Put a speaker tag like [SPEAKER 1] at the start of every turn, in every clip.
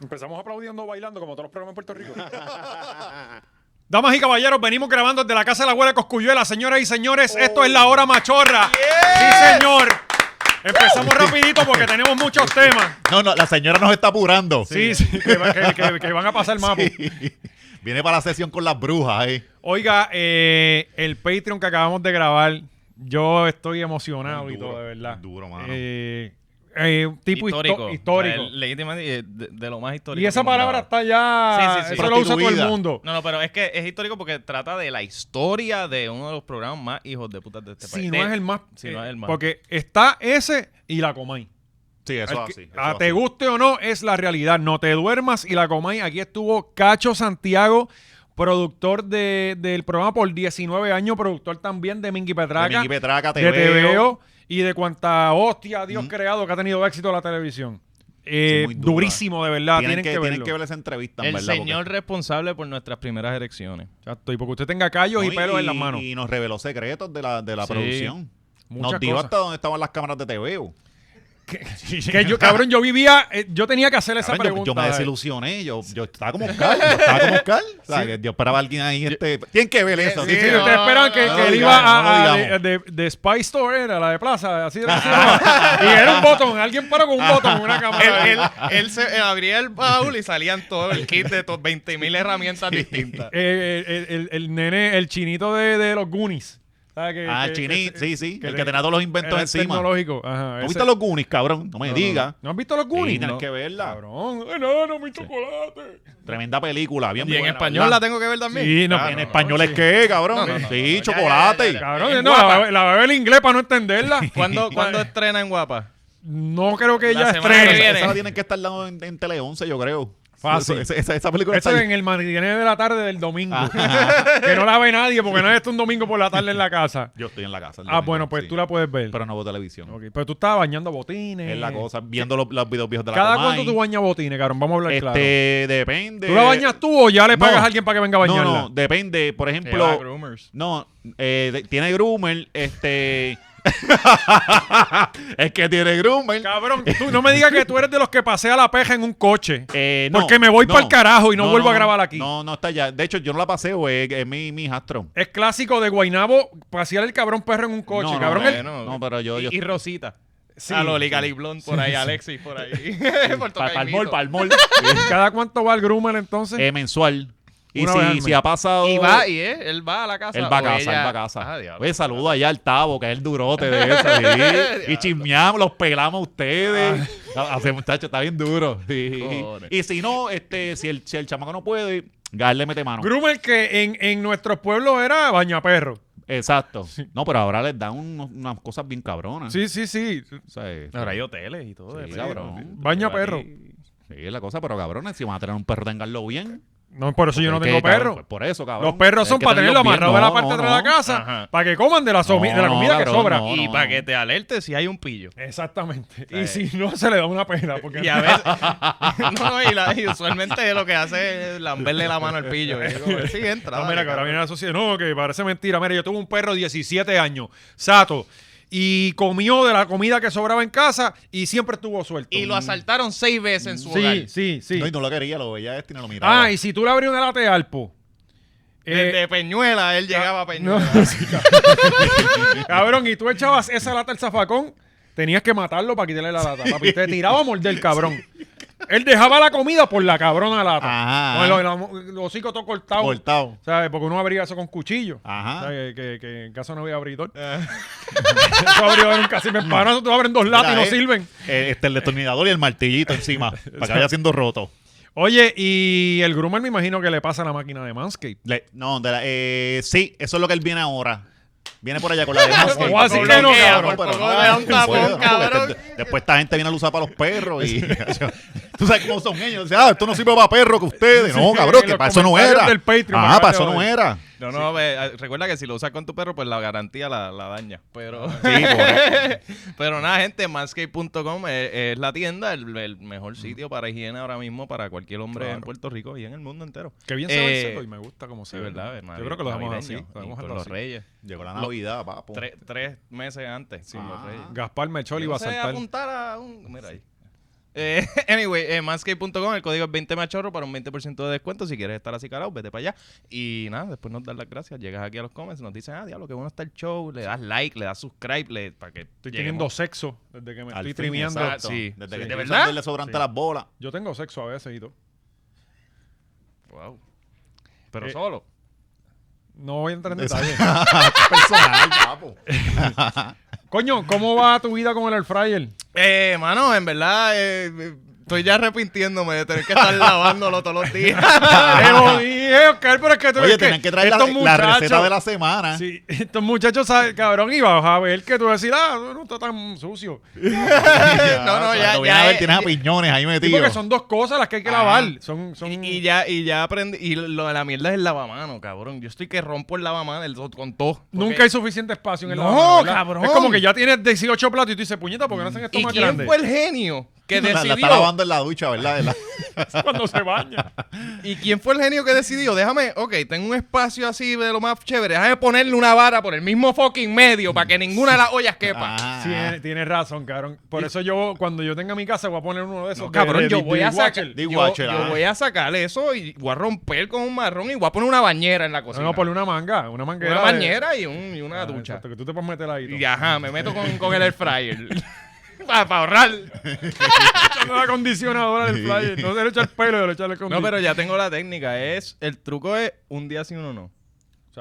[SPEAKER 1] Empezamos aplaudiendo bailando como todos los programas en Puerto Rico.
[SPEAKER 2] Damas y caballeros, venimos grabando desde la casa de la abuela Coscuyuela. Señoras y señores, esto es la hora
[SPEAKER 1] Oh,
[SPEAKER 2] machorra. Sí, señor. Empezamos rapidito porque tenemos muchos temas.
[SPEAKER 3] No, no, la señora nos está apurando.
[SPEAKER 2] Sí, sí, que, va- que- que- que van a pasar más.
[SPEAKER 3] Sí. Viene para la sesión con las brujas ahí.
[SPEAKER 2] Oiga, eh, el Patreon que acabamos de grabar, yo estoy emocionado
[SPEAKER 3] Muy
[SPEAKER 2] y todo,
[SPEAKER 3] duro,
[SPEAKER 2] de verdad.
[SPEAKER 3] muy duro, mano.
[SPEAKER 2] Eh, eh, un tipo
[SPEAKER 4] histórico.
[SPEAKER 2] histo- histórico.
[SPEAKER 4] O sea, legítimamente, eh, de, de lo más histórico.
[SPEAKER 2] y esa
[SPEAKER 4] que hemos
[SPEAKER 2] palabra está
[SPEAKER 4] grabado.
[SPEAKER 2] ya.
[SPEAKER 4] Sí, sí, sí.
[SPEAKER 2] Eso lo usa todo el
[SPEAKER 3] Prostituida.
[SPEAKER 2] mundo.
[SPEAKER 4] No, no, pero es que es histórico porque trata de la historia de uno de los programas más hijos de putas de este
[SPEAKER 2] si
[SPEAKER 4] país.
[SPEAKER 2] no
[SPEAKER 4] De-
[SPEAKER 2] es el más. eh,
[SPEAKER 4] Si no es el más.
[SPEAKER 2] Porque está ese y la Comay.
[SPEAKER 3] Sí, eso
[SPEAKER 2] Al que-
[SPEAKER 3] así. eso
[SPEAKER 2] a te
[SPEAKER 3] así.
[SPEAKER 2] guste o no, es la realidad. No te duermas y la comáis. Aquí estuvo Cacho Santiago, productor de- del programa por 19 años, productor también de Mingy
[SPEAKER 3] De
[SPEAKER 2] Petraca,
[SPEAKER 3] Miki Petraca, te
[SPEAKER 2] de
[SPEAKER 3] veo.
[SPEAKER 2] TVO y de cuanta hostia Dios
[SPEAKER 3] Mm.
[SPEAKER 2] creado que ha tenido éxito la televisión. Eh,
[SPEAKER 3] Sí, muy dura.
[SPEAKER 2] durísimo, de verdad.
[SPEAKER 3] Tienen, que, tienen
[SPEAKER 2] verlo.
[SPEAKER 3] que ver esa entrevista, en
[SPEAKER 4] el
[SPEAKER 3] ¿verdad? Porque-
[SPEAKER 4] señor responsable por nuestras primeras elecciones.
[SPEAKER 2] Exacto, y porque usted tenga callos y
[SPEAKER 3] No,
[SPEAKER 2] pelos en las manos.
[SPEAKER 3] Y nos reveló secretos de la, de la
[SPEAKER 4] Sí.
[SPEAKER 3] producción.
[SPEAKER 2] Muchas
[SPEAKER 3] nos dijo
[SPEAKER 2] cosas.
[SPEAKER 3] hasta dónde estaban las cámaras de TVO.
[SPEAKER 2] Que yo, cabrón, yo vivía, eh, yo tenía que hacer esa
[SPEAKER 3] Cabrón, yo-
[SPEAKER 2] pregunta.
[SPEAKER 3] Yo, me
[SPEAKER 2] eh.
[SPEAKER 3] desilusioné. Yo, yo estaba como Oscar. Yo estaba como Oscar. O sea, que yo esperaba a alguien ahí. Este, tienen que ver eso.
[SPEAKER 2] Sí,
[SPEAKER 3] tienen que
[SPEAKER 2] ustedes
[SPEAKER 3] ver.
[SPEAKER 4] no,
[SPEAKER 2] esperan
[SPEAKER 4] no,
[SPEAKER 2] que,
[SPEAKER 3] no,
[SPEAKER 2] que
[SPEAKER 3] no
[SPEAKER 2] él
[SPEAKER 3] lo
[SPEAKER 2] iba
[SPEAKER 3] digamos,
[SPEAKER 2] a,
[SPEAKER 3] no
[SPEAKER 2] a-
[SPEAKER 3] lo
[SPEAKER 2] de, de Spy Store, era la de Plaza, así de Y era un botón, alguien paró con un botón, una cámara.
[SPEAKER 4] se abría el baúl y salían todo el kit de 20.000 herramientas distintas.
[SPEAKER 2] Eh, el, el- el nene, el chinito de, de los Goonies. ¿Sabes que-
[SPEAKER 3] Ah,
[SPEAKER 2] que-
[SPEAKER 3] Chini,
[SPEAKER 2] que-
[SPEAKER 3] sí, sí.
[SPEAKER 2] que
[SPEAKER 3] el
[SPEAKER 2] le-
[SPEAKER 3] que tenía todos los
[SPEAKER 2] era
[SPEAKER 3] inventos
[SPEAKER 2] el
[SPEAKER 3] encima.
[SPEAKER 2] tecnológico. Ajá,
[SPEAKER 3] ¿No
[SPEAKER 2] ese-
[SPEAKER 3] viste los Goonies, cabrón? No me digas.
[SPEAKER 2] ¿No has visto los
[SPEAKER 3] Sí,
[SPEAKER 2] Goonies?
[SPEAKER 3] tienes
[SPEAKER 2] No.
[SPEAKER 3] que verla.
[SPEAKER 2] Cabrón, Ay, no, no, mi chocolate.
[SPEAKER 3] Tremenda película, bien
[SPEAKER 4] Y en
[SPEAKER 3] buena,
[SPEAKER 4] español la
[SPEAKER 3] ¿verdad?
[SPEAKER 4] tengo que ver también.
[SPEAKER 2] Sí, no,
[SPEAKER 4] Ah,
[SPEAKER 2] en
[SPEAKER 4] no, no.
[SPEAKER 3] Español es que, cabrón.
[SPEAKER 4] No, no, no,
[SPEAKER 3] sí,
[SPEAKER 4] no,
[SPEAKER 3] chocolate.
[SPEAKER 4] ya, ya, ya,
[SPEAKER 2] Cabrón,
[SPEAKER 4] Es
[SPEAKER 2] no, la,
[SPEAKER 4] guapa.
[SPEAKER 2] va- la va a ver en inglés para no entenderla.
[SPEAKER 4] ¿Cuándo, ¿cuándo estrena en Guapa?
[SPEAKER 2] No creo que
[SPEAKER 4] La
[SPEAKER 2] ella
[SPEAKER 4] semana que
[SPEAKER 2] estrene.
[SPEAKER 4] viene.
[SPEAKER 3] Esa la tienen que estar dando en, en Tele 11, yo creo.
[SPEAKER 2] Fácil.
[SPEAKER 3] Esa, esa- esa película
[SPEAKER 2] Eso
[SPEAKER 3] está
[SPEAKER 2] en el matinee de la tarde del domingo. que no la ve nadie porque nadie está un domingo por la tarde en la casa.
[SPEAKER 3] Yo estoy en la casa. el
[SPEAKER 2] Ah,
[SPEAKER 3] domingo,
[SPEAKER 2] bueno, pues
[SPEAKER 3] sí.
[SPEAKER 2] tú la puedes ver.
[SPEAKER 3] Pero no veo televisión.
[SPEAKER 2] Ok, Pero tú estabas bañando botines.
[SPEAKER 3] Es la cosa, viendo los, los videos viejos de la
[SPEAKER 2] ¿Cada
[SPEAKER 3] Comay.
[SPEAKER 2] cuánto tú bañas botines, cabrón? Vamos a hablar
[SPEAKER 3] Este,
[SPEAKER 2] claro.
[SPEAKER 3] depende.
[SPEAKER 2] ¿Tú la bañas tú o ya le
[SPEAKER 3] No.
[SPEAKER 2] pagas a alguien para que venga a
[SPEAKER 3] No,
[SPEAKER 2] bañarla?
[SPEAKER 3] no, depende. Por
[SPEAKER 4] Eva
[SPEAKER 3] ejemplo,
[SPEAKER 4] Groomers.
[SPEAKER 3] no, eh, de- tiene groomer, este... es que tiene groomer.
[SPEAKER 2] Cabrón, tú no me digas que tú eres de los que pasea la peja en un coche.
[SPEAKER 3] Eh, no,
[SPEAKER 2] Porque me voy
[SPEAKER 3] no.
[SPEAKER 2] pa'l carajo y no vuelvo a grabar aquí.
[SPEAKER 3] No, no está ya. De hecho, yo no la paseo, es, es mi, mi hijastro.
[SPEAKER 2] Es clásico de Guainabo pasear el cabrón perro en un coche,
[SPEAKER 3] No, no,
[SPEAKER 2] cabrón.
[SPEAKER 3] no,
[SPEAKER 2] el-
[SPEAKER 3] eh, no, pero yo-
[SPEAKER 4] y,
[SPEAKER 3] yo-
[SPEAKER 4] y Rosita.
[SPEAKER 2] Sí.
[SPEAKER 4] a Loli Galiblón por ahí, Alexis por ahí. por
[SPEAKER 3] Pal- Palmol,
[SPEAKER 4] Tocaimito.
[SPEAKER 3] palmol.
[SPEAKER 2] ¿Cada cuánto va el groomer entonces?
[SPEAKER 3] eh, mensual. Y
[SPEAKER 2] Una vez al
[SPEAKER 3] si,
[SPEAKER 2] mes.
[SPEAKER 3] si ha pasado...
[SPEAKER 4] Y va, y él, él va a la casa.
[SPEAKER 3] Oh. Él va a
[SPEAKER 4] o
[SPEAKER 3] casa,
[SPEAKER 4] ella-
[SPEAKER 3] él va a casa.
[SPEAKER 4] Ah,
[SPEAKER 3] Oye,
[SPEAKER 4] diablo.
[SPEAKER 3] saludo allá al Tavo, que es el durote de eso. sí. y chismeamos, los pelamos a ustedes. Hace muchacho, está bien duro. sí.
[SPEAKER 4] Ah. Cojones.
[SPEAKER 3] Y si no, este, si el, si el chamaco no puede, Gal le mete mano.
[SPEAKER 2] Groomer que en, en nuestros pueblos era bañaperro.
[SPEAKER 3] Exacto. No, pero ahora les dan unos- unas cosas bien cabronas.
[SPEAKER 2] Sí, sí, sí.
[SPEAKER 3] O sea, eh,
[SPEAKER 4] Ahora hay hoteles y todo.
[SPEAKER 3] Sí,
[SPEAKER 4] depende.
[SPEAKER 3] cabrón.
[SPEAKER 2] Baña perro.
[SPEAKER 3] sí, es la cosa, pero cabrones, si van a tener un perro, tenganlo bien.
[SPEAKER 2] No, por eso yo no
[SPEAKER 3] Porque,
[SPEAKER 2] tengo
[SPEAKER 3] cabrón,
[SPEAKER 2] perro.
[SPEAKER 3] pues por eso, cabrón.
[SPEAKER 2] Los perros
[SPEAKER 3] Hay
[SPEAKER 2] son
[SPEAKER 3] que
[SPEAKER 2] para tenerlo
[SPEAKER 3] bien.
[SPEAKER 2] amarrado en
[SPEAKER 3] No,
[SPEAKER 2] la parte
[SPEAKER 3] no,
[SPEAKER 2] de atrás de la
[SPEAKER 3] no.
[SPEAKER 2] casa,
[SPEAKER 4] Ajá.
[SPEAKER 2] para que coman de la, somi-
[SPEAKER 3] No,
[SPEAKER 2] de la comida
[SPEAKER 3] no,
[SPEAKER 2] que
[SPEAKER 3] cabrón,
[SPEAKER 2] sobra.
[SPEAKER 3] no,
[SPEAKER 4] Y
[SPEAKER 3] no.
[SPEAKER 4] para que te alerte si hay un pillo.
[SPEAKER 2] Exactamente. Y si no, se le da una pena. Porque
[SPEAKER 4] Y a veces. no, y, la- y usualmente lo que hace es lamberle la mano al pillo. Y digo, sí, entra.
[SPEAKER 2] No, mira, que
[SPEAKER 4] dale,
[SPEAKER 2] ahora
[SPEAKER 4] cabrón.
[SPEAKER 2] viene la sociedad. No, que parece mentira. Mira, yo tuve un perro de 17 años, sato, y comió de la comida que sobraba en casa y siempre estuvo suelto.
[SPEAKER 4] Y lo
[SPEAKER 3] Mm.
[SPEAKER 4] asaltaron seis veces en su hogar.
[SPEAKER 2] Sí, eh, sí, sí.
[SPEAKER 3] No, y no lo quería, lo veía este y no lo miraba.
[SPEAKER 2] ah, y si tú le abrías una lata de alpo. eh,
[SPEAKER 4] Desde Peñuela, él llegaba a
[SPEAKER 2] No,
[SPEAKER 4] Peñuela.
[SPEAKER 2] sí, cabrón. Cabrón, y tú echabas esa lata al zafacón, tenías que matarlo para quitarle la lata, papi. Te tiraba a morder, cabrón. Él dejaba la comida por la cabrona lata.
[SPEAKER 3] Ajá.
[SPEAKER 2] Con el- el, el hocico todo cortado.
[SPEAKER 3] Cortado.
[SPEAKER 2] ¿Sabes? Porque uno abría eso con cuchillo.
[SPEAKER 3] Ajá.
[SPEAKER 2] ¿Sabes? Que, que en casa no había abridor. Esos abridores nunca sirven para nada. Tú abren dos latas y
[SPEAKER 3] Mira,
[SPEAKER 2] no
[SPEAKER 3] eh,
[SPEAKER 2] sirven.
[SPEAKER 3] eh, Este, el destornillador y el martillito encima, para que vaya siendo roto.
[SPEAKER 2] Oye, y el groomer me imagino que le pasa a la máquina de Manscaped.
[SPEAKER 3] Le- no, de la- eh, sí, eso es lo que él viene ahora. Viene por allá con la de Manscaped.
[SPEAKER 2] ¿Cómo así
[SPEAKER 3] Con
[SPEAKER 2] que
[SPEAKER 3] la-
[SPEAKER 2] no,
[SPEAKER 3] pero
[SPEAKER 2] cabrón?
[SPEAKER 3] pero
[SPEAKER 4] Por poco le da un
[SPEAKER 3] no puede,
[SPEAKER 4] tapón,
[SPEAKER 3] no, porque
[SPEAKER 4] cabrón.
[SPEAKER 3] te- Después esta gente viene a usar para los perros y... Tú sabes cómo son ellos. Dicen, ah, esto no sirve para perros que ustedes. No,
[SPEAKER 2] Sí,
[SPEAKER 3] cabrón,
[SPEAKER 2] los
[SPEAKER 3] que para eso no
[SPEAKER 2] comentarios
[SPEAKER 3] era.
[SPEAKER 2] del Patreon,
[SPEAKER 3] ah, para
[SPEAKER 2] acabas de
[SPEAKER 3] eso no
[SPEAKER 2] oír.
[SPEAKER 3] era.
[SPEAKER 4] No, no, ve, recuerda que si lo usas con tu perro, pues la garantía la, la daña. Pero, pero nada, gente, manscape.com es, eh, es la tienda, el, el mejor sitio para higiene ahora mismo para cualquier hombre
[SPEAKER 2] Claro.
[SPEAKER 4] en Puerto Rico y en el mundo entero.
[SPEAKER 2] Que bien se ve
[SPEAKER 4] Eh,
[SPEAKER 2] el seto y me gusta como se
[SPEAKER 4] Sí,
[SPEAKER 2] ve.
[SPEAKER 4] verdad, Eh,
[SPEAKER 2] Yo creo que lo dejamos así.
[SPEAKER 4] navideño,
[SPEAKER 2] lo
[SPEAKER 4] y
[SPEAKER 2] dejamos
[SPEAKER 4] con
[SPEAKER 2] así.
[SPEAKER 4] los reyes.
[SPEAKER 3] Llegó la Navidad, papo.
[SPEAKER 4] Tres, tres meses antes, sin los
[SPEAKER 3] Ah.
[SPEAKER 4] reyes.
[SPEAKER 2] Gaspar Melchor
[SPEAKER 4] Yo
[SPEAKER 2] iba a
[SPEAKER 4] sé
[SPEAKER 2] saltar.
[SPEAKER 4] apuntar a un... Mira ahí. Eh, anyway, eh, manscape.com, el código es 20machorro para un 20% de descuento. Si quieres estar así calado, vete para allá. Y nada, después nos das las gracias. Llegas aquí a los comments, nos dicen, ah, diablo, qué bueno está el show. Le das like, le das subscribe, le, para que
[SPEAKER 2] Estoy teniendo sexo desde que me
[SPEAKER 3] Al
[SPEAKER 2] estoy
[SPEAKER 3] fin,
[SPEAKER 2] trimeando.
[SPEAKER 3] exacto.
[SPEAKER 4] Sí.
[SPEAKER 3] Desde
[SPEAKER 4] Sí.
[SPEAKER 3] que
[SPEAKER 4] ¿De
[SPEAKER 3] ¿De
[SPEAKER 4] verdad?
[SPEAKER 3] verdad? le sobran las bolas.
[SPEAKER 2] Yo tengo sexo a veces y todo.
[SPEAKER 4] Wow. Pero
[SPEAKER 2] Eh,
[SPEAKER 4] solo.
[SPEAKER 2] No voy a entrar en detalle.
[SPEAKER 3] Personal, papo.
[SPEAKER 2] Coño, ¿cómo va tu vida con el air fryer?
[SPEAKER 4] Eh, mano, en verdad, eh, eh, estoy ya arrepintiéndome de tener que estar lavándolo todos los días.
[SPEAKER 2] Te lo dije, Oscar, pero es que tú
[SPEAKER 3] Oye,
[SPEAKER 2] ves
[SPEAKER 3] tenían que traer la,
[SPEAKER 2] estos
[SPEAKER 3] la receta
[SPEAKER 2] muchachos-
[SPEAKER 3] de la semana.
[SPEAKER 2] Sí, estos muchachos, ¿sabes? cabrón, y vas a ver que tú decís, ah, no está tan sucio.
[SPEAKER 4] no, no, ya,
[SPEAKER 3] Cuando vienes
[SPEAKER 4] ya,
[SPEAKER 3] a ver,
[SPEAKER 4] eh,
[SPEAKER 3] tienes a
[SPEAKER 4] ya-
[SPEAKER 3] piñones ahí
[SPEAKER 2] Sí,
[SPEAKER 3] metidos.
[SPEAKER 2] porque son dos cosas las que hay que lavar. Son, son...
[SPEAKER 4] Y, y ya, y ya aprendí. Y lo de la mierda es el lavamano, cabrón. Yo estoy que rompo el lavamano el- con todo.
[SPEAKER 2] Nunca hay suficiente espacio en el
[SPEAKER 4] No,
[SPEAKER 2] lavamanos, ¿verdad?
[SPEAKER 4] cabrón.
[SPEAKER 2] Es como que ya tienes 18 platos y tú dices, puñeta, porque no hacen esto
[SPEAKER 4] ¿Y
[SPEAKER 2] más
[SPEAKER 4] quién
[SPEAKER 2] grande?
[SPEAKER 4] fue el genio que
[SPEAKER 3] La- la,
[SPEAKER 4] decidió?
[SPEAKER 3] está lavando en la ducha, ¿verdad? De la-
[SPEAKER 2] Cuando se baña.
[SPEAKER 4] ¿Y quién fue el genio que decidió? Déjame, ok, tengo un espacio así de lo más chévere. Déjame ponerle una vara por el mismo fucking medio para que ninguna de las ollas quepa.
[SPEAKER 3] Ah,
[SPEAKER 2] Sí, eh, tienes razón, cabrón. Por eso yo, cuando yo tenga mi casa, voy a poner uno de esos.
[SPEAKER 4] No,
[SPEAKER 2] de-
[SPEAKER 4] cabrón,
[SPEAKER 2] de-
[SPEAKER 4] yo
[SPEAKER 2] de-
[SPEAKER 4] voy
[SPEAKER 2] de
[SPEAKER 4] a sacar.
[SPEAKER 2] Watcher.
[SPEAKER 3] De
[SPEAKER 4] Yo,
[SPEAKER 3] Watcher,
[SPEAKER 4] yo
[SPEAKER 3] ah.
[SPEAKER 4] voy a sacar eso y voy a romper con un marrón y voy a poner una bañera en la
[SPEAKER 2] No,
[SPEAKER 4] cocina.
[SPEAKER 2] no, ponle una manga, una manguera. de-
[SPEAKER 4] una bañera y, un- y una
[SPEAKER 2] Ah,
[SPEAKER 4] ducha.
[SPEAKER 2] exacto, que tú te puedes meter ahí. todo.
[SPEAKER 4] Y ajá, me meto con, con el air fryer. para ahorrar.
[SPEAKER 2] Echando la acondicionadora del flyer. No se le echa el pelo, se le echa el
[SPEAKER 4] No, pero
[SPEAKER 2] acondicionador.
[SPEAKER 4] ya tengo la técnica. Es, el truco es un día sí, uno no.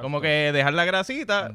[SPEAKER 4] Como que dejar la grasita.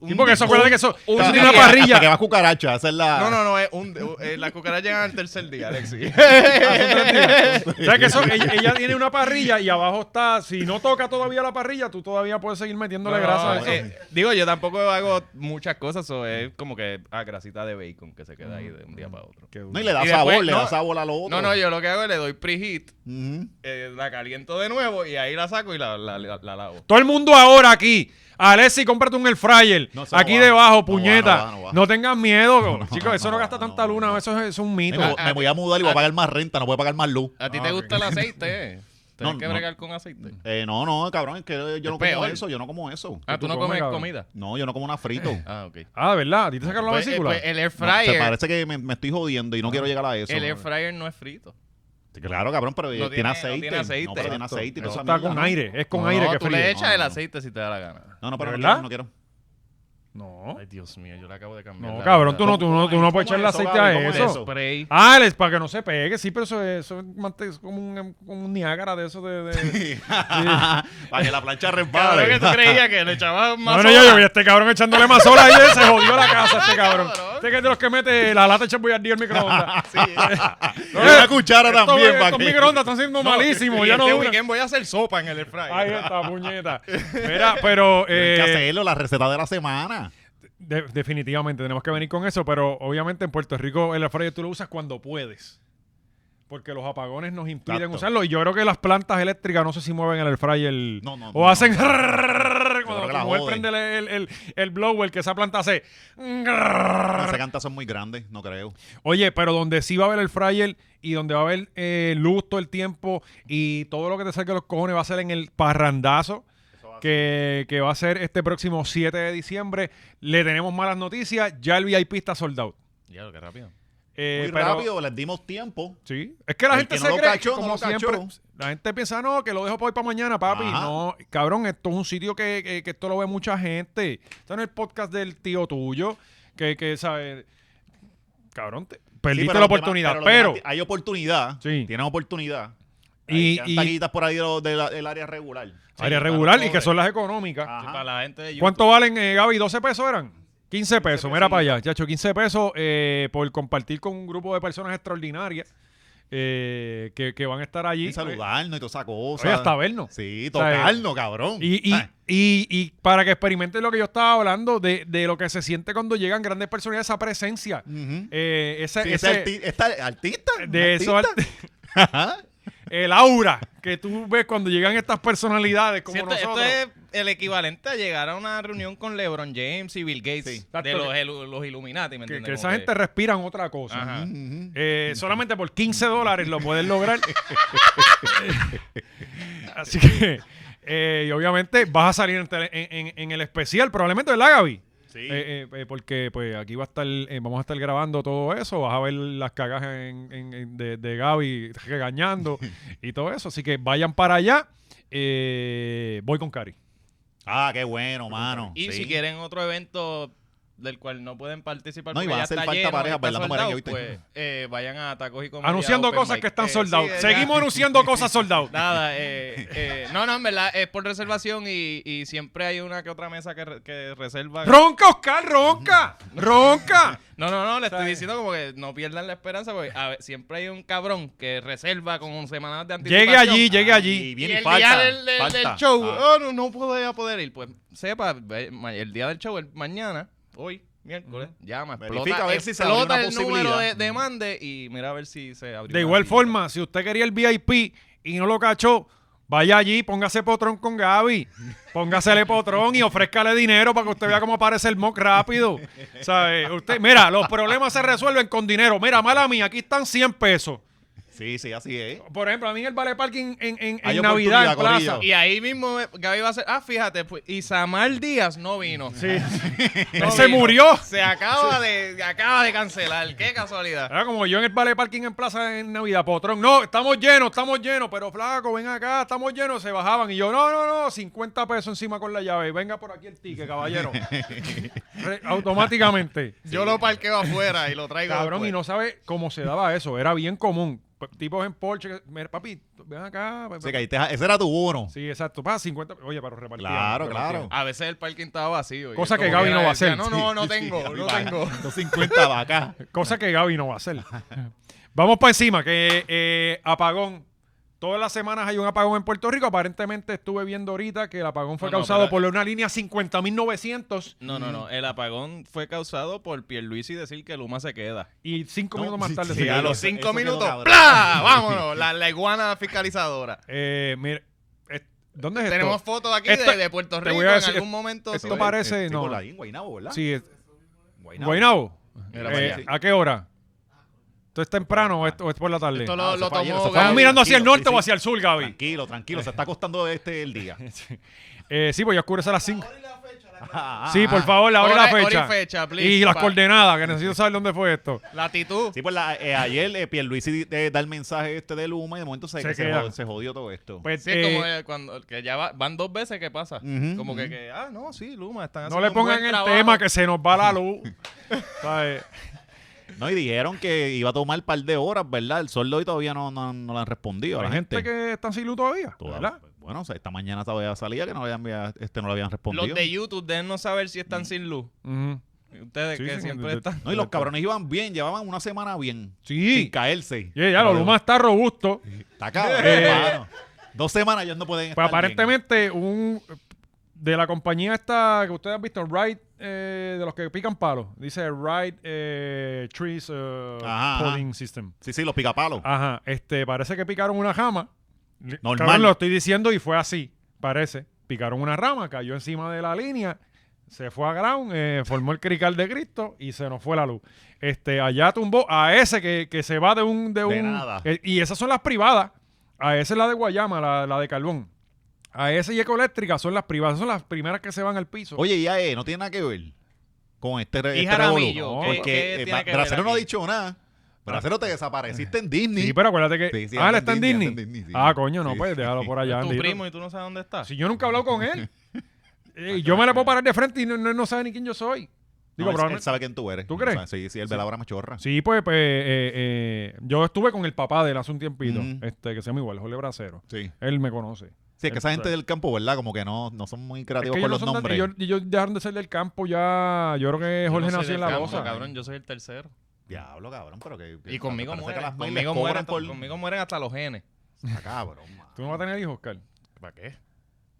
[SPEAKER 2] Y porque eso, acuérdate que eso.
[SPEAKER 4] un
[SPEAKER 2] eso
[SPEAKER 3] hasta
[SPEAKER 2] tiene una
[SPEAKER 4] día.
[SPEAKER 2] parrilla.
[SPEAKER 3] Hasta que va cucaracha, esa es
[SPEAKER 2] Ah.
[SPEAKER 3] la...
[SPEAKER 4] No, no, no, es un, eh, la cucaracha llega al tercer día, Alexi.
[SPEAKER 2] O sea, que eso, ella, ella tiene una parrilla y abajo está, si no toca todavía la parrilla, tú todavía puedes seguir metiéndole
[SPEAKER 4] No,
[SPEAKER 2] grasa. a
[SPEAKER 4] no,
[SPEAKER 2] eso.
[SPEAKER 4] eh, digo, yo tampoco hago muchas cosas, o es como que ah, grasita de bacon que se queda ahí de un día para otro.
[SPEAKER 2] Mm. Qué duro.
[SPEAKER 3] No, y le da
[SPEAKER 4] Y
[SPEAKER 3] sabor,
[SPEAKER 4] después,
[SPEAKER 3] le
[SPEAKER 4] no.
[SPEAKER 3] da sabor a lo otro.
[SPEAKER 4] No, no, yo lo que hago es le doy preheat,
[SPEAKER 3] Ujú.
[SPEAKER 4] eh, la caliento de nuevo y ahí la saco y la, la, la- la lavo.
[SPEAKER 2] Todo el mundo ahora aquí. Alexi, cómprate un air fryer.
[SPEAKER 3] No, eso no
[SPEAKER 2] aquí
[SPEAKER 3] va.
[SPEAKER 2] debajo,
[SPEAKER 3] No va,
[SPEAKER 2] puñeta. No,
[SPEAKER 3] no va, no va.
[SPEAKER 2] tengas miedo, chicos. Eso no,
[SPEAKER 3] no,
[SPEAKER 2] gasta
[SPEAKER 3] no,
[SPEAKER 2] tanta luna.
[SPEAKER 3] no.
[SPEAKER 2] Eso es, es un
[SPEAKER 3] Me,
[SPEAKER 2] mito.
[SPEAKER 3] me-
[SPEAKER 4] ah,
[SPEAKER 3] me voy a mudar y voy a pagar más renta, no voy a pagar más luz.
[SPEAKER 4] ¿A ti
[SPEAKER 2] Ah,
[SPEAKER 4] te
[SPEAKER 2] ok.
[SPEAKER 4] gusta el aceite? Eh? ¿Tienes
[SPEAKER 3] No,
[SPEAKER 4] que
[SPEAKER 3] no.
[SPEAKER 4] bregar con aceite?
[SPEAKER 3] Eh, no, no, cabrón, es que yo no como
[SPEAKER 4] peor.
[SPEAKER 3] eso, yo no como eso.
[SPEAKER 4] Ah,
[SPEAKER 2] tú
[SPEAKER 4] tú no
[SPEAKER 2] comes,
[SPEAKER 4] comes
[SPEAKER 2] cabrón?
[SPEAKER 4] comida.
[SPEAKER 3] No, yo no como una frito.
[SPEAKER 4] Ah, ok.
[SPEAKER 2] Ah, ¿verdad? ¿A ti te sacaron la
[SPEAKER 4] Pues, eh,
[SPEAKER 2] vesícula?
[SPEAKER 4] pues, el air
[SPEAKER 3] No, se
[SPEAKER 4] fryer,
[SPEAKER 3] parece que me, me estoy jodiendo
[SPEAKER 2] Ah.
[SPEAKER 3] y no quiero llegar a eso.
[SPEAKER 4] el air fryer no es frito.
[SPEAKER 3] Claro, cabrón, pero eh,
[SPEAKER 4] No
[SPEAKER 3] tiene,
[SPEAKER 4] tiene- no
[SPEAKER 3] aceite.
[SPEAKER 4] tiene aceite.
[SPEAKER 3] No, pero tiene
[SPEAKER 4] Exacto.
[SPEAKER 3] aceite. y toda esa
[SPEAKER 4] Eso
[SPEAKER 2] Está
[SPEAKER 3] mierda,
[SPEAKER 2] con
[SPEAKER 3] ¿no?
[SPEAKER 2] aire. Es con
[SPEAKER 4] No,
[SPEAKER 2] aire
[SPEAKER 4] no,
[SPEAKER 2] que
[SPEAKER 4] tú
[SPEAKER 2] fríe.
[SPEAKER 4] le echas
[SPEAKER 3] No,
[SPEAKER 4] el
[SPEAKER 3] no.
[SPEAKER 4] aceite si te da la gana.
[SPEAKER 3] No, no, pero
[SPEAKER 2] ¿De
[SPEAKER 3] no
[SPEAKER 2] verdad?
[SPEAKER 3] quiero, no quiero.
[SPEAKER 2] No.
[SPEAKER 4] Ay, Dios mío, yo le acabo de cambiar.
[SPEAKER 2] No,
[SPEAKER 4] la-
[SPEAKER 2] cabrón,
[SPEAKER 4] la-
[SPEAKER 2] tú no, tú no, tú no puedes
[SPEAKER 3] ¿Cómo
[SPEAKER 2] echarle
[SPEAKER 3] es eso,
[SPEAKER 2] aceite
[SPEAKER 3] Gaby?
[SPEAKER 2] a
[SPEAKER 3] ¿Cómo es
[SPEAKER 2] eso.
[SPEAKER 3] eso?
[SPEAKER 4] Spray.
[SPEAKER 2] Ah, es para que no se pegue, sí, pero eso es, eso es mante- es como un, em, como un Niágara de eso de... de-
[SPEAKER 3] Para que la plancha
[SPEAKER 4] Cabrón, que
[SPEAKER 3] resbale.
[SPEAKER 4] tú creías que le echabas más
[SPEAKER 2] No, no, yo,
[SPEAKER 4] soda.
[SPEAKER 2] yo vi a este cabrón echándole más sola ahí se jodió la casa este cabrón.
[SPEAKER 4] Cabrón.
[SPEAKER 2] Este que es de los que mete la lata de champullardía en el microondas.
[SPEAKER 3] No, y una cuchara
[SPEAKER 2] Estos-
[SPEAKER 3] también. para
[SPEAKER 2] Estos
[SPEAKER 3] que-
[SPEAKER 2] microondas están siendo malísimos,
[SPEAKER 4] Y
[SPEAKER 2] ya no
[SPEAKER 4] este
[SPEAKER 2] duran.
[SPEAKER 4] weekend voy a hacer sopa en el air fryer.
[SPEAKER 2] Ahí está, puñeta. Mira, pero...
[SPEAKER 3] Hay que
[SPEAKER 2] eh,
[SPEAKER 3] hacerlo, la receta de la semana.
[SPEAKER 2] de- definitivamente, tenemos que venir con eso, pero obviamente en Puerto Rico el air fryer tú lo usas cuando puedes. Porque los apagones nos impiden
[SPEAKER 3] Exacto.
[SPEAKER 2] usarlo. Y yo creo que las plantas eléctricas no sé si mueven el air fryer.
[SPEAKER 3] No, no,
[SPEAKER 2] o
[SPEAKER 3] no.
[SPEAKER 2] hacen...
[SPEAKER 3] creo
[SPEAKER 2] Cuando
[SPEAKER 3] que
[SPEAKER 2] la
[SPEAKER 3] la
[SPEAKER 2] mujer
[SPEAKER 3] joden.
[SPEAKER 2] prende el, el, el, el blower, que esa planta hace...
[SPEAKER 3] Las cantas son muy grandes, no creo.
[SPEAKER 2] Oye, pero donde sí va a haber el fryer y donde va a haber eh, luz todo el tiempo y todo lo que te salga de los cojones va a ser en el parrandazo que, que va a ser este próximo 7 de diciembre. Le tenemos malas noticias, ya el VIP está sold out.
[SPEAKER 4] Ya, lo que rápido.
[SPEAKER 2] Eh,
[SPEAKER 3] Muy
[SPEAKER 2] pero-
[SPEAKER 3] rápido, les dimos tiempo.
[SPEAKER 2] Sí, es que la
[SPEAKER 3] El
[SPEAKER 2] gente
[SPEAKER 3] que no
[SPEAKER 2] se
[SPEAKER 3] lo
[SPEAKER 2] cree
[SPEAKER 3] cachó, no
[SPEAKER 2] como
[SPEAKER 3] lo
[SPEAKER 2] siempre.
[SPEAKER 3] cachó.
[SPEAKER 2] La gente piensa, no, que lo dejo para hoy para mañana, papi.
[SPEAKER 3] Ajá.
[SPEAKER 2] No, cabrón, esto es un sitio que, que- que esto lo ve mucha gente. Está en el podcast del tío tuyo, que, que sabe, cabrón, te-
[SPEAKER 3] Sí,
[SPEAKER 2] perdiste
[SPEAKER 3] pero
[SPEAKER 2] la
[SPEAKER 3] los demás-
[SPEAKER 2] oportunidad,
[SPEAKER 3] los
[SPEAKER 2] pero...
[SPEAKER 3] demás hay oportunidad.
[SPEAKER 2] Sí.
[SPEAKER 3] Tienen oportunidad.
[SPEAKER 2] Y-
[SPEAKER 3] Y, hay
[SPEAKER 2] y-
[SPEAKER 3] taquitas por ahí de lo- de la- del área regular.
[SPEAKER 2] área
[SPEAKER 4] para
[SPEAKER 2] regular
[SPEAKER 4] los
[SPEAKER 2] y que
[SPEAKER 4] pobres.
[SPEAKER 2] son las económicas.
[SPEAKER 3] Ajá.
[SPEAKER 4] Para la gente de YouTube.
[SPEAKER 2] ¿Cuánto valen, eh, Gaby? ¿12 pesos eran? 15 pesos, mira para allá, chacho, 15 pesos eh, por compartir con un grupo de personas extraordinarias eh, que, que van a estar allí. Eh,
[SPEAKER 3] Y saludarnos y toda esa cosa.
[SPEAKER 2] Oye, hasta vernos.
[SPEAKER 3] Sí,
[SPEAKER 2] O sea,
[SPEAKER 3] tocarnos, cabrón.
[SPEAKER 2] Y, y,
[SPEAKER 3] Ah,
[SPEAKER 2] y- y para que experimenten lo que yo estaba hablando, de, de lo que se siente cuando llegan grandes personas, esa presencia.
[SPEAKER 3] ujú.
[SPEAKER 2] eh, ese,
[SPEAKER 3] Sí,
[SPEAKER 2] ese-
[SPEAKER 3] ese arti- esta- artista.
[SPEAKER 2] de eso,
[SPEAKER 3] artista. Ajá.
[SPEAKER 2] el aura que tú ves cuando llegan estas personalidades como
[SPEAKER 4] Sí, esto, esto
[SPEAKER 2] nosotros.
[SPEAKER 4] es el equivalente a llegar a una reunión con LeBron James y Bill Gates de
[SPEAKER 2] Exacto.
[SPEAKER 4] los, el- los Illuminati, ¿me
[SPEAKER 2] que,
[SPEAKER 4] entiendes?
[SPEAKER 2] que esa
[SPEAKER 4] Como
[SPEAKER 2] gente respiran otra cosa.
[SPEAKER 4] Ajá.
[SPEAKER 3] Ujú.
[SPEAKER 2] Eh, solamente por 15 dólares lo puedes lograr. Así que, eh, y obviamente vas a salir en, tele- en- en- en el especial, probablemente, ¿verdad, Gaby?
[SPEAKER 3] Sí.
[SPEAKER 2] Eh, eh, eh, porque pues aquí va a estar, eh, vamos a estar grabando todo eso, vas a ver las cagas en- en- en- de, de Gaby regañando y todo eso. Así que vayan para allá. Eh, voy con Cari.
[SPEAKER 3] Ah, qué bueno, mano.
[SPEAKER 4] Y
[SPEAKER 3] Sí.
[SPEAKER 4] si quieren otro evento del cual no pueden participar
[SPEAKER 3] No, y
[SPEAKER 4] porque
[SPEAKER 3] va a
[SPEAKER 4] ya
[SPEAKER 3] hacer
[SPEAKER 4] está
[SPEAKER 3] falta
[SPEAKER 4] lleno,
[SPEAKER 3] parejas
[SPEAKER 4] está
[SPEAKER 3] bailando
[SPEAKER 4] soldado,
[SPEAKER 3] merengue, ¿viste?
[SPEAKER 4] pues, eh, vayan a Tacos y Comedia
[SPEAKER 2] Anunciando
[SPEAKER 4] Open
[SPEAKER 2] cosas
[SPEAKER 3] pues,
[SPEAKER 4] Mic.
[SPEAKER 2] que están
[SPEAKER 4] Eh,
[SPEAKER 2] soldados.
[SPEAKER 4] sí, ya.
[SPEAKER 2] Seguimos anunciando cosas soldados.
[SPEAKER 4] Nada, eh, eh, no, no, en verdad, es por reservación y, y siempre hay una que otra mesa que, re- que reserva.
[SPEAKER 2] ronca, Oscar, ronca, ronca.
[SPEAKER 4] No, no, no, le
[SPEAKER 2] eh.
[SPEAKER 4] estoy diciendo como que no pierdan la esperanza porque a ver, siempre hay un cabrón que reserva con un semanas de anticipación.
[SPEAKER 2] Llegue allí, llegue
[SPEAKER 3] Y
[SPEAKER 2] allí.
[SPEAKER 3] viene
[SPEAKER 4] y el
[SPEAKER 3] falta,
[SPEAKER 4] día del, del- del
[SPEAKER 3] falta.
[SPEAKER 4] show,
[SPEAKER 3] Ah.
[SPEAKER 4] oh, no, no puedo ir a poder ir. Pues sepa, ve, ma- el día del show, el mañana, hoy, miércoles, llama,
[SPEAKER 3] Verifica
[SPEAKER 4] explota,
[SPEAKER 3] a ver si se abrió
[SPEAKER 4] explota
[SPEAKER 3] una
[SPEAKER 4] el número de,
[SPEAKER 3] posibilidad.
[SPEAKER 4] de mande y mira a ver si se abrió.
[SPEAKER 2] De
[SPEAKER 4] una
[SPEAKER 2] igual
[SPEAKER 4] silla.
[SPEAKER 2] forma, si usted quería el VIP y no lo cachó, vaya allí, póngase potrón con Gaby, póngasele potrón y ofrézcale dinero para que usted vea cómo aparece el mock rápido. ¿Sabe? Usted, mira, los problemas se resuelven con dinero. Mira, mala mía, aquí están 100 pesos.
[SPEAKER 3] Sí, sí, así es.
[SPEAKER 2] Por ejemplo, a mí en el Vale Parking en, en,
[SPEAKER 3] Hay
[SPEAKER 2] en Navidad, en
[SPEAKER 3] oportunidad,
[SPEAKER 2] Plaza.
[SPEAKER 3] Corillo.
[SPEAKER 4] Y ahí mismo eh, Gaby va a ser, ah, fíjate, pues, Isamar Díaz no vino. No
[SPEAKER 2] Se
[SPEAKER 4] vino.
[SPEAKER 2] murió.
[SPEAKER 4] Se acaba de, acaba de cancelar, qué casualidad.
[SPEAKER 2] Era como yo en el Vale Parking en Plaza en Navidad, Potrón. No, estamos llenos, estamos llenos, pero flaco, ven acá, estamos llenos. Se bajaban y yo, no, no, no, 50 pesos encima con la llave. Venga por aquí el ticket, caballero. Re- automáticamente.
[SPEAKER 4] Yo lo parqueo afuera y lo traigo.
[SPEAKER 2] Cabrón,
[SPEAKER 4] después.
[SPEAKER 2] y no sabe cómo se daba eso. Era bien común. P- Tipos en Porsche, que, mira, papi, ven acá.
[SPEAKER 3] Sí, que ahí te- ese era tu uno.
[SPEAKER 2] Sí, exacto. Pa, 50. Oye, para repartir.
[SPEAKER 3] Claro, claro.
[SPEAKER 4] A veces el parking estaba vacío. y
[SPEAKER 2] Cosa
[SPEAKER 4] él
[SPEAKER 2] que
[SPEAKER 4] como
[SPEAKER 2] Gaby no
[SPEAKER 4] era,
[SPEAKER 2] va a hacer.
[SPEAKER 4] decía, No, no, no
[SPEAKER 3] Sí,
[SPEAKER 4] tengo,
[SPEAKER 3] sí,
[SPEAKER 4] no
[SPEAKER 3] vaca.
[SPEAKER 4] tengo.
[SPEAKER 3] 250 vacas.
[SPEAKER 2] Cosa que Gaby no va a hacer. Vamos para encima, que eh, apagón. Todas las semanas hay un apagón en Puerto Rico. Aparentemente estuve viendo ahorita que el apagón fue
[SPEAKER 4] No, no,
[SPEAKER 2] causado
[SPEAKER 4] pero-
[SPEAKER 2] por una línea 50.900
[SPEAKER 4] No, no,
[SPEAKER 2] Mm.
[SPEAKER 4] no. El apagón fue causado por Pierluisi decir que Luma se queda.
[SPEAKER 2] y cinco
[SPEAKER 3] No,
[SPEAKER 2] minutos más
[SPEAKER 3] sí,
[SPEAKER 2] tarde.
[SPEAKER 3] sí,
[SPEAKER 2] se
[SPEAKER 3] ya
[SPEAKER 2] quedó.
[SPEAKER 3] lo
[SPEAKER 4] Los
[SPEAKER 3] Eso-
[SPEAKER 4] cinco
[SPEAKER 3] eso quedó
[SPEAKER 4] minutos,
[SPEAKER 3] cabrón.
[SPEAKER 4] ¡plá! Vámonos, la, la iguana fiscalizadora.
[SPEAKER 2] Eh, mira, eh, ¿dónde es esto?
[SPEAKER 4] Tenemos fotos aquí
[SPEAKER 2] Esto-
[SPEAKER 4] de, de Puerto
[SPEAKER 2] te
[SPEAKER 4] Rico
[SPEAKER 2] voy a
[SPEAKER 4] en
[SPEAKER 2] decir,
[SPEAKER 4] algún momento.
[SPEAKER 2] esto
[SPEAKER 4] sí.
[SPEAKER 2] parece-
[SPEAKER 3] Sí,
[SPEAKER 2] no.
[SPEAKER 3] por ahí, en Guaynabo, ¿verdad?
[SPEAKER 2] Sí, es-
[SPEAKER 3] Guaynabo.
[SPEAKER 2] Guaynabo.
[SPEAKER 4] Mira
[SPEAKER 2] Eh,
[SPEAKER 4] para allá.
[SPEAKER 2] ¿A qué hora? ¿Esto es temprano o es, o es por la tarde?
[SPEAKER 4] Esto
[SPEAKER 3] Ah,
[SPEAKER 4] lo,
[SPEAKER 3] eso
[SPEAKER 4] lo
[SPEAKER 3] fue ayer,
[SPEAKER 4] tomó
[SPEAKER 3] eso fue
[SPEAKER 2] Estamos
[SPEAKER 3] Gaby,
[SPEAKER 4] Gaby.
[SPEAKER 2] mirando hacia el
[SPEAKER 3] tranquilo,
[SPEAKER 2] norte
[SPEAKER 3] sí,
[SPEAKER 2] o
[SPEAKER 3] sí.
[SPEAKER 2] hacia el sur, Gaby.
[SPEAKER 3] Tranquilo, tranquilo, se está costando este el día.
[SPEAKER 2] Eh, sí, pues ya oscurece a las 5.
[SPEAKER 3] Ah,
[SPEAKER 2] Sí,
[SPEAKER 3] ah,
[SPEAKER 2] por
[SPEAKER 3] ah.
[SPEAKER 2] favor, la hora y la
[SPEAKER 4] Hora y- hora y
[SPEAKER 2] fecha.
[SPEAKER 4] fecha, please,
[SPEAKER 2] y las
[SPEAKER 4] pa-
[SPEAKER 2] coordenadas, que necesito saber dónde fue esto.
[SPEAKER 4] Latitud.
[SPEAKER 3] Sí, pues la, eh, ayer eh, Pierluisi eh, da el mensaje este de Luma y de momento se,
[SPEAKER 2] Se
[SPEAKER 3] se,
[SPEAKER 2] queda.
[SPEAKER 3] jod- se jodió todo esto.
[SPEAKER 2] Pues,
[SPEAKER 4] Sí, es como
[SPEAKER 2] eh,
[SPEAKER 4] eh, cuando, que ya va- van dos veces que pasa.
[SPEAKER 3] Ujú,
[SPEAKER 4] como que,
[SPEAKER 3] ujú.
[SPEAKER 4] que, ah, no, sí, Luma, están
[SPEAKER 2] no
[SPEAKER 4] haciendo
[SPEAKER 2] le
[SPEAKER 4] un buen
[SPEAKER 2] pongan el
[SPEAKER 4] trabajo.
[SPEAKER 2] tema que se nos va la luz. eh, ¿Sabes?
[SPEAKER 3] No, y dijeron que iba a tomar un par de horas, ¿verdad? El sol de hoy todavía no, no, no le han respondido a la
[SPEAKER 2] Hay gente
[SPEAKER 3] gente.
[SPEAKER 2] que está sin luz todavía,
[SPEAKER 3] Toda-
[SPEAKER 2] ¿verdad?
[SPEAKER 3] Bueno, o sea, esta mañana todavía salía que no le habían, este, no le habían respondido.
[SPEAKER 4] Los de YouTube deben no saber si están sin luz.
[SPEAKER 2] Ujú.
[SPEAKER 4] Ustedes
[SPEAKER 2] Mm. Sí,
[SPEAKER 4] que
[SPEAKER 2] sí,
[SPEAKER 4] siempre
[SPEAKER 2] de-
[SPEAKER 4] están.
[SPEAKER 3] No, y los cabrones iban bien, llevaban una semana bien.
[SPEAKER 2] Sí.
[SPEAKER 3] Sin caerse.
[SPEAKER 2] Ya, ya, lo Luma está robusto.
[SPEAKER 3] Está cabrón,
[SPEAKER 2] Eh.
[SPEAKER 3] hermano. Dos semanas ya no pueden estar
[SPEAKER 2] Pues aparentemente un de la compañía esta que ustedes han visto, Right, eh, de los que pican palos, dice Right eh, Trees eh,
[SPEAKER 3] Ajá, ajá.
[SPEAKER 2] Pulling System.
[SPEAKER 3] bien. Sí, sí, los picapalos.
[SPEAKER 2] Ajá, este, parece que picaron una rama.
[SPEAKER 3] Normal.
[SPEAKER 2] Cabrón, lo estoy diciendo y fue así, parece. Picaron una rama, cayó encima de la línea, se fue a ground, eh, formó el crical de Cristo y se nos fue la luz. Este, allá tumbó a ese que, que se va de un... De,
[SPEAKER 3] De
[SPEAKER 2] un-
[SPEAKER 3] nada.
[SPEAKER 2] eh, y esas son las privadas. A esa es la de Guayama, la, la de Carbón. A esa y Ecoeléctrica son las privadas, son las primeras que se van al piso.
[SPEAKER 3] Oye, y AE no tiene nada que ver con este, re-
[SPEAKER 4] Y
[SPEAKER 3] este revolú.
[SPEAKER 4] Jaramillo,
[SPEAKER 3] No,
[SPEAKER 4] ¿qué- qué
[SPEAKER 3] Porque eh,
[SPEAKER 4] tiene
[SPEAKER 3] Bra-
[SPEAKER 4] que ver
[SPEAKER 3] Bracero no ha
[SPEAKER 4] aquí?
[SPEAKER 3] dicho nada. Bracero te desapareciste en Disney.
[SPEAKER 2] Ah. sí, pero acuérdate que...
[SPEAKER 3] Sí, sí,
[SPEAKER 2] ah, él
[SPEAKER 3] anda
[SPEAKER 2] está en Disney.
[SPEAKER 3] Disney, anda en Disney, sí.
[SPEAKER 2] Ah, coño, no,
[SPEAKER 3] Sí,
[SPEAKER 2] pues
[SPEAKER 3] sí.
[SPEAKER 2] déjalo por
[SPEAKER 4] Es
[SPEAKER 2] allá.
[SPEAKER 4] tu
[SPEAKER 2] Andito.
[SPEAKER 4] primo y tú no sabes dónde está.
[SPEAKER 2] Si yo nunca he hablado con él. Eh, yo me le puedo parar de frente y no, no- no sabe ni quién yo soy. Digo,
[SPEAKER 3] No, él- él,
[SPEAKER 2] probablemente-
[SPEAKER 3] sabe quién tú eres.
[SPEAKER 2] ¿Tú
[SPEAKER 3] O
[SPEAKER 2] crees?
[SPEAKER 3] sea, sí, sí, el veladora machorra.
[SPEAKER 2] Sí, pues, pues, eh, eh, yo estuve con el papá de él hace un tiempito,
[SPEAKER 3] Ujú.
[SPEAKER 2] este, que se llama igual, Jorge Bracero.
[SPEAKER 3] Sí.
[SPEAKER 2] Él me conoce.
[SPEAKER 3] Sí, es que esa gente del campo, ¿verdad? Como que no, no son muy creativos
[SPEAKER 2] ellos
[SPEAKER 3] con
[SPEAKER 2] no
[SPEAKER 3] los
[SPEAKER 2] son tan-
[SPEAKER 3] nombres.
[SPEAKER 2] ellos- ellos dejaron de ser del campo ya. Yo creo que
[SPEAKER 4] Yo
[SPEAKER 2] Jorge
[SPEAKER 4] no soy
[SPEAKER 2] nació en
[SPEAKER 4] del
[SPEAKER 2] la
[SPEAKER 4] campo,
[SPEAKER 2] Bosa.
[SPEAKER 4] Cabrón, yo soy el tercero.
[SPEAKER 3] Diablo, cabrón, pero que. que-
[SPEAKER 4] Y conmigo
[SPEAKER 3] parece que
[SPEAKER 4] mueren,
[SPEAKER 3] las mails
[SPEAKER 4] conmigo,
[SPEAKER 3] les
[SPEAKER 4] mueren
[SPEAKER 3] cobran
[SPEAKER 4] por... conmigo mueren hasta los genes.
[SPEAKER 3] Ah, cabrón, man.
[SPEAKER 2] ¿Tú no vas a tener hijos, Oscar?
[SPEAKER 4] ¿Para qué?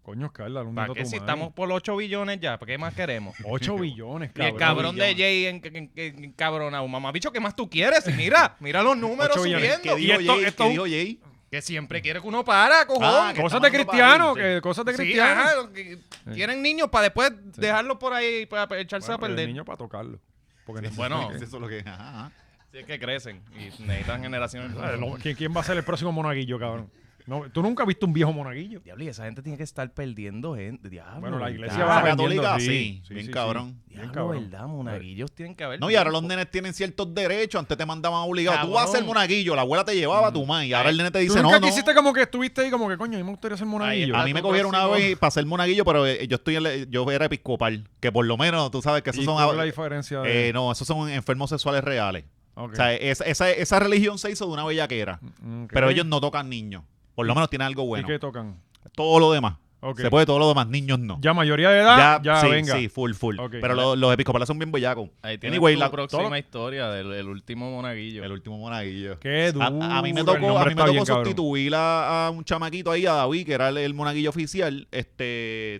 [SPEAKER 2] Coño, Oscar, dale un
[SPEAKER 4] ¿Para
[SPEAKER 2] dato a
[SPEAKER 4] qué
[SPEAKER 2] tu
[SPEAKER 4] si
[SPEAKER 2] madre.
[SPEAKER 4] estamos por los 8 billones ya? ¿Para qué más queremos?
[SPEAKER 2] 8 billones,
[SPEAKER 4] Y
[SPEAKER 2] cabrón.
[SPEAKER 4] el cabrón de Jay en, en, en- en- cabronao. Mamá, bicho, ¿qué más tú quieres? Y Mira, mira los números
[SPEAKER 2] Ocho billones.
[SPEAKER 3] ¿Qué
[SPEAKER 4] subiendo.
[SPEAKER 2] Y
[SPEAKER 3] dijo
[SPEAKER 2] esto-
[SPEAKER 3] Jay?
[SPEAKER 2] esto-
[SPEAKER 3] ¿Qué dijo Jay?
[SPEAKER 4] Que siempre quiere que uno para, cojón.
[SPEAKER 3] Ah, que
[SPEAKER 2] Cosas
[SPEAKER 3] está
[SPEAKER 2] de
[SPEAKER 3] mandando
[SPEAKER 2] cristiano,
[SPEAKER 3] para ahí, sí.
[SPEAKER 2] que- cosas de
[SPEAKER 4] Sí,
[SPEAKER 2] cristiano.
[SPEAKER 4] ajá, lo que- Tienen niños para después dejarlos por ahí para para echarse
[SPEAKER 2] Bueno,
[SPEAKER 4] a
[SPEAKER 2] el
[SPEAKER 4] perder.
[SPEAKER 2] niño para tocarlo. Porque
[SPEAKER 4] Sí,
[SPEAKER 2] necesita-
[SPEAKER 4] bueno,
[SPEAKER 3] Eso es lo que. ajá, ajá.
[SPEAKER 4] si es que crecen y necesitan generaciones.
[SPEAKER 2] Lo- ¿quién, ¿Quién va a ser el próximo monaguillo, cabrón? No, Tú nunca has visto un viejo monaguillo.
[SPEAKER 4] Diablo, y esa gente tiene que estar perdiendo gente. Diablo.
[SPEAKER 2] Bueno, la iglesia
[SPEAKER 3] Ah,
[SPEAKER 2] va
[SPEAKER 3] la
[SPEAKER 2] vendiendo,
[SPEAKER 3] católica,
[SPEAKER 2] sí,
[SPEAKER 3] sí.
[SPEAKER 2] sí,
[SPEAKER 3] bien
[SPEAKER 2] sí,
[SPEAKER 3] cabrón.
[SPEAKER 4] Diablo,
[SPEAKER 2] cabrón.
[SPEAKER 4] ¿verdad? Monaguillos tienen que haber.
[SPEAKER 3] No, y ahora los nenes tienen ciertos derechos. Antes te mandaban obligado. Tú
[SPEAKER 4] Cabrón.
[SPEAKER 3] vas a ser monaguillo. La abuela te llevaba a tu man. Y ahora el nene te
[SPEAKER 2] Tú
[SPEAKER 3] dice, no,
[SPEAKER 2] nunca
[SPEAKER 3] no.
[SPEAKER 2] quisiste como que estuviste ahí como que coño, a mí me gustaría ser monaguillo.
[SPEAKER 3] A mí me cogieron una vez para ser monaguillo, pero eh, yo estoy en la- yo era episcopal. Que por lo menos, tú sabes que esos
[SPEAKER 2] ¿Y
[SPEAKER 3] son...
[SPEAKER 2] cuál es
[SPEAKER 3] ab-
[SPEAKER 2] la diferencia de-
[SPEAKER 3] eh, no, esos son enfermos sexuales reales.
[SPEAKER 2] Ok.
[SPEAKER 3] O sea, esa, esa, esa religión se hizo de una bellaquera.
[SPEAKER 2] Mm, ok.
[SPEAKER 3] Pero ellos no tocan niños. Por lo menos tienen algo
[SPEAKER 2] ¿Y
[SPEAKER 3] bueno.
[SPEAKER 2] qué tocan?
[SPEAKER 3] Todo lo demás.
[SPEAKER 2] Ok.
[SPEAKER 3] Se puede todo lo demás, niños no.
[SPEAKER 2] Ya mayoría de edad, ya,
[SPEAKER 3] sí,
[SPEAKER 2] venga.
[SPEAKER 3] sí, full, full.
[SPEAKER 2] Ok.
[SPEAKER 3] Pero los, los episcopales son bien bellacos.
[SPEAKER 4] Ahí tiene
[SPEAKER 3] Anyway,
[SPEAKER 4] tu
[SPEAKER 3] la-
[SPEAKER 4] próxima
[SPEAKER 3] todo-
[SPEAKER 4] historia del el último monaguillo.
[SPEAKER 3] el último monaguillo.
[SPEAKER 2] Qué duro.
[SPEAKER 3] A, a mí
[SPEAKER 2] Uh,
[SPEAKER 3] me
[SPEAKER 2] el
[SPEAKER 3] tocó, a
[SPEAKER 2] nombre
[SPEAKER 3] mí me
[SPEAKER 2] está
[SPEAKER 3] tocó
[SPEAKER 2] bien, cabrón.
[SPEAKER 3] sustituir a, a un chamaquito ahí, a David, que era el, el monaguillo oficial. Este,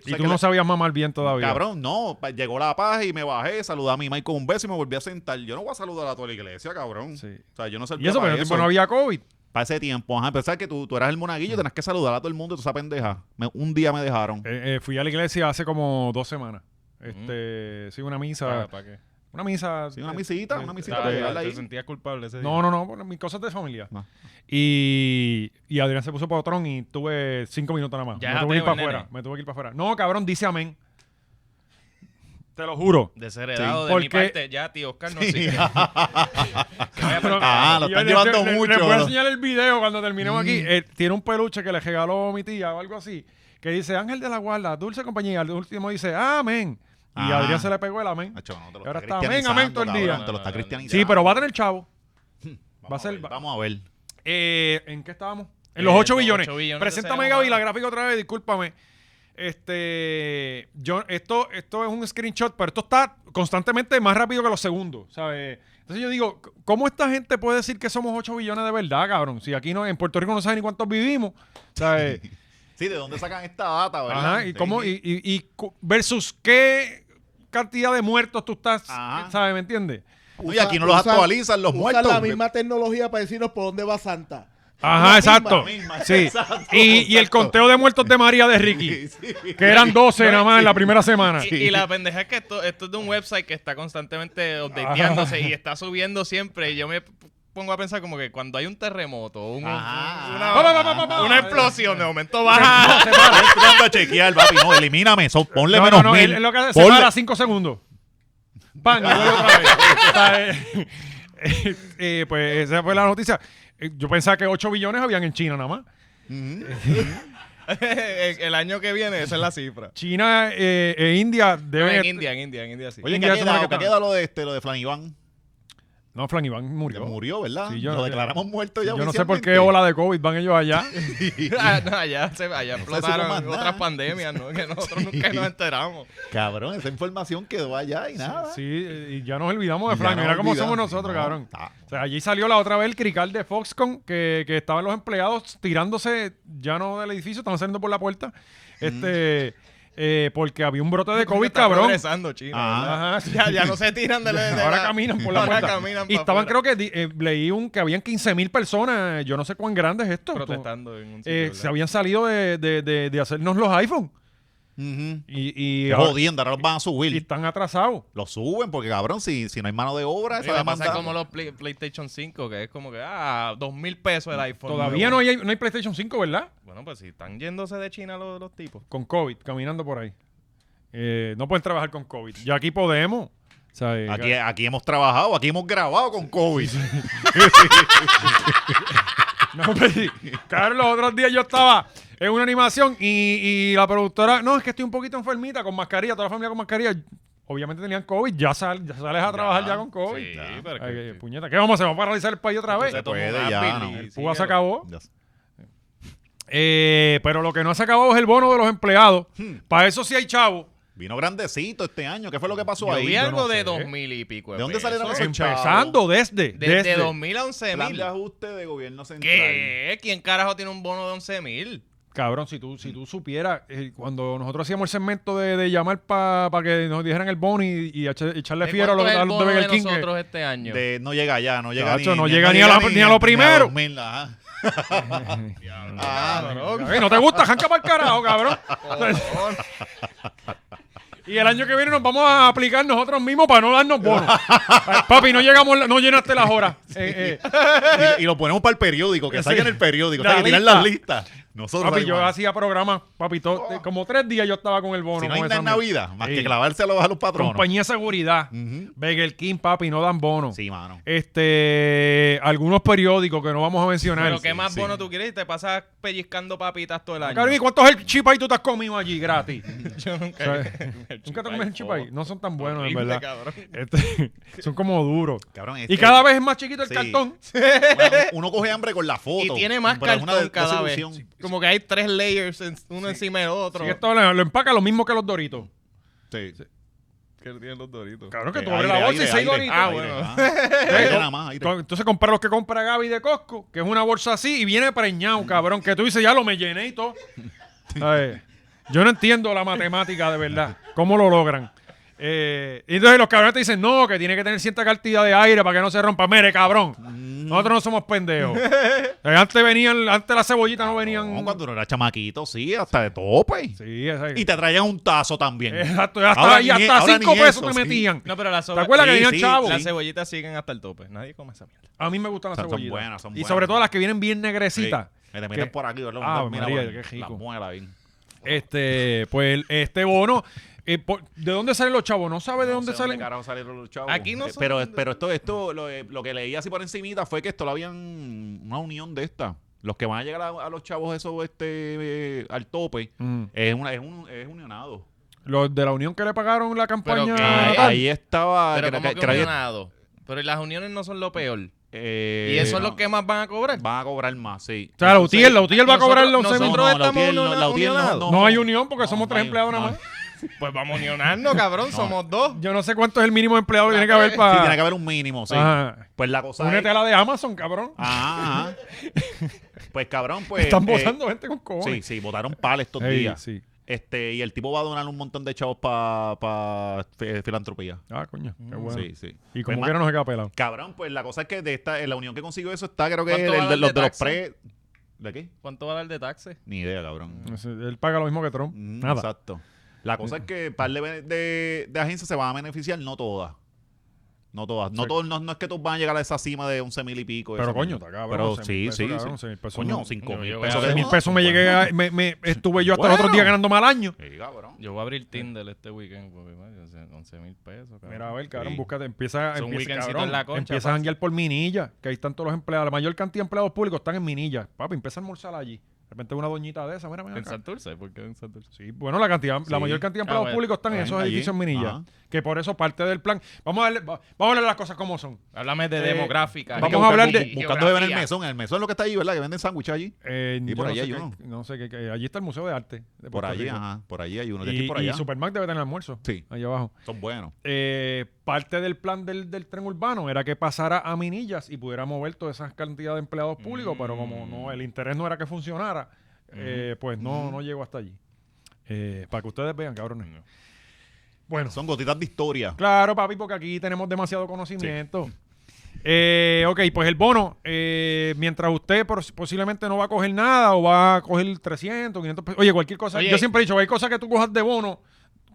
[SPEAKER 2] Y
[SPEAKER 3] sabes
[SPEAKER 2] tú
[SPEAKER 3] que
[SPEAKER 2] no
[SPEAKER 3] la-
[SPEAKER 2] sabías mamar bien todavía.
[SPEAKER 3] Cabrón, no. pa- Llegó la paz y me bajé, saludé a mi mamá con un beso y me volví a sentar. Yo no voy a saludar a toda la iglesia, cabrón.
[SPEAKER 2] Sí.
[SPEAKER 3] O sea, yo no
[SPEAKER 2] Y
[SPEAKER 3] servía
[SPEAKER 2] eso, pero en
[SPEAKER 3] para
[SPEAKER 2] ese
[SPEAKER 3] eso.
[SPEAKER 2] tiempo no había COVID.
[SPEAKER 3] Para ese tiempo, ajá. Pensar que tú, tú eras el monaguillo, tenías que saludar a todo el mundo, tú esa pendeja. Me- un día me dejaron.
[SPEAKER 2] Eh, eh, fui a la iglesia hace como dos semanas. Este, sí, una misa.
[SPEAKER 4] Ah, ¿Para qué?
[SPEAKER 2] Una misa.
[SPEAKER 3] Mm. Sí, una
[SPEAKER 2] eh,
[SPEAKER 3] misita,
[SPEAKER 2] eh,
[SPEAKER 3] una misita.
[SPEAKER 4] Ah,
[SPEAKER 3] para
[SPEAKER 4] ya,
[SPEAKER 3] pegarla
[SPEAKER 4] te
[SPEAKER 3] ahí.
[SPEAKER 4] sentías culpable ese día.
[SPEAKER 2] No, no, no, bueno, mis cosas de familia.
[SPEAKER 3] Ah.
[SPEAKER 2] Y, y Adrián se puso para otro y tuve cinco minutos nada más.
[SPEAKER 4] Ya
[SPEAKER 2] me
[SPEAKER 4] era
[SPEAKER 2] tuve que ir
[SPEAKER 4] ateo,
[SPEAKER 2] para
[SPEAKER 4] el
[SPEAKER 2] afuera.
[SPEAKER 4] nene.
[SPEAKER 2] Me tuve que ir para afuera. No, cabrón, dice amén. Te lo juro.
[SPEAKER 4] Desheredado
[SPEAKER 2] Sí.
[SPEAKER 4] de mi
[SPEAKER 2] Porque-
[SPEAKER 4] parte. Ya, tío, Oscar no existe. Que vaya para el
[SPEAKER 3] Ah, lo
[SPEAKER 2] Y yo
[SPEAKER 3] están
[SPEAKER 2] le- le-
[SPEAKER 3] llevando
[SPEAKER 2] le-
[SPEAKER 3] mucho, Mm.
[SPEAKER 2] Les voy a
[SPEAKER 3] bro.
[SPEAKER 2] enseñar el video cuando terminemos aquí. Eh, tiene un peluche que le regaló mi tía o algo así. Que dice Ángel de la Guarda, dulce compañía. Al último dice amén. Y
[SPEAKER 3] Ah.
[SPEAKER 2] Adrián se le pegó el amén.
[SPEAKER 3] Acho, no, te lo
[SPEAKER 2] Ahora
[SPEAKER 3] está
[SPEAKER 2] está amén, amén todo el
[SPEAKER 3] cristianizando,
[SPEAKER 2] día.
[SPEAKER 3] cabrón, Te lo está
[SPEAKER 4] No, no, no.
[SPEAKER 3] cristianizando.
[SPEAKER 2] Sí, pero va a tener chavo.
[SPEAKER 3] Vamos
[SPEAKER 2] va a ser-
[SPEAKER 3] ver, Vamos a ver.
[SPEAKER 2] Eh, ¿En qué estábamos? En
[SPEAKER 4] Eh,
[SPEAKER 2] los 8
[SPEAKER 4] los
[SPEAKER 2] billones.
[SPEAKER 4] ocho billones de
[SPEAKER 2] Preséntame,
[SPEAKER 4] cerebro
[SPEAKER 2] Gaby, la
[SPEAKER 4] humano.
[SPEAKER 2] gráfica otra vez, discúlpame. Este, yo, esto, esto es un screenshot, pero esto está constantemente más rápido que los segundos, ¿sabes? Entonces yo digo, c- ¿cómo esta gente puede decir que somos 8 billones de verdad, cabrón? Si aquí no, en Puerto Rico no saben ni cuántos vivimos, ¿sabes?
[SPEAKER 3] Sí, ¿de dónde sacan esta data, verdad?
[SPEAKER 2] Ajá, y
[SPEAKER 3] Sí.
[SPEAKER 2] cómo, y, y- y cu- versus qué cantidad de muertos tú estás,
[SPEAKER 3] Ajá.
[SPEAKER 2] ¿sabes? ¿Me entiendes?
[SPEAKER 3] Uy, aquí no los
[SPEAKER 5] Usa-
[SPEAKER 3] actualizan los
[SPEAKER 5] usa
[SPEAKER 3] muertos.
[SPEAKER 5] la misma tecnología para decirnos por dónde va Santa.
[SPEAKER 2] Ajá,
[SPEAKER 5] La misma.
[SPEAKER 2] exacto.
[SPEAKER 3] misma,
[SPEAKER 2] sí.
[SPEAKER 3] exacto,
[SPEAKER 2] y, y el
[SPEAKER 3] exacto.
[SPEAKER 2] conteo de muertos de María de Ricky,
[SPEAKER 3] Sí, sí.
[SPEAKER 2] que eran 12 nada más en la primera semana.
[SPEAKER 4] Y, y la pendeja es que esto, esto es de un website que está constantemente updateándose y está subiendo siempre. Y yo me p- pongo a pensar como que cuando hay un terremoto, un- un-
[SPEAKER 3] Ajá.
[SPEAKER 4] una,
[SPEAKER 2] Va, va, va, va, va.
[SPEAKER 4] una explosión, de momento baja.
[SPEAKER 3] Estoy entrando a chequear, papi. No, elimíname. son- ponle
[SPEAKER 2] No,
[SPEAKER 3] menos
[SPEAKER 2] no, no,
[SPEAKER 3] mil.
[SPEAKER 2] él, él lo que hace es
[SPEAKER 3] Ponle-
[SPEAKER 2] separar 5 segundos. Pan, y vuelve otra vez. O sea, eh, eh, eh, pues esa fue la noticia. Eh, Yo pensaba que 8 billones habían en China nada más.
[SPEAKER 4] el, el año que viene, esa es la cifra.
[SPEAKER 2] China eh, e India
[SPEAKER 4] No,
[SPEAKER 2] deben...
[SPEAKER 4] Ah, en India, en India, en India sí.
[SPEAKER 3] Oye, ¿qué
[SPEAKER 2] India
[SPEAKER 3] ha
[SPEAKER 2] es una
[SPEAKER 3] quedado?
[SPEAKER 2] que
[SPEAKER 3] ¿Qué ha
[SPEAKER 2] está-
[SPEAKER 3] quedado lo de este, lo de Flan Iván?
[SPEAKER 2] No, Fran Iván murió.
[SPEAKER 3] Murió, ¿verdad?
[SPEAKER 2] Sí, yo-
[SPEAKER 3] lo declaramos muerto ya
[SPEAKER 2] Yo no sé por qué
[SPEAKER 3] oficialmente.
[SPEAKER 2] ola de COVID van ellos allá.
[SPEAKER 4] Ah, no, allá se, allá
[SPEAKER 3] supo más
[SPEAKER 4] explotaron
[SPEAKER 3] nada.
[SPEAKER 4] otras pandemias, ¿no? Que nosotros nunca nos enteramos.
[SPEAKER 3] Cabrón, esa información quedó allá y nada.
[SPEAKER 2] Sí, eh, y ya nos olvidamos de
[SPEAKER 3] Y
[SPEAKER 2] Fran.
[SPEAKER 3] ya nos
[SPEAKER 2] Mira cómo somos
[SPEAKER 3] olvidamos.
[SPEAKER 2] nosotros,
[SPEAKER 3] No,
[SPEAKER 2] cabrón.
[SPEAKER 3] está.
[SPEAKER 2] O sea, allí salió la otra vez el crical de Foxconn, que, que estaban los empleados tirándose, ya no del edificio, estaban saliendo por la puerta. Este, eh, porque había un brote de COVID,
[SPEAKER 4] Está
[SPEAKER 2] cabrón.
[SPEAKER 4] progresando, China,
[SPEAKER 3] Ah.
[SPEAKER 4] ¿verdad?
[SPEAKER 2] Ajá, sí.
[SPEAKER 4] Ya, ya no se tiran de la. de
[SPEAKER 2] Ahora
[SPEAKER 4] la-
[SPEAKER 2] caminan por la
[SPEAKER 4] ahora
[SPEAKER 2] puerta.
[SPEAKER 4] caminan
[SPEAKER 2] y
[SPEAKER 4] pa'
[SPEAKER 2] estaban,
[SPEAKER 4] afuera.
[SPEAKER 2] creo que di- eh, leí un que habían 15 mil personas, eh, yo no sé cuán grande es esto.
[SPEAKER 4] protestando en un
[SPEAKER 2] Eh,
[SPEAKER 4] sitio. ¿verdad?
[SPEAKER 2] se habían salido de, de- de- de hacernos los iPhone
[SPEAKER 3] Ujú.
[SPEAKER 2] y, y,
[SPEAKER 3] Qué
[SPEAKER 2] ahora-
[SPEAKER 3] jodiendo, ahora los van a
[SPEAKER 2] y
[SPEAKER 3] subir.
[SPEAKER 2] están atrasados.
[SPEAKER 3] Los suben porque, cabrón, si, si no hay mano de obra,
[SPEAKER 4] Sí,
[SPEAKER 3] esa
[SPEAKER 4] va a pasar
[SPEAKER 3] demanda-
[SPEAKER 4] como los Play- PlayStation 5, que es como que, ah, dos mil pesos el iPhone.
[SPEAKER 2] Todavía no hay, no hay PlayStation 5, ¿verdad?
[SPEAKER 4] Bueno, pues si están yéndose de China los, los tipos.
[SPEAKER 2] con COVID, caminando por ahí. Eh, no pueden trabajar con COVID. Ya aquí podemos. O sea, eh,
[SPEAKER 3] Aquí, aquí hemos trabajado, aquí hemos grabado con COVID.
[SPEAKER 2] no, pero sí. Claro, los otros días yo estaba en una animación y, y la productora, no, es que estoy un poquito enfermita, con mascarilla, toda la familia con mascarilla. Obviamente tenían COVID, ya, sal- ya sales a trabajar ya, con COVID.
[SPEAKER 4] Sí,
[SPEAKER 3] Ya.
[SPEAKER 4] pero
[SPEAKER 2] Ay,
[SPEAKER 4] que-
[SPEAKER 2] eh, puñeta, ¿qué vamos a hacer? ¿Vamos a paralizar el país otra vez?
[SPEAKER 3] Se
[SPEAKER 4] tomó
[SPEAKER 3] puede
[SPEAKER 4] un
[SPEAKER 3] ya,
[SPEAKER 4] Advil
[SPEAKER 3] ¿no?
[SPEAKER 4] y
[SPEAKER 3] El
[SPEAKER 2] Cuba se
[SPEAKER 4] síguelo.
[SPEAKER 2] acabó.
[SPEAKER 3] Ya sé.
[SPEAKER 2] Eh, pero lo que no se acabó es el bono de los empleados. Para eso sí hay chavo.
[SPEAKER 3] Vino grandecito este año. ¿Qué fue lo que pasó
[SPEAKER 4] Yo
[SPEAKER 3] ahí?
[SPEAKER 4] vi
[SPEAKER 2] yo
[SPEAKER 4] algo
[SPEAKER 2] no sé.
[SPEAKER 4] de dos mil y pico.
[SPEAKER 3] ¿De dónde
[SPEAKER 4] pesos.
[SPEAKER 3] salieron esos chavos?
[SPEAKER 2] Empezando desde.
[SPEAKER 4] Desde
[SPEAKER 2] desde.
[SPEAKER 4] dos mil a once
[SPEAKER 3] Plan
[SPEAKER 4] mil.
[SPEAKER 3] de ajuste de gobierno central.
[SPEAKER 4] ¿Qué? ¿Quién carajo tiene un bono de once mil?
[SPEAKER 2] Cabrón, si tú, si tú supieras, eh, cuando nosotros hacíamos el segmento de, de llamar para que nos dijeran el bono y, y echa- echarle fiero a los
[SPEAKER 4] ¿Cuánto es
[SPEAKER 2] a
[SPEAKER 4] el
[SPEAKER 2] los
[SPEAKER 4] bono
[SPEAKER 2] de
[SPEAKER 4] de
[SPEAKER 2] Burger King. eh. que-
[SPEAKER 4] nosotros este año?
[SPEAKER 3] De- no llega allá, no llega
[SPEAKER 2] Chacho, no llega ni a la- ni a lo primero.
[SPEAKER 3] 2000, ajá.
[SPEAKER 4] Cabrón.
[SPEAKER 2] Eh, no te gusta, janca para el carajo, cabrón.
[SPEAKER 4] Cabrón.
[SPEAKER 2] Y el año que viene nos vamos a aplicar nosotros mismos para no darnos bonos. Ay, Papi, no llegamos, la- no llenaste las horas. eh, eh,
[SPEAKER 3] Y, y lo ponemos para el periódico, que
[SPEAKER 2] Sí.
[SPEAKER 3] salga en el periódico.
[SPEAKER 2] La
[SPEAKER 3] o sea, que tiran
[SPEAKER 2] lista.
[SPEAKER 3] las listas. Nosotros
[SPEAKER 2] papi, yo
[SPEAKER 3] salimos.
[SPEAKER 2] hacía programas, papi, todo- de- como tres días yo estaba con el bono.
[SPEAKER 3] Oh. si no
[SPEAKER 2] con
[SPEAKER 3] hay nada
[SPEAKER 2] esa
[SPEAKER 3] en
[SPEAKER 2] mierda.
[SPEAKER 3] Navidad, más
[SPEAKER 2] Sí.
[SPEAKER 3] que clavárselo a los patronos.
[SPEAKER 2] Compañía de Seguridad,
[SPEAKER 3] Ujú.
[SPEAKER 2] Burger King, papi, no dan bono.
[SPEAKER 3] Sí, mano.
[SPEAKER 2] Este, algunos periódicos que no vamos a mencionar.
[SPEAKER 4] Pero qué
[SPEAKER 2] Sí,
[SPEAKER 4] más
[SPEAKER 2] sí.
[SPEAKER 4] bono tú quieres y te pasas pellizcando papitas todo el año.
[SPEAKER 2] Cabrón, ¿y cuántos el chip ahí tú te has comido allí gratis?
[SPEAKER 4] Yo nunca,
[SPEAKER 2] O sea,
[SPEAKER 4] el
[SPEAKER 2] Nunca te
[SPEAKER 4] chipay,
[SPEAKER 2] comes el chip ahí.
[SPEAKER 4] oh,
[SPEAKER 2] No son tan buenos, en
[SPEAKER 4] horrible,
[SPEAKER 2] verdad.
[SPEAKER 4] cabrón.
[SPEAKER 2] Este, son como duros.
[SPEAKER 3] Cabrón,
[SPEAKER 2] Y
[SPEAKER 3] este-
[SPEAKER 2] cada vez es más chiquito el
[SPEAKER 3] Sí.
[SPEAKER 2] cartón.
[SPEAKER 3] Bueno, uno coge hambre con la foto.
[SPEAKER 4] Y tiene más
[SPEAKER 3] pero es una
[SPEAKER 4] cartón
[SPEAKER 3] des-
[SPEAKER 4] cada vez.
[SPEAKER 3] desilusión.
[SPEAKER 4] Como que hay tres layers, en- uno encima del otro.
[SPEAKER 2] Y esto lo, lo empaca lo mismo que los doritos.
[SPEAKER 3] Sí.
[SPEAKER 4] Que tienen los doritos.
[SPEAKER 2] Claro que
[SPEAKER 3] Eh,
[SPEAKER 2] tú abres
[SPEAKER 3] aire,
[SPEAKER 2] la bolsa
[SPEAKER 3] aire,
[SPEAKER 2] y seis
[SPEAKER 3] aire,
[SPEAKER 2] doritos.
[SPEAKER 3] aire,
[SPEAKER 4] Ah, bueno.
[SPEAKER 3] ah. Aire nada más, aire.
[SPEAKER 2] Tú- Entonces compra los que compra Gaby de Costco, que es una bolsa así y viene preñado, cabrón, que tú dices, ya lo me llené y todo. Ay, yo no entiendo la matemática de verdad, cómo lo logran. Eh, y entonces los cabrones te dicen, no, que tiene que tener cierta cantidad de aire para que no se rompa. Mire, cabrón,
[SPEAKER 3] Mm.
[SPEAKER 2] nosotros no somos pendejos. Eh, antes venían, antes las cebollitas no venían.
[SPEAKER 3] No, cuando uno era chamaquito, sí, hasta de tope.
[SPEAKER 2] Sí, esa-
[SPEAKER 3] Y te traían un tazo también.
[SPEAKER 2] Exacto, hasta,
[SPEAKER 3] Ahora
[SPEAKER 2] y
[SPEAKER 3] ni- e-
[SPEAKER 2] hasta
[SPEAKER 3] ahora ni
[SPEAKER 2] cinco pesos
[SPEAKER 3] eso,
[SPEAKER 2] te
[SPEAKER 3] sí.
[SPEAKER 2] metían.
[SPEAKER 4] No, pero las
[SPEAKER 2] ¿Te acuerdas que
[SPEAKER 3] Sí,
[SPEAKER 2] venían
[SPEAKER 3] sí,
[SPEAKER 2] chavos?
[SPEAKER 4] Las cebollitas siguen hasta el tope. Nadie come esa mierda.
[SPEAKER 2] A mí me gustan las
[SPEAKER 3] Son- son
[SPEAKER 2] cebollitas.
[SPEAKER 3] buenas, son
[SPEAKER 2] Y
[SPEAKER 3] buenas.
[SPEAKER 2] sobre todo las que vienen bien
[SPEAKER 3] Sí.
[SPEAKER 2] negrecitas.
[SPEAKER 3] Me te meten
[SPEAKER 2] Que-
[SPEAKER 3] por aquí, ¿verdad?
[SPEAKER 2] Ah,
[SPEAKER 3] Mira,
[SPEAKER 2] María,
[SPEAKER 3] bueno,
[SPEAKER 2] qué rico.
[SPEAKER 3] La muela bien.
[SPEAKER 2] Este, pues el- este bono, eh, por- ¿de dónde salen los chavos? ¿No sabe de dónde
[SPEAKER 3] sé
[SPEAKER 2] salen?
[SPEAKER 3] carajo salieron los chavos.
[SPEAKER 4] Aquí no
[SPEAKER 3] Eh,
[SPEAKER 4] son-
[SPEAKER 3] pero, pero esto, esto lo, eh, lo que leí así por encimita fue que esto lo habían una unión de esta. Los que van a llegar a, a los chavos esos este, eh, al tope
[SPEAKER 2] Mm.
[SPEAKER 3] es, una, es, un, es unionado.
[SPEAKER 2] Los de la unión que le pagaron la campaña.
[SPEAKER 4] qué?
[SPEAKER 3] Ah,
[SPEAKER 2] natal.
[SPEAKER 3] ahí estaba.
[SPEAKER 4] Pero
[SPEAKER 3] cre-
[SPEAKER 4] como
[SPEAKER 3] cre-
[SPEAKER 4] que
[SPEAKER 3] cre-
[SPEAKER 4] unionado. Pero las uniones no son lo peor.
[SPEAKER 3] eh,
[SPEAKER 4] Y eso es
[SPEAKER 3] no,
[SPEAKER 4] lo que más van a cobrar.
[SPEAKER 3] Van a cobrar más, sí.
[SPEAKER 2] O sea, la UTIEL, la
[SPEAKER 3] Entonces-
[SPEAKER 2] UTIEL va a cobrar los
[SPEAKER 4] nosotros-
[SPEAKER 2] 11 mil
[SPEAKER 4] nosotros-
[SPEAKER 2] dólares.
[SPEAKER 3] la
[SPEAKER 4] estamos
[SPEAKER 3] UTIEL
[SPEAKER 4] uniona-
[SPEAKER 3] la UTIEL
[SPEAKER 4] unionados.
[SPEAKER 3] no,
[SPEAKER 2] No, hay unión porque somos tres
[SPEAKER 3] no hay-
[SPEAKER 2] empleados nada
[SPEAKER 3] no
[SPEAKER 2] más.
[SPEAKER 4] Pues vamos a unionarnos, cabrón. Somos dos.
[SPEAKER 2] Yo no sé cuánto es el mínimo empleado que tiene que haber para.
[SPEAKER 3] Sí, tiene que haber un mínimo, sí.
[SPEAKER 2] Ah. Ajá.
[SPEAKER 3] Pues la cosa
[SPEAKER 2] Únete a
[SPEAKER 3] es...
[SPEAKER 2] la de Amazon, cabrón.
[SPEAKER 3] Ah, ajá. Pues cabrón, pues...
[SPEAKER 2] Están
[SPEAKER 3] eh,
[SPEAKER 2] votando gente con
[SPEAKER 3] Sí,
[SPEAKER 2] cojones.
[SPEAKER 3] sí, votaron pal estos
[SPEAKER 2] Ey,
[SPEAKER 3] días.
[SPEAKER 2] sí.
[SPEAKER 3] Este, y el tipo va a donar un montón de chavos para filantropía.
[SPEAKER 2] Ah, coño, qué bueno.
[SPEAKER 3] Sí, sí.
[SPEAKER 2] Y
[SPEAKER 3] Pues,
[SPEAKER 2] como
[SPEAKER 3] ma-
[SPEAKER 2] quiera no se queda pelado.
[SPEAKER 3] Cabrón, pues la cosa es que de esta, eh, la unión que consiguió eso está, creo que
[SPEAKER 4] ¿Cuánto
[SPEAKER 3] el- el
[SPEAKER 4] va a
[SPEAKER 3] de
[SPEAKER 4] dar
[SPEAKER 3] los
[SPEAKER 4] de
[SPEAKER 3] de los
[SPEAKER 4] taxi?
[SPEAKER 3] pre. ¿De qué?
[SPEAKER 4] ¿Cuánto va a dar de taxes?
[SPEAKER 3] Ni idea, cabrón.
[SPEAKER 2] No sé, Él paga lo mismo que Trump.
[SPEAKER 3] Mm,
[SPEAKER 2] Mm, Nada.
[SPEAKER 3] Exacto. La cosa es que un par de, bene- de- de agencias se van a beneficiar, no todas. No todas. No,
[SPEAKER 2] Sí.
[SPEAKER 3] todos, no, no es que todos van a llegar a esa cima de 11 mil y pico.
[SPEAKER 2] Pero
[SPEAKER 3] eso,
[SPEAKER 2] coño,
[SPEAKER 3] ¿no?
[SPEAKER 2] está cabrón.
[SPEAKER 3] Pero
[SPEAKER 2] 11.000
[SPEAKER 3] sí,
[SPEAKER 2] pesos,
[SPEAKER 3] sí,
[SPEAKER 2] cabrón,
[SPEAKER 3] sí.
[SPEAKER 2] 11.000 pesos no-
[SPEAKER 3] Coño, 5
[SPEAKER 4] yo
[SPEAKER 3] mil
[SPEAKER 4] voy a
[SPEAKER 3] pesos.
[SPEAKER 4] ver.
[SPEAKER 3] que-
[SPEAKER 2] mil pesos me llegué a- me, me- estuve yo hasta los otros
[SPEAKER 3] Bueno.
[SPEAKER 2] días ganando mal año.
[SPEAKER 3] Sí, cabrón.
[SPEAKER 4] Yo voy a abrir Tinder este weekend, porque, madre, o sea, 11 mil pesos. cabrón.
[SPEAKER 2] Mira, a ver, cabrón,
[SPEAKER 3] Sí.
[SPEAKER 2] búscate, empieza,
[SPEAKER 4] Es un
[SPEAKER 2] empieza,
[SPEAKER 4] weekendcito
[SPEAKER 2] cabrón,
[SPEAKER 4] en la concha,
[SPEAKER 2] empieza a
[SPEAKER 4] pasa.
[SPEAKER 2] janguear por Minilla, que ahí están todos los empleados, la mayor cantidad de empleados públicos están en Minilla. Papi, empieza a almorzar allí. De repente una doñita de esa, mira, mira.
[SPEAKER 4] ¿En
[SPEAKER 2] acá.
[SPEAKER 4] Santurce? ¿Por qué en Santurce?
[SPEAKER 2] Sí, bueno, la cantidad, la
[SPEAKER 3] Sí.
[SPEAKER 2] mayor cantidad de
[SPEAKER 4] Ah,
[SPEAKER 2] empleados
[SPEAKER 4] bueno.
[SPEAKER 2] públicos están en
[SPEAKER 3] Ahí,
[SPEAKER 2] esos
[SPEAKER 3] allí.
[SPEAKER 2] edificios en Minilla.
[SPEAKER 3] Ajá.
[SPEAKER 2] Que por eso parte del plan. Vamos a darle, va- vamos a hablar las cosas como son.
[SPEAKER 4] Háblame de
[SPEAKER 2] Eh,
[SPEAKER 4] demográfica.
[SPEAKER 2] vamos
[SPEAKER 3] Hay que
[SPEAKER 2] a
[SPEAKER 3] buscar-
[SPEAKER 2] hablar de-
[SPEAKER 3] bu- Buscando beber en el mesón. El mesón es lo que está ahí, ¿verdad? Que venden sándwiches allí.
[SPEAKER 2] Eh,
[SPEAKER 3] Y
[SPEAKER 2] yo
[SPEAKER 3] por
[SPEAKER 2] no
[SPEAKER 3] ahí
[SPEAKER 2] sé
[SPEAKER 3] hay
[SPEAKER 2] qué-
[SPEAKER 3] uno.
[SPEAKER 2] No sé qué, qué- allí está el Museo de Arte. de
[SPEAKER 3] Por
[SPEAKER 2] Puerto
[SPEAKER 3] allí,
[SPEAKER 2] Rico.
[SPEAKER 3] ajá. Por allí hay uno. De aquí
[SPEAKER 2] Y,
[SPEAKER 3] por
[SPEAKER 2] y
[SPEAKER 3] allá.
[SPEAKER 2] Supermac debe tener almuerzo.
[SPEAKER 3] Sí.
[SPEAKER 2] Allá abajo.
[SPEAKER 3] Son buenos.
[SPEAKER 2] Eh, parte del plan del, del tren urbano era que pasara a Minillas y pudiera mover toda esa cantidad de empleados públicos, pero como no el interés no era que funcionara, eh, pues no, no llegó hasta allí. Eh, para que ustedes vean, cabrones. Bueno,
[SPEAKER 3] Son gotitas de historia.
[SPEAKER 2] claro, papi, porque aquí tenemos demasiado conocimiento. Eh, ok, pues el bono, eh, mientras usted pos- posiblemente no va a coger nada o va a coger 300, 500 pesos. Oye, cualquier cosa.
[SPEAKER 4] Oye.
[SPEAKER 2] Yo siempre he dicho, hay cosas que tú cojas de bono,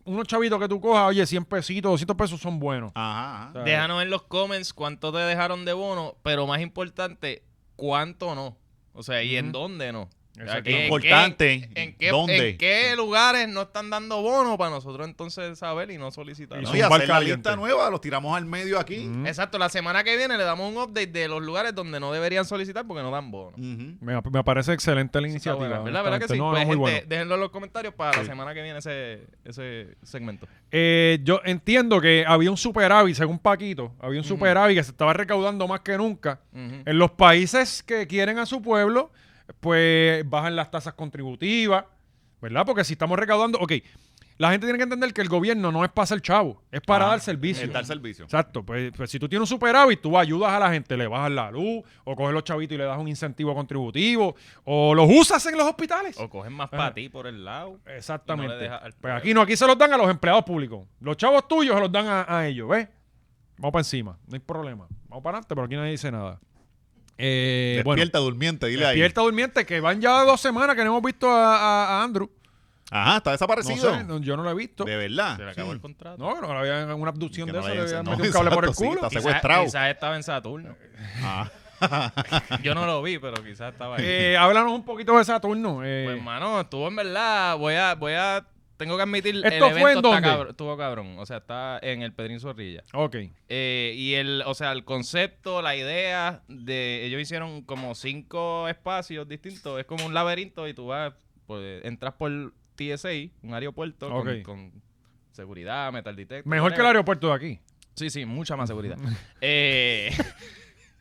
[SPEAKER 2] unos chavitos que tú cojas, oye, 100 pesitos, 200 pesos son buenos.
[SPEAKER 3] Ajá. ajá.
[SPEAKER 2] sea,
[SPEAKER 4] Déjanos en los comments cuánto te dejaron de bono, pero más importante, cuánto no. O sea, y en
[SPEAKER 2] Ujú.
[SPEAKER 4] dónde no. O sea,
[SPEAKER 2] Exacto.
[SPEAKER 4] que-
[SPEAKER 3] Importante,
[SPEAKER 4] ¿En qué,
[SPEAKER 3] ¿dónde?
[SPEAKER 4] en qué lugares no están dando bono para nosotros entonces saber y no solicitar?
[SPEAKER 2] Y
[SPEAKER 3] No,
[SPEAKER 2] son
[SPEAKER 3] y hacer la
[SPEAKER 2] barcalientes.
[SPEAKER 3] lista nueva, los tiramos al medio aquí.
[SPEAKER 2] Mm.
[SPEAKER 4] Exacto, la semana que viene le damos un update de los lugares donde no deberían solicitar porque no dan bono.
[SPEAKER 3] Ujú.
[SPEAKER 2] Me, me parece excelente la
[SPEAKER 4] Está
[SPEAKER 2] iniciativa.
[SPEAKER 4] buena, ¿Verdad? ¿Verdad que
[SPEAKER 2] honestamente.
[SPEAKER 4] sí?
[SPEAKER 2] No, no,
[SPEAKER 4] Pues,
[SPEAKER 2] muy
[SPEAKER 4] gente,
[SPEAKER 2] bueno.
[SPEAKER 4] déjenlo en los comentarios para la semana que viene ese, ese segmento.
[SPEAKER 2] Eh, yo entiendo que había un superávit, según Paquito, había un superávit que se estaba recaudando más que nunca.
[SPEAKER 4] Ujú.
[SPEAKER 2] En los países que quieren a su pueblo, pues bajan las tasas contributivas, ¿verdad? Porque si estamos recaudando, ok, la gente tiene que entender que el gobierno no es para ser chavo, es para
[SPEAKER 3] Ah,
[SPEAKER 2] dar servicio.
[SPEAKER 3] El dar servicio.
[SPEAKER 2] Exacto, pues, pues si tú tienes un superávit, tú ayudas a la gente, le bajas la luz, o coges los chavitos y le das un incentivo contributivo, o los usas en los hospitales.
[SPEAKER 4] O cogen más
[SPEAKER 2] Ajá.
[SPEAKER 4] para ti por el lado.
[SPEAKER 2] Pues, Exactamente.
[SPEAKER 4] Y no le deja al
[SPEAKER 2] pues
[SPEAKER 4] pueblo.
[SPEAKER 2] aquí no, aquí se los dan a los empleados públicos. Los chavos tuyos se los dan a, a ellos, ¿ves? Vamos para encima, no hay problema. Vamos para adelante, pero aquí nadie dice nada. Eh, bueno,
[SPEAKER 3] Despierta, durmiente, dile ahí.
[SPEAKER 2] despierta durmiente, que van ya dos semanas que no hemos visto a, a- a Andrew.
[SPEAKER 3] Ajá, está
[SPEAKER 2] No
[SPEAKER 3] desaparecido.
[SPEAKER 2] sé, no, yo no lo he visto.
[SPEAKER 3] De verdad.
[SPEAKER 4] Se le acabó el contrato.
[SPEAKER 2] No, que no le habían una abducción
[SPEAKER 3] Que
[SPEAKER 2] de
[SPEAKER 3] no
[SPEAKER 2] esa,
[SPEAKER 3] le
[SPEAKER 2] le
[SPEAKER 3] hayan-
[SPEAKER 2] habían
[SPEAKER 3] no,
[SPEAKER 2] metido un cable por el
[SPEAKER 3] exacto, sí,
[SPEAKER 2] culo.
[SPEAKER 3] está-
[SPEAKER 4] Quizás-
[SPEAKER 3] secuestrado.
[SPEAKER 4] Quizás estaba en Saturno.
[SPEAKER 3] Ah.
[SPEAKER 4] Yo no lo vi, pero quizás estaba ahí.
[SPEAKER 2] Eh, háblanos un poquito de Saturno. eh,
[SPEAKER 4] Pues, hermano, estuvo en verdad. Voy a, voy a. Tengo que admitir. el
[SPEAKER 2] ¿Esto fue
[SPEAKER 4] evento
[SPEAKER 2] en dónde?
[SPEAKER 4] está cabr- estuvo cabrón. O sea, está en el Pedrín Zorrilla.
[SPEAKER 2] ok.
[SPEAKER 4] Eh, y el, o sea, el concepto, la idea de. Ellos hicieron como cinco espacios distintos. Es como un laberinto y tú vas. por- entras por TSA, un aeropuerto con-
[SPEAKER 2] Ok.
[SPEAKER 4] con, seguridad, metal detector.
[SPEAKER 2] Mejor que el
[SPEAKER 4] whatever.
[SPEAKER 2] aeropuerto de aquí.
[SPEAKER 4] Sí, sí, mucha más seguridad. Eh,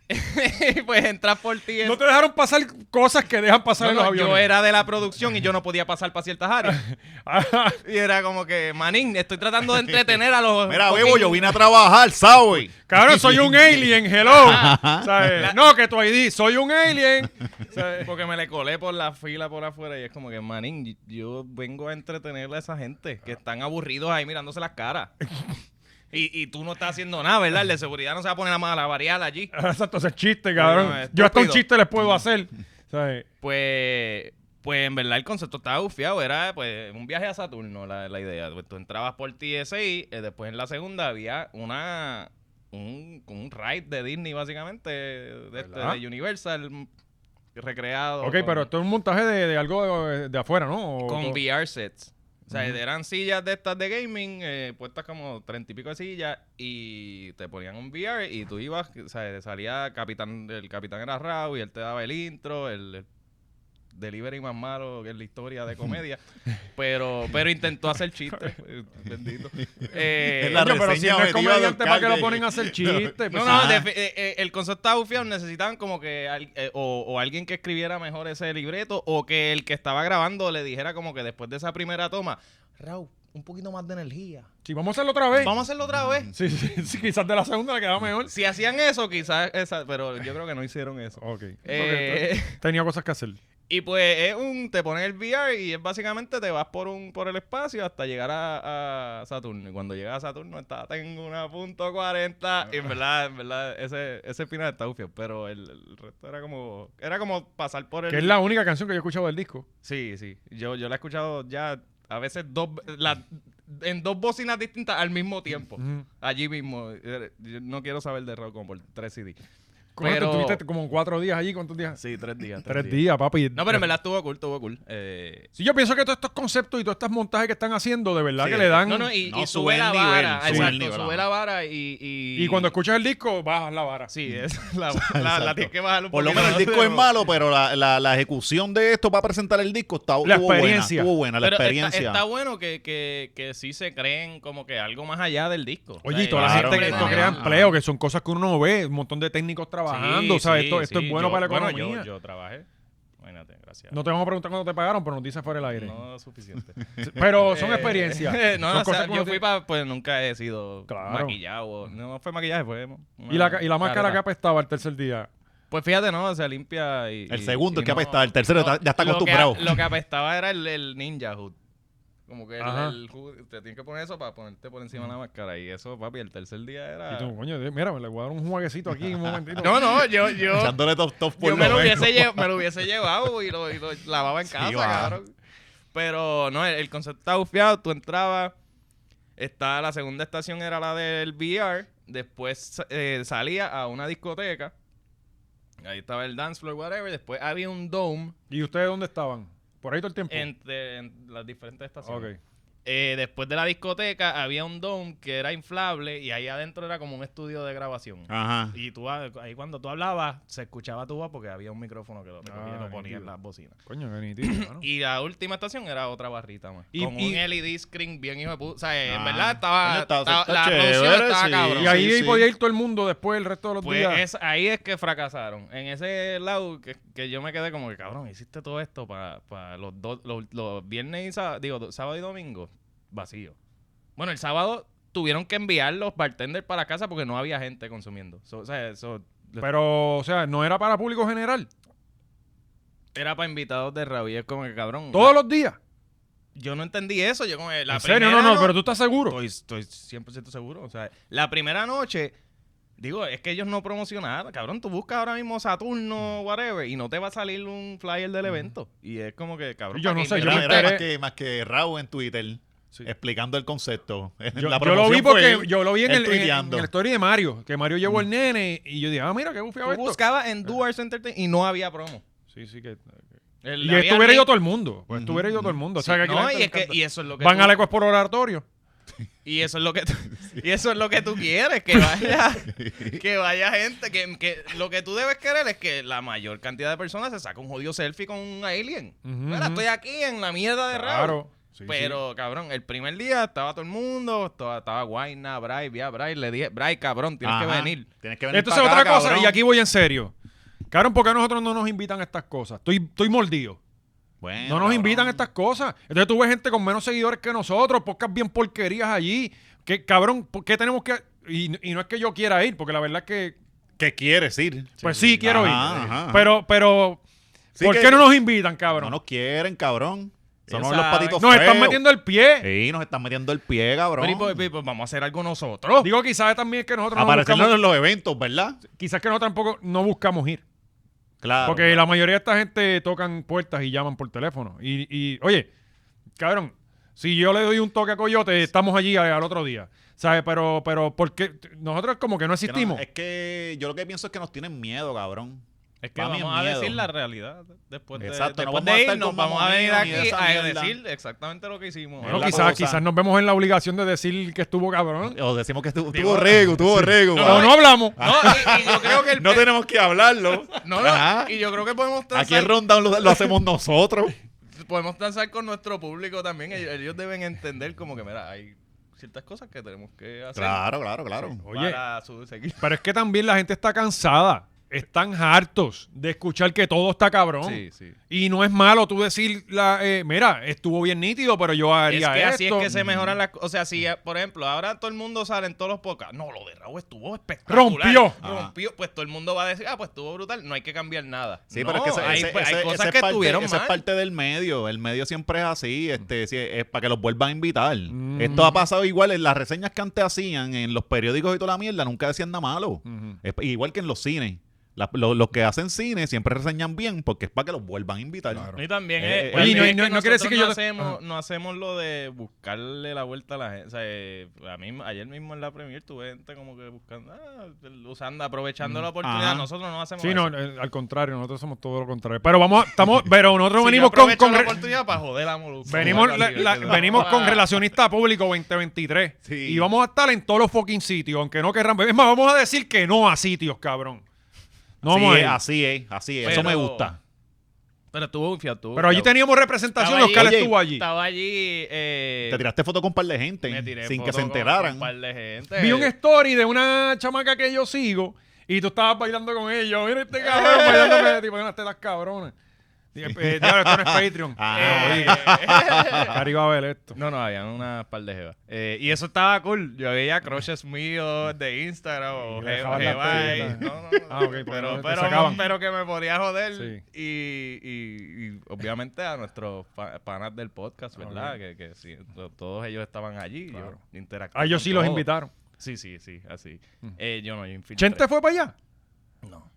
[SPEAKER 4] pues entras por TSA.
[SPEAKER 2] No te dejaron pasar cosas que dejan pasar
[SPEAKER 4] No,
[SPEAKER 2] en los
[SPEAKER 4] no,
[SPEAKER 2] aviones.
[SPEAKER 4] yo era de la producción y yo no podía pasar para ciertas áreas.
[SPEAKER 2] Ah,
[SPEAKER 4] y era como que, manín, estoy tratando de entretener a los.
[SPEAKER 3] Mira,
[SPEAKER 4] fucking-
[SPEAKER 3] Bebo, yo vine a trabajar, ¿sabes?
[SPEAKER 2] Cabrón, soy un alien, hello. ¿Sabes? No, que tu ID, soy un alien. ¿Sabes?
[SPEAKER 4] Porque me le colé por la fila por afuera y es como que, manín, yo vengo a entretener a esa gente
[SPEAKER 2] Ah.
[SPEAKER 4] que están aburridos ahí mirándose las caras. Y, y tú no estás haciendo nada, ¿verdad? El de seguridad no se va a poner a malabarear allí.
[SPEAKER 2] Exacto, ese chiste, cabrón.
[SPEAKER 4] Bueno,
[SPEAKER 2] yo hasta un
[SPEAKER 4] estúpido.
[SPEAKER 2] chiste les puedo hacer. ¿Sabes?
[SPEAKER 4] Pues, pues en verdad el concepto estaba bufiado. Era pues un viaje a Saturno la, la idea. Pues, tú entrabas por TSI, eh, después en la segunda había una un, como un ride de Disney básicamente, de, este,
[SPEAKER 2] ¿Verdad?
[SPEAKER 4] de Universal m- recreado.
[SPEAKER 2] Ok,
[SPEAKER 4] con-
[SPEAKER 2] pero esto es un montaje de, de algo de, de afuera, ¿no? O-
[SPEAKER 4] con
[SPEAKER 2] o-
[SPEAKER 4] VR sets. O sea, eran sillas de estas de gaming, eh, puestas como treinta y pico de sillas, y te ponían un VR y tú ibas, o sea, salía capitán, el capitán era Rao y él te daba el intro, el, el delivery más malo que es la historia de comedia, pero pero intentó hacer chistes, eh, bendito. Eh,
[SPEAKER 3] Es la
[SPEAKER 2] Coño, pero si
[SPEAKER 3] reseña
[SPEAKER 2] no es
[SPEAKER 3] objetiva
[SPEAKER 2] comediante,
[SPEAKER 3] de
[SPEAKER 2] ¿para qué lo
[SPEAKER 3] Oscar
[SPEAKER 2] ponen
[SPEAKER 3] de-
[SPEAKER 2] a hacer Pues chistes?
[SPEAKER 4] no, no, defi- eh, eh, el concepto estaba bufiado, necesitaban como que al- eh, o, o alguien que escribiera mejor ese libreto o que el que estaba grabando le dijera como que después de esa primera toma, Raúl, un poquito más de energía.
[SPEAKER 2] Sí, vamos a hacerlo otra vez.
[SPEAKER 4] Vamos a hacerlo otra vez.
[SPEAKER 2] Sí, sí, sí, quizás de la segunda le quedaba mejor.
[SPEAKER 4] Si hacían eso, quizás, esa- pero yo creo que no hicieron eso.
[SPEAKER 2] Ok.
[SPEAKER 4] Eh,
[SPEAKER 2] Ok, Tenía cosas que hacer.
[SPEAKER 4] Y pues es un, te pones el VR y es básicamente te vas por un, por el espacio hasta llegar a, a Saturno. Y cuando llegas a Saturno está, tengo una punto 40. Y en verdad, en verdad, ese, ese final está ufio. Pero el, el resto era como, era como pasar por el.
[SPEAKER 2] Que es la única canción que yo he escuchado del disco.
[SPEAKER 4] Sí, sí. Yo, yo la he escuchado ya a veces dos, la- en dos bocinas distintas al mismo tiempo.
[SPEAKER 2] Ujú.
[SPEAKER 4] Allí mismo. Eh, yo no quiero saber de rock como por tres CD.
[SPEAKER 2] ¿Cuánto
[SPEAKER 4] Pero-
[SPEAKER 2] estuviste como cuatro días allí? ¿Cuántos días?
[SPEAKER 4] Sí, tres días.
[SPEAKER 2] Tres días, papi.
[SPEAKER 4] No, pero en verdad estuvo cool, estuvo cool. Eh,
[SPEAKER 2] Si yo pienso que todos estos conceptos y todos estos montajes que están haciendo, de verdad
[SPEAKER 3] Sí,
[SPEAKER 2] que le dan.
[SPEAKER 4] No, no, y,
[SPEAKER 3] No,
[SPEAKER 4] y
[SPEAKER 3] sube
[SPEAKER 4] sube la
[SPEAKER 3] el nivel,
[SPEAKER 4] vara.
[SPEAKER 3] sube el
[SPEAKER 4] exacto,
[SPEAKER 3] nivel,
[SPEAKER 4] sube
[SPEAKER 3] ajá.
[SPEAKER 4] la vara y... Y,
[SPEAKER 2] y cuando escuchas el disco, bajas la vara.
[SPEAKER 4] Sí, es la, la, la tienes que bajar un
[SPEAKER 3] Por lo
[SPEAKER 4] poquito
[SPEAKER 3] menos el
[SPEAKER 4] más,
[SPEAKER 3] disco es
[SPEAKER 4] pero-
[SPEAKER 3] malo, pero la, la, la ejecución de esto para presentar el disco está,
[SPEAKER 2] La
[SPEAKER 3] estuvo buena.
[SPEAKER 2] experiencia.
[SPEAKER 3] Estuvo buena la
[SPEAKER 4] pero está-
[SPEAKER 3] experiencia.
[SPEAKER 4] Está, bueno que, que, que sí se creen como que algo más allá del disco.
[SPEAKER 2] Oye, y
[SPEAKER 4] O sea,
[SPEAKER 2] toda la
[SPEAKER 3] claro,
[SPEAKER 2] gente que esto
[SPEAKER 3] claro.
[SPEAKER 2] crea
[SPEAKER 3] Ajá.
[SPEAKER 2] empleo, que son cosas que uno no ve, un montón de técnicos trabajando,
[SPEAKER 4] Sí,
[SPEAKER 2] ¿sabes?
[SPEAKER 4] sí,
[SPEAKER 2] esto esto
[SPEAKER 4] sí,
[SPEAKER 2] es bueno
[SPEAKER 4] yo-
[SPEAKER 2] para la
[SPEAKER 4] bueno,
[SPEAKER 2] economía.
[SPEAKER 4] yo, yo trabajé. Imagínate, gracias.
[SPEAKER 2] No te vamos a preguntar cuándo te pagaron, pero nos dices fuera del aire.
[SPEAKER 4] No es suficiente.
[SPEAKER 2] Pero son
[SPEAKER 4] Eh,
[SPEAKER 2] experiencias.
[SPEAKER 4] no,
[SPEAKER 2] son
[SPEAKER 4] o sea,
[SPEAKER 2] cosas que uno
[SPEAKER 4] yo
[SPEAKER 2] tiene-
[SPEAKER 4] fui para... Pues nunca he sido
[SPEAKER 2] Claro.
[SPEAKER 4] maquillado. No fue maquillaje, fue... una
[SPEAKER 2] Y la, ca- y la máscara que
[SPEAKER 4] careta.
[SPEAKER 2] apestaba el tercer día.
[SPEAKER 4] Pues fíjate, no, se limpia y...
[SPEAKER 3] El
[SPEAKER 4] y-
[SPEAKER 3] segundo
[SPEAKER 4] y
[SPEAKER 3] es que
[SPEAKER 4] no-
[SPEAKER 3] apestaba, el tercero está- ya está
[SPEAKER 4] lo que-
[SPEAKER 3] acostumbrado.
[SPEAKER 4] Lo que apestaba era el, el ninja hood. Como que el,
[SPEAKER 2] Ajá.
[SPEAKER 4] el hood, te tienes que poner eso para ponerte por encima de la máscara. Y eso, papi, el tercer día
[SPEAKER 2] Y
[SPEAKER 4] era...
[SPEAKER 2] tú, coño, Dios, mira, me le voy a dar un jueguecito aquí un momentito.
[SPEAKER 4] Ah. No, no, yo, yo,
[SPEAKER 3] Echándole top top ah, por lo
[SPEAKER 4] yo me, lo
[SPEAKER 3] menos.
[SPEAKER 4] hubiese lle- me lo hubiese llevado y lo, y lo lavaba en casa,
[SPEAKER 3] va.
[SPEAKER 4] cabrón. Pero no, el, el concepto estaba bufiado. Tú entrabas, está, la segunda estación era la del VR. Después eh, salía a una discoteca. Ahí estaba el dance floor, whatever. Después había un dome
[SPEAKER 2] ¿Y ustedes dónde estaban? Por ahí todo el tiempo.
[SPEAKER 4] entre en las diferentes estaciones.
[SPEAKER 2] Ok.
[SPEAKER 4] Eh, después de la discoteca había un dome que era inflable y ahí adentro era como un estudio de grabación.
[SPEAKER 3] Ajá.
[SPEAKER 4] Y tú, ah, ahí cuando tú hablabas, se escuchaba tu voz porque había un micrófono que lo recogía
[SPEAKER 2] Ah,
[SPEAKER 4] y lo ponía en
[SPEAKER 2] nítido.
[SPEAKER 4] las bocinas.
[SPEAKER 2] Coño, qué nítido, hermano.
[SPEAKER 4] Y la última estación era otra barrita más.
[SPEAKER 2] Y-
[SPEAKER 4] con
[SPEAKER 2] y-
[SPEAKER 4] un LED screen bien hijo de puta. O sea, eh, en
[SPEAKER 3] Ah,
[SPEAKER 4] verdad estaba.
[SPEAKER 3] coño, está-
[SPEAKER 4] estaba-
[SPEAKER 3] está
[SPEAKER 4] la
[SPEAKER 3] chévere,
[SPEAKER 4] producción estaba
[SPEAKER 3] sí.
[SPEAKER 4] cabrón.
[SPEAKER 2] Y ahí
[SPEAKER 3] Sí, sí.
[SPEAKER 2] podía ir todo el mundo después el resto de los
[SPEAKER 4] Pues
[SPEAKER 2] días.
[SPEAKER 4] es- ahí es que fracasaron. En ese lado que, que yo me quedé como que, cabrón, hiciste todo esto para los, dos- los, los viernes y sábado, digo, do- sábado y domingo vacío. Bueno, el sábado tuvieron que enviar los bartenders para casa porque no había gente consumiendo. So, o sea, eso
[SPEAKER 2] Pero, o sea, no era para público general.
[SPEAKER 4] era para invitados de Raúl. Es como que, cabrón,
[SPEAKER 2] Todos los días.
[SPEAKER 4] yo no entendí eso. Yo como, que la
[SPEAKER 2] en serio,
[SPEAKER 4] primera
[SPEAKER 2] no, no,
[SPEAKER 4] no-
[SPEAKER 2] pero tú estás seguro.
[SPEAKER 4] Estoy, estoy 100% seguro. O sea, la primera noche, Digo, es que ellos no promocionaron. Cabrón, tú buscas ahora mismo Saturno, whatever, y no te va a salir un flyer del evento. Y es como que, cabrón.
[SPEAKER 2] Yo
[SPEAKER 4] ¿para
[SPEAKER 2] no
[SPEAKER 4] qué
[SPEAKER 2] sé, yo
[SPEAKER 4] inventar?
[SPEAKER 2] me
[SPEAKER 3] Era, era
[SPEAKER 2] enteré-
[SPEAKER 3] más que, más que Raúl en Twitter explicando el concepto.
[SPEAKER 2] Yo,
[SPEAKER 3] La
[SPEAKER 2] yo lo vi
[SPEAKER 3] promoción fue
[SPEAKER 2] porque
[SPEAKER 3] él-
[SPEAKER 2] yo lo vi en
[SPEAKER 3] él
[SPEAKER 2] el, en, en
[SPEAKER 3] tuiteando.
[SPEAKER 2] el story de Mario, que Mario llevó el nene y yo dije, ah, mira, qué bufiado
[SPEAKER 4] Mm. Tú
[SPEAKER 2] esto.
[SPEAKER 4] buscabas en Duars Entertainment y no había promo.
[SPEAKER 2] Sí, sí, que...
[SPEAKER 4] El-
[SPEAKER 2] Y
[SPEAKER 4] había
[SPEAKER 2] estuviera
[SPEAKER 4] link-
[SPEAKER 2] ido todo el mundo. Pues estuviera ido todo el mundo. O sea, que aquí la
[SPEAKER 4] No,
[SPEAKER 2] gente
[SPEAKER 4] y,
[SPEAKER 2] le
[SPEAKER 4] es que-
[SPEAKER 2] encanta.
[SPEAKER 4] y eso es lo que
[SPEAKER 2] Van
[SPEAKER 4] tú-
[SPEAKER 2] a la por oratorio.
[SPEAKER 4] Y eso es lo que tú, y eso es lo que tú quieres, que vaya, que vaya gente, que, que lo que tú debes querer es que la mayor cantidad de personas se saque un jodido selfie con un alien.
[SPEAKER 2] Ujú,
[SPEAKER 4] Mira,
[SPEAKER 2] ujú.
[SPEAKER 4] estoy aquí en la mierda de raro.
[SPEAKER 2] Claro. Sí,
[SPEAKER 4] Pero, cabrón, el primer día estaba todo el mundo, estaba, estaba Guayna, Bray, vi a Bray, le dije, Bray, cabrón, tienes que
[SPEAKER 3] Ajá.
[SPEAKER 4] venir.
[SPEAKER 3] Tienes que venir
[SPEAKER 2] Entonces,
[SPEAKER 3] pa' acá,
[SPEAKER 2] otra cosa,
[SPEAKER 3] cabrón.
[SPEAKER 2] y aquí voy en serio. Cabrón, ¿por qué a nosotros no nos invitan a estas cosas? Estoy, estoy mordido.
[SPEAKER 3] Bueno,
[SPEAKER 2] No nos
[SPEAKER 3] cabrón.
[SPEAKER 2] invitan a estas cosas. Entonces tú ves gente con menos seguidores que nosotros, podcast bien porquerías allí. Que, cabrón, ¿por qué tenemos que...? Y, y no es que yo quiera ir, porque la verdad es que...
[SPEAKER 3] ¿Qué quieres ir?
[SPEAKER 2] Pues sí, quiero
[SPEAKER 3] Ajá,
[SPEAKER 2] ir.
[SPEAKER 3] ajá.
[SPEAKER 2] Pero, pero...
[SPEAKER 3] Sí
[SPEAKER 2] ¿Por
[SPEAKER 3] que-
[SPEAKER 2] qué no nos invitan, cabrón?
[SPEAKER 3] No nos quieren, cabrón. Somos
[SPEAKER 4] Ellos
[SPEAKER 3] los
[SPEAKER 4] saben.
[SPEAKER 3] patitos
[SPEAKER 2] nos están
[SPEAKER 3] feos.
[SPEAKER 2] metiendo el pie.
[SPEAKER 3] Sí, nos están metiendo el pie, cabrón.
[SPEAKER 4] Pero, y, pues, y, pues, vamos a hacer algo nosotros.
[SPEAKER 2] Digo, quizás también es que nosotros no
[SPEAKER 3] Aparecernos
[SPEAKER 2] buscamos,
[SPEAKER 3] en los eventos, ¿verdad?
[SPEAKER 2] quizás que nosotros tampoco no buscamos ir.
[SPEAKER 4] Ah.
[SPEAKER 3] Claro.
[SPEAKER 2] porque la mayoría de esta gente tocan puertas y llaman por teléfono. Y, y, oye, cabrón, si yo le doy un toque a Coyote, estamos allí a- al otro día. ¿Sabes? Pero, pero, ¿por qué? Nosotros como que no
[SPEAKER 3] Que no-
[SPEAKER 2] existimos.
[SPEAKER 3] es que yo lo que pienso es que nos tienen miedo, cabrón.
[SPEAKER 4] Es que
[SPEAKER 3] Para mí es
[SPEAKER 4] vamos a
[SPEAKER 3] miedo.
[SPEAKER 4] decir la realidad después de,
[SPEAKER 3] Exacto, no
[SPEAKER 4] después
[SPEAKER 3] vamos a
[SPEAKER 4] de
[SPEAKER 3] estar
[SPEAKER 4] irnos,
[SPEAKER 3] con
[SPEAKER 4] vamos a venir
[SPEAKER 3] mamonismo ni
[SPEAKER 4] aquí
[SPEAKER 3] esa
[SPEAKER 4] a
[SPEAKER 3] mierda.
[SPEAKER 4] decir exactamente lo que hicimos.
[SPEAKER 2] Bueno,
[SPEAKER 3] la
[SPEAKER 2] quizás,
[SPEAKER 3] cosa.
[SPEAKER 2] quizás nos vemos en la obligación de decir que estuvo cabrón.
[SPEAKER 3] O decimos que estuvo,
[SPEAKER 4] Digo,
[SPEAKER 3] estuvo rego, tuvo rego.
[SPEAKER 2] No, no hablamos.
[SPEAKER 4] No, y, y yo creo que el
[SPEAKER 3] No tenemos que hablarlo.
[SPEAKER 4] No,
[SPEAKER 3] Ajá.
[SPEAKER 4] no, y yo creo que podemos transar,
[SPEAKER 3] Aquí el rundown lo, lo hacemos nosotros.
[SPEAKER 4] podemos transar con nuestro público también. Ellos, ellos deben entender como que, mira, hay ciertas cosas que tenemos que hacer
[SPEAKER 3] Claro, claro, claro.
[SPEAKER 2] Oye.
[SPEAKER 4] para su- seguir.
[SPEAKER 2] Pero es que también la gente está cansada. Están hartos de escuchar que todo está cabrón.
[SPEAKER 4] Sí, sí.
[SPEAKER 2] Y no es malo tú decir, la, eh, mira, estuvo bien nítido, pero yo
[SPEAKER 4] Es que
[SPEAKER 2] haría
[SPEAKER 4] así es
[SPEAKER 2] esto.
[SPEAKER 4] que se mejoran las cosas. O sea, si, eh, por ejemplo, ahora todo el mundo sale en todos los podcasts. No, lo de Raúl estuvo espectacular.
[SPEAKER 2] Rompió.
[SPEAKER 4] Rompió. Pues todo el mundo va a decir, ah, pues estuvo brutal. No hay que cambiar nada.
[SPEAKER 3] Sí,
[SPEAKER 4] No,
[SPEAKER 3] pero es que ese-
[SPEAKER 4] hay,
[SPEAKER 3] ese-
[SPEAKER 4] pues, hay
[SPEAKER 3] ese-
[SPEAKER 4] cosas
[SPEAKER 3] ese es
[SPEAKER 4] que
[SPEAKER 3] parte-
[SPEAKER 4] estuvieron
[SPEAKER 3] ese es
[SPEAKER 4] mal.
[SPEAKER 3] parte del medio. El medio siempre es así, este, si es, es para que los vuelvan a invitar.
[SPEAKER 2] Mm.
[SPEAKER 3] Esto ha pasado igual en las reseñas que antes hacían, en los periódicos y toda la mierda, nunca decían nada malo.
[SPEAKER 2] Ujú.
[SPEAKER 3] Es pa- igual que en los cines. La- lo- los que hacen cine siempre reseñan bien porque es para que los vuelvan a invitar.
[SPEAKER 4] Y también
[SPEAKER 3] Eh,
[SPEAKER 4] es,
[SPEAKER 3] eh, Oye,
[SPEAKER 4] es
[SPEAKER 2] no-
[SPEAKER 4] que
[SPEAKER 2] no- no quiere decir que
[SPEAKER 4] nosotros
[SPEAKER 2] yo-
[SPEAKER 4] no hacemos, no hacemos lo de buscarle la vuelta a la gente. O sea, eh, a mí, ayer mismo en la premier tuve gente como que buscando, ah, usando, aprovechando la oportunidad.
[SPEAKER 3] Ajá.
[SPEAKER 4] Nosotros no hacemos
[SPEAKER 2] Mm, Sí,
[SPEAKER 4] eso.
[SPEAKER 2] no, eh, al contrario, nosotros somos todo lo contrario. Pero vamos, a- estamos, pero nosotros
[SPEAKER 4] Si yo
[SPEAKER 2] venimos con,
[SPEAKER 4] aprovecho
[SPEAKER 2] con
[SPEAKER 4] la
[SPEAKER 2] re-
[SPEAKER 4] oportunidad para joder a Molusco.
[SPEAKER 2] venimos, la-
[SPEAKER 4] Así,
[SPEAKER 2] la-
[SPEAKER 4] ¿verdad?
[SPEAKER 2] venimos con
[SPEAKER 4] Ah,
[SPEAKER 2] relacionista público 2023
[SPEAKER 3] Sí.
[SPEAKER 2] y vamos a estar en todos los fucking sitios, aunque no querramos. Es más, vamos a decir que no a sitios, cabrón. No
[SPEAKER 3] así,
[SPEAKER 2] vamos a
[SPEAKER 3] es,
[SPEAKER 2] ir.
[SPEAKER 3] así es, así es. Eso
[SPEAKER 4] Pero-
[SPEAKER 3] me gusta.
[SPEAKER 4] Pero estuvo bufiado, estuvo
[SPEAKER 2] Pero allí
[SPEAKER 4] bufiado.
[SPEAKER 2] teníamos representación,
[SPEAKER 4] Estaba
[SPEAKER 2] Oscar
[SPEAKER 3] allí,
[SPEAKER 2] estuvo allí.
[SPEAKER 4] Estaba allí... Eh,
[SPEAKER 3] Te tiraste foto con un par de
[SPEAKER 4] me
[SPEAKER 3] gente
[SPEAKER 4] tiré
[SPEAKER 3] sin que
[SPEAKER 4] foto
[SPEAKER 3] se
[SPEAKER 4] con- con
[SPEAKER 3] enteraran.
[SPEAKER 4] Un par de gente.
[SPEAKER 2] Vi un story de una chamaca que yo sigo y tú estabas bailando con ellos. Mira este cabrón bailando tipo unas tetas cabronas. Dije, eh, diablo, esto no es Patreon.
[SPEAKER 3] Ah,
[SPEAKER 2] Eh,
[SPEAKER 4] Eh,
[SPEAKER 2] Cari va a ver esto.
[SPEAKER 4] No, no, habían unas par de jevas. Eh, y eso estaba cool. Yo veía crushes míos de Instagram o
[SPEAKER 2] Y le
[SPEAKER 4] jeva-
[SPEAKER 2] dejaban las
[SPEAKER 4] jevas. y-
[SPEAKER 2] tetas.
[SPEAKER 4] No, no,
[SPEAKER 2] Ah, ok, porque no
[SPEAKER 4] pero,
[SPEAKER 2] te
[SPEAKER 4] pero,
[SPEAKER 2] sacaban.
[SPEAKER 4] pero que me podía joder.
[SPEAKER 2] Sí.
[SPEAKER 4] Y, y- y obviamente a nuestros pa- panas del podcast, ¿verdad? Que, que sí, to- todos ellos estaban allí.
[SPEAKER 2] Ah, Claro.
[SPEAKER 4] Yo interactué
[SPEAKER 2] A ellos Ah,
[SPEAKER 4] con
[SPEAKER 2] sí los
[SPEAKER 4] todos.
[SPEAKER 2] invitaron. Hmm.
[SPEAKER 4] Sí, sí, sí, así. Eh, yo no, yo infiltré.
[SPEAKER 2] ¿Chente fue para allá?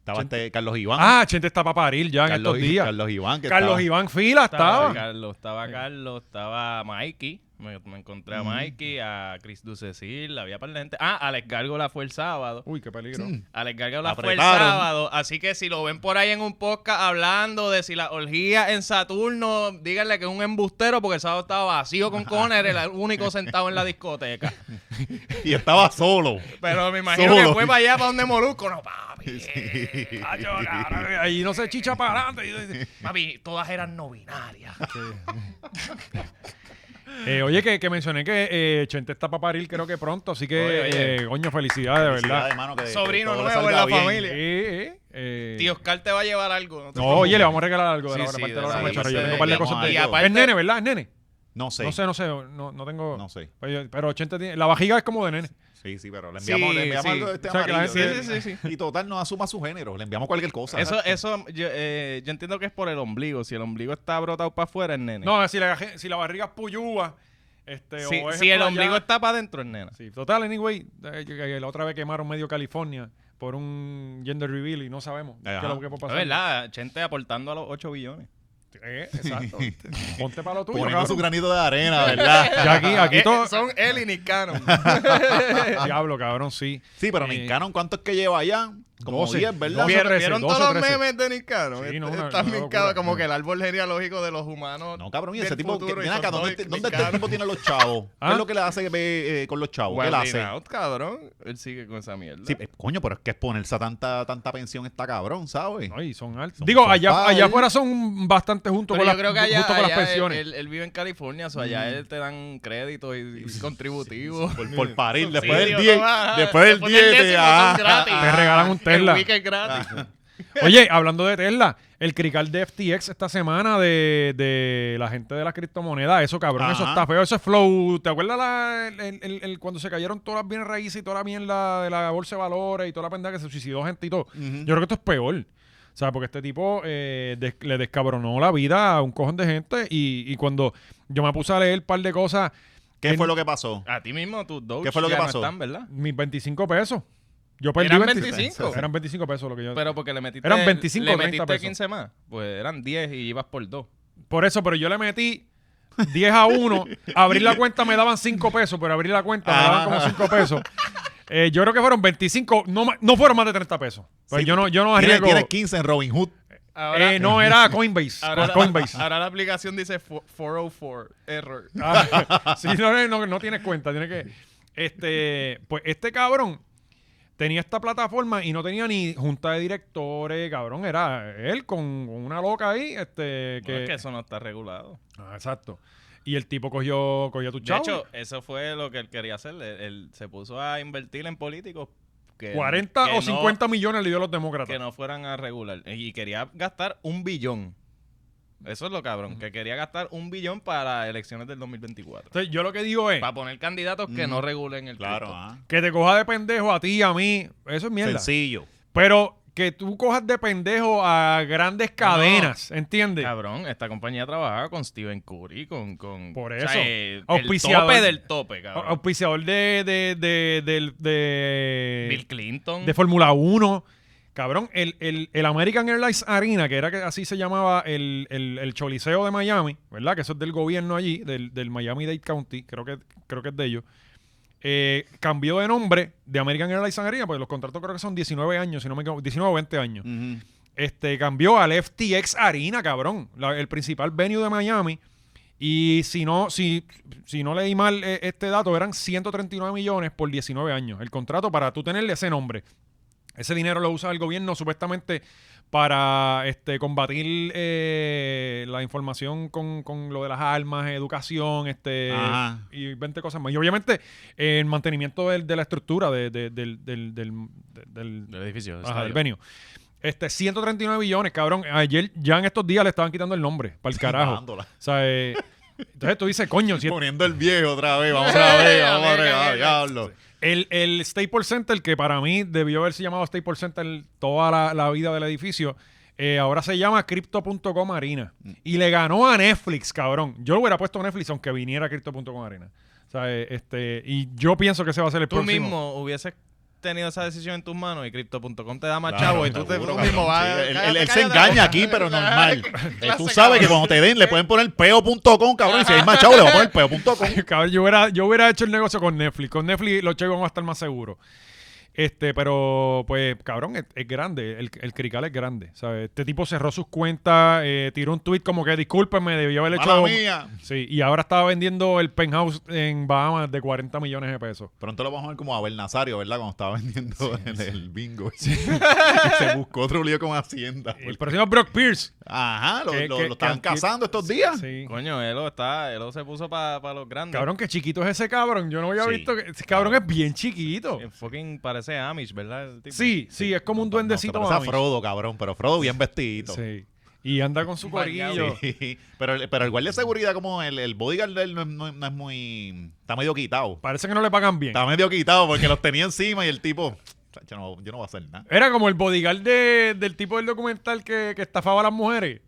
[SPEAKER 3] Estaba este Carlos Iván.
[SPEAKER 2] Ah, Chente está para parir ya en
[SPEAKER 3] Carlos,
[SPEAKER 2] estos días. Carlos,
[SPEAKER 3] Carlos Iván. que estaba-
[SPEAKER 2] Iván Fila
[SPEAKER 4] Estaba
[SPEAKER 2] estaba.
[SPEAKER 4] Carlos, estaba Carlos, estaba Mikey. Me, me encontré a Mikey, a Chris Ducecil, había par de gente. Ah, Alex Gárgola fue el sábado.
[SPEAKER 2] Uy, qué peligro.
[SPEAKER 4] Alex Gárgola fue el
[SPEAKER 3] Apretaron.
[SPEAKER 4] sábado, así que si lo ven por ahí en un podcast hablando de si la orgía en Saturno, díganle que es un embustero porque el sábado estaba vacío con Conner, el único sentado en la discoteca.
[SPEAKER 3] Y estaba solo.
[SPEAKER 4] Pero me imagino
[SPEAKER 3] Solo.
[SPEAKER 4] que fue para allá, para donde Molusco. No, papi, Eh,
[SPEAKER 2] Acho, cabrón, Ahí no se chicha para adelante.
[SPEAKER 4] papi, todas eran no binarias.
[SPEAKER 2] Eh, oye, que, que mencioné que eh, Chente está para parir creo que pronto, así que,
[SPEAKER 4] Oye, oye.
[SPEAKER 2] eh, coño, felicidades, de
[SPEAKER 3] Felicidades,
[SPEAKER 2] verdad.
[SPEAKER 3] hermano, que- que
[SPEAKER 4] Sobrino
[SPEAKER 3] todo le
[SPEAKER 4] nuevo en
[SPEAKER 3] salga
[SPEAKER 4] la
[SPEAKER 3] bien.
[SPEAKER 4] familia.
[SPEAKER 2] Eh, eh, eh.
[SPEAKER 4] Tío Oscar te va a llevar algo. no te
[SPEAKER 2] No,
[SPEAKER 4] preocupes.
[SPEAKER 2] oye, le vamos a regalar algo de
[SPEAKER 4] Sí,
[SPEAKER 2] la hora
[SPEAKER 4] sí,
[SPEAKER 2] parte de
[SPEAKER 4] de
[SPEAKER 2] la hora
[SPEAKER 4] la-
[SPEAKER 2] machorra.
[SPEAKER 4] sí,
[SPEAKER 2] Yo
[SPEAKER 4] sí,
[SPEAKER 2] tengo un par de
[SPEAKER 3] digamos
[SPEAKER 2] cosas de-
[SPEAKER 3] algo. Y
[SPEAKER 4] aparte-
[SPEAKER 2] Es nene, ¿verdad? Es nene.
[SPEAKER 3] No sé.
[SPEAKER 2] No sé, no sé. No, no tengo.
[SPEAKER 3] No sé.
[SPEAKER 2] Oye, Pero Chente tiene. La vajiga es como de nene.
[SPEAKER 3] Sí, sí, pero le
[SPEAKER 4] Sí,
[SPEAKER 3] enviamos, le enviamos
[SPEAKER 4] sí.
[SPEAKER 3] algo de este
[SPEAKER 2] O sea, que la
[SPEAKER 3] amarillo.
[SPEAKER 2] gente-
[SPEAKER 3] Sí, sí, sí, sí. Y total, no asuma su género. Le enviamos cualquier cosa.
[SPEAKER 4] Eso, eso yo, eh, yo entiendo que es por el ombligo. Si el ombligo está brotado para afuera, es nene.
[SPEAKER 2] No, si la, si la barriga es puyúa Este,
[SPEAKER 4] Si,
[SPEAKER 2] o es
[SPEAKER 4] si el
[SPEAKER 2] esto allá.
[SPEAKER 4] ombligo está para adentro, es nena.
[SPEAKER 2] Sí, total, anyway, eh, eh, la otra vez quemaron medio California por un gender reveal y no sabemos qué es lo que puede
[SPEAKER 4] Es
[SPEAKER 2] pasar.
[SPEAKER 4] verdad, gente aportando a los 8 billones.
[SPEAKER 2] Eh, exacto. Ponte para lo tuyo.
[SPEAKER 3] Poniendo
[SPEAKER 2] cabrón.
[SPEAKER 3] su granito de arena, ¿verdad?
[SPEAKER 2] Ya aquí, aquí todo.
[SPEAKER 4] Ah, eh, son él y Nick Cannon.
[SPEAKER 2] Diablo, cabrón, sí.
[SPEAKER 3] Sí, pero
[SPEAKER 2] Eh,
[SPEAKER 3] Nick Cannon, ¿cuántos que lleva allá? Como
[SPEAKER 2] 12,
[SPEAKER 3] 10, ¿verdad?
[SPEAKER 2] 12.
[SPEAKER 4] ¿Vieron,
[SPEAKER 2] 13,
[SPEAKER 4] vieron
[SPEAKER 2] 12,
[SPEAKER 4] todos
[SPEAKER 2] 13.
[SPEAKER 4] los memes de Nick Cannon?
[SPEAKER 2] Sí,
[SPEAKER 4] Est-
[SPEAKER 2] no, una-
[SPEAKER 4] Está
[SPEAKER 2] una
[SPEAKER 4] bien
[SPEAKER 2] locura.
[SPEAKER 4] cabrón, como que el árbol genealógico de los humanos.
[SPEAKER 3] No, cabrón, y
[SPEAKER 4] del
[SPEAKER 3] ese tipo.
[SPEAKER 4] futuro, y
[SPEAKER 3] Mira acá,
[SPEAKER 4] son
[SPEAKER 3] ¿dónde,
[SPEAKER 4] dos y
[SPEAKER 3] este-
[SPEAKER 4] Nick
[SPEAKER 3] dónde este
[SPEAKER 4] Cannon.
[SPEAKER 3] tipo tiene los chavos?
[SPEAKER 2] ¿Ah?
[SPEAKER 3] ¿Qué es lo que le hace eh, eh, con los chavos? ¿Qué le
[SPEAKER 4] Well,
[SPEAKER 3] hace?
[SPEAKER 4] Out, cabrón. Él sigue con esa mierda.
[SPEAKER 3] Sí, eh, coño, pero es que exponerse a tanta, tanta pensión está cabrón, ¿sabes?
[SPEAKER 2] No, y son altos.
[SPEAKER 3] Son-
[SPEAKER 2] Digo,
[SPEAKER 3] son
[SPEAKER 2] allá,
[SPEAKER 3] padres.
[SPEAKER 2] allá afuera son bastante junto con,
[SPEAKER 4] Pero yo
[SPEAKER 2] las,
[SPEAKER 4] creo que allá,
[SPEAKER 2] justo con las
[SPEAKER 4] allá eh, él-
[SPEAKER 2] pensiones.
[SPEAKER 4] Él, él vive en California, o sea, allá él te dan crédito y, y contributivo.
[SPEAKER 3] por, por parir, después
[SPEAKER 4] Sí,
[SPEAKER 3] del
[SPEAKER 4] no
[SPEAKER 3] 10,
[SPEAKER 4] va-
[SPEAKER 3] después del
[SPEAKER 4] del
[SPEAKER 3] 10,
[SPEAKER 4] décimo
[SPEAKER 3] ah,
[SPEAKER 4] son gratis. Ah,
[SPEAKER 2] Te regalan un Tesla.
[SPEAKER 4] El weekend gratis.
[SPEAKER 2] Oye, hablando de Tesla, el crical de FTX esta semana de, de la gente de las criptomonedas, eso cabrón, eso
[SPEAKER 3] Ajá.
[SPEAKER 2] está feo, eso es flow. ¿Te acuerdas la- el- el- el- el- cuando se cayeron todas las bienes raíces y toda la mierda de la bolsa de valores y toda la pendeja que se suicidó gente y todo? Yo creo que esto es peor. O sea, porque este tipo eh, des- le descabronó la vida a un cojón de gente y, y cuando yo me puse a leer un par de cosas,
[SPEAKER 3] ¿Qué
[SPEAKER 2] En-
[SPEAKER 3] fue lo que pasó?
[SPEAKER 4] A ti mismo tus dos.
[SPEAKER 3] ¿Qué fue lo que pasó?
[SPEAKER 4] están, ¿verdad?
[SPEAKER 2] mis 25 pesos. Yo perdí
[SPEAKER 4] Eran
[SPEAKER 2] 20
[SPEAKER 4] 25.
[SPEAKER 2] Eran 25 pesos lo que yo...
[SPEAKER 4] Pero porque le metiste.
[SPEAKER 2] Eran 25 o
[SPEAKER 4] Le
[SPEAKER 2] 30
[SPEAKER 4] metiste
[SPEAKER 2] pesos.
[SPEAKER 4] 15 más. Pues eran 10 y ibas por 2.
[SPEAKER 2] Por eso, pero yo le metí 10 a 1. Abrir la cuenta me daban 5 pesos, pero abrir la cuenta me daban como 5 pesos. Eh, yo creo que fueron 25, no, ma- no fueron más de 30 pesos. Pero
[SPEAKER 3] Sí,
[SPEAKER 2] yo no, yo no
[SPEAKER 3] Tienes,
[SPEAKER 2] arriesgo.
[SPEAKER 3] tienes 15 en Robin Hood.
[SPEAKER 2] Eh, no, era Coinbase.
[SPEAKER 4] ahora,
[SPEAKER 2] Coinbase.
[SPEAKER 4] La, ahora la aplicación dice fu- 404 error.
[SPEAKER 2] Ah, sí, no, no, no, no tienes cuenta, tienes que. Este, pues este cabrón tenía esta plataforma y no tenía ni junta de directores, cabrón. Era él con, con una loca ahí, este, que.
[SPEAKER 4] Bueno, es que eso no está regulado.
[SPEAKER 2] Ah, exacto. Y el tipo cogió, cogió a tu
[SPEAKER 4] De
[SPEAKER 2] chavo.
[SPEAKER 4] hecho, eso fue lo que él quería hacer. Él, él se puso a invertir en políticos que,
[SPEAKER 2] 40
[SPEAKER 4] que
[SPEAKER 2] o
[SPEAKER 4] no-
[SPEAKER 2] 50 millones le dio a los demócratas.
[SPEAKER 4] que no fueran a regular. Y quería gastar un billón. Eso es lo cabrón, que quería gastar un billón para las elecciones del 2024.
[SPEAKER 2] Entonces, yo lo que digo es
[SPEAKER 4] Para poner candidatos que
[SPEAKER 3] Mm.
[SPEAKER 4] no regulen el
[SPEAKER 3] Claro,
[SPEAKER 4] cripto.
[SPEAKER 3] ah.
[SPEAKER 2] que te coja de pendejo a ti y a mí. Eso es mierda.
[SPEAKER 3] Sencillo.
[SPEAKER 2] Pero que tú cojas de pendejo a grandes cadenas, ¿entiendes?
[SPEAKER 4] Cabrón, esta compañía trabajaba con Steven Curry, con... con
[SPEAKER 2] Por
[SPEAKER 4] o sea,
[SPEAKER 2] eso.
[SPEAKER 4] eh, el
[SPEAKER 2] Auspiciador.
[SPEAKER 4] tope del tope,
[SPEAKER 2] A-
[SPEAKER 4] cabrón.
[SPEAKER 2] Auspiciador de, de, de, del- de-
[SPEAKER 4] Bill Clinton.
[SPEAKER 2] de Fórmula 1. Cabrón, el, el, el American Airlines Arena, que era que así se llamaba el, el, el Choliseo de Miami, ¿verdad? Que eso es del gobierno allí, del, del Miami-Dade County, creo que, creo que es de ellos. Eh, cambió de nombre de American Airlines Arena, porque los contratos creo que son 19 años, si no me equivoco, 19 o 20 años.
[SPEAKER 3] Ujú.
[SPEAKER 2] Este, cambió al FTX Arena, cabrón, la- el principal venue de Miami. Y si no, si, si no leí mal eh, este dato, eran 139 millones por 19 años. El contrato para tú tenerle ese nombre. Ese dinero lo usa el gobierno supuestamente para este, combatir eh, la información con, con lo de las armas, educación, este
[SPEAKER 3] Ajá.
[SPEAKER 2] y 20 cosas más. Y obviamente eh, el mantenimiento del- de, la estructura de- de- del- del- del- del,
[SPEAKER 4] Del edificio.
[SPEAKER 2] Ajá, del
[SPEAKER 4] estadio.
[SPEAKER 2] venue. Este, 139 billones, cabrón. Ayer, ya en estos días le estaban quitando el nombre, para el carajo. o
[SPEAKER 3] Bajándola.
[SPEAKER 2] sea, eh, entonces tú dices, coño, si
[SPEAKER 3] Poniendo el viejo otra vez, vamos a ver, vamos a ver, ah, diablo.
[SPEAKER 2] el, el Staples Center, que para mí debió haberse llamado Staples Center toda la, la vida del edificio, eh, ahora se llama Crypto.com Arena.
[SPEAKER 4] Mm.
[SPEAKER 2] Y le ganó a Netflix, cabrón. Yo lo hubiera puesto a Netflix aunque viniera Crypto.com Arena. O sea, eh, este, y yo pienso que ese va a ser el
[SPEAKER 4] Tú
[SPEAKER 2] próximo.
[SPEAKER 4] mismo hubieses tenido esa decisión en tus manos y Crypto.com te da más
[SPEAKER 3] Claro,
[SPEAKER 4] chavo y tú, te,
[SPEAKER 3] seguro,
[SPEAKER 4] tú
[SPEAKER 3] cabrón,
[SPEAKER 4] mismo vas...
[SPEAKER 3] sí. Él,
[SPEAKER 4] cállate,
[SPEAKER 3] él- él se
[SPEAKER 4] cállate,
[SPEAKER 3] engaña
[SPEAKER 4] cabrón.
[SPEAKER 3] aquí, pero normal. Eh, Tú
[SPEAKER 4] clase,
[SPEAKER 3] sabes que
[SPEAKER 4] cabrón.
[SPEAKER 3] cuando te den, le pueden poner peo.com, cabrón. Y si hay más chavo, le va a poner peo.com.
[SPEAKER 2] Cabrón, yo hubiera, yo hubiera hecho el negocio con Netflix. Con Netflix los chicos van a estar más seguros. Este, pero, pues, cabrón, es, es grande. El, el crical es grande. ¿sabes? Este tipo cerró sus cuentas, eh, tiró un tweet como que discúlpeme, debió haber
[SPEAKER 3] Mala
[SPEAKER 2] hecho.
[SPEAKER 3] mía.
[SPEAKER 2] Sí, y ahora estaba vendiendo el penthouse en Bahamas de 40 millones de pesos.
[SPEAKER 3] Pronto lo vamos a ver como Abel Nazario, ¿verdad? Cuando estaba vendiendo el, el bingo. se buscó otro lío con Hacienda.
[SPEAKER 2] El próximo es Brock Pierce.
[SPEAKER 3] Ajá, lo,
[SPEAKER 2] ¿Qué-
[SPEAKER 3] lo-
[SPEAKER 2] qué-
[SPEAKER 3] lo están
[SPEAKER 2] qué-
[SPEAKER 3] cazando estos días.
[SPEAKER 2] Sí.
[SPEAKER 4] Coño, Elo está... Elo se puso para los grandes.
[SPEAKER 2] Cabrón, qué chiquito es ese cabrón. Yo no había
[SPEAKER 3] Sí.
[SPEAKER 2] visto que. Ese cabrón es bien chiquito.
[SPEAKER 4] Eh, Fucking parece Amish, ¿verdad? El tipo?
[SPEAKER 2] Sí, sí, es como un duendecito
[SPEAKER 3] No, se parece
[SPEAKER 2] mami.
[SPEAKER 3] a Frodo, cabrón, pero Frodo bien vestidito. Sí.
[SPEAKER 2] Sí. Y anda con su corillo.
[SPEAKER 3] Pero, el- pero el guardia de seguridad, como el, el bodyguard de él, no, es- no es- no es muy. Está medio quitado.
[SPEAKER 2] Parece que no le pagan bien.
[SPEAKER 3] Está medio quitado porque los tenía encima y el tipo. "Chacho, no, yo no voy a hacer nada.
[SPEAKER 2] Era como el bodyguard de- del tipo del documental que, que estafaba a las mujeres.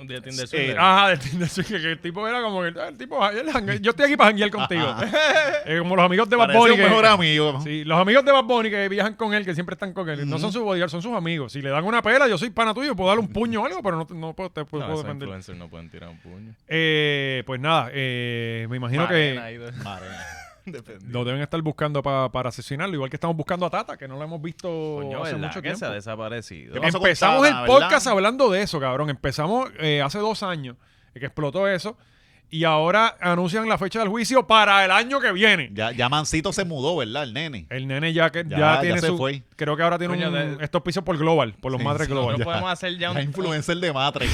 [SPEAKER 4] De Tinder
[SPEAKER 2] Sí, Ah,
[SPEAKER 4] Swindler.
[SPEAKER 2] ajá, del Tinder Swindler, que el tipo era como que, ah, el tipo, ah, el hangue- yo estoy aquí para janguear contigo. Eh, como los amigos de Bad
[SPEAKER 6] Parece
[SPEAKER 2] Bunny.
[SPEAKER 6] un
[SPEAKER 2] que-
[SPEAKER 6] mejor amigo.
[SPEAKER 2] sí, los amigos de Bad Bunny que viajan con él, que siempre están con él, no son sus bodyguards, son sus amigos. Si le dan una pela, yo soy pana tuyo, puedo darle un puño o algo, pero no, no puedo, te pues, puedo
[SPEAKER 4] No, esos
[SPEAKER 2] defender.
[SPEAKER 4] influencers no pueden tirar un puño.
[SPEAKER 2] Eh, pues nada, eh, me imagino que lo deben estar buscando pa- para asesinarlo, igual que estamos buscando a Tata, que no lo hemos visto
[SPEAKER 4] Coño,
[SPEAKER 2] hace
[SPEAKER 4] ¿verdad
[SPEAKER 2] mucho
[SPEAKER 4] que
[SPEAKER 2] tiempo.
[SPEAKER 4] se ha desaparecido?
[SPEAKER 3] ¿Qué pasó? con
[SPEAKER 2] Empezamos
[SPEAKER 3] Tata,
[SPEAKER 2] el
[SPEAKER 3] verdad?
[SPEAKER 2] podcast hablando de eso, cabrón. Empezamos eh, hace dos años eh, que explotó eso. Y ahora anuncian la fecha del juicio para el año que viene.
[SPEAKER 3] Ya, ya Mancito se mudó, ¿verdad? El nene.
[SPEAKER 2] El nene ya, que, ya,
[SPEAKER 3] Ya, ya
[SPEAKER 2] tiene
[SPEAKER 3] se
[SPEAKER 2] su.
[SPEAKER 3] fue.
[SPEAKER 2] Creo que ahora tiene
[SPEAKER 4] Coño,
[SPEAKER 2] un,
[SPEAKER 4] de-
[SPEAKER 2] estos pisos por Global, por los madres Global.
[SPEAKER 4] Nosotros podemos hacer ya
[SPEAKER 3] La
[SPEAKER 4] un,
[SPEAKER 3] influencer de Matre.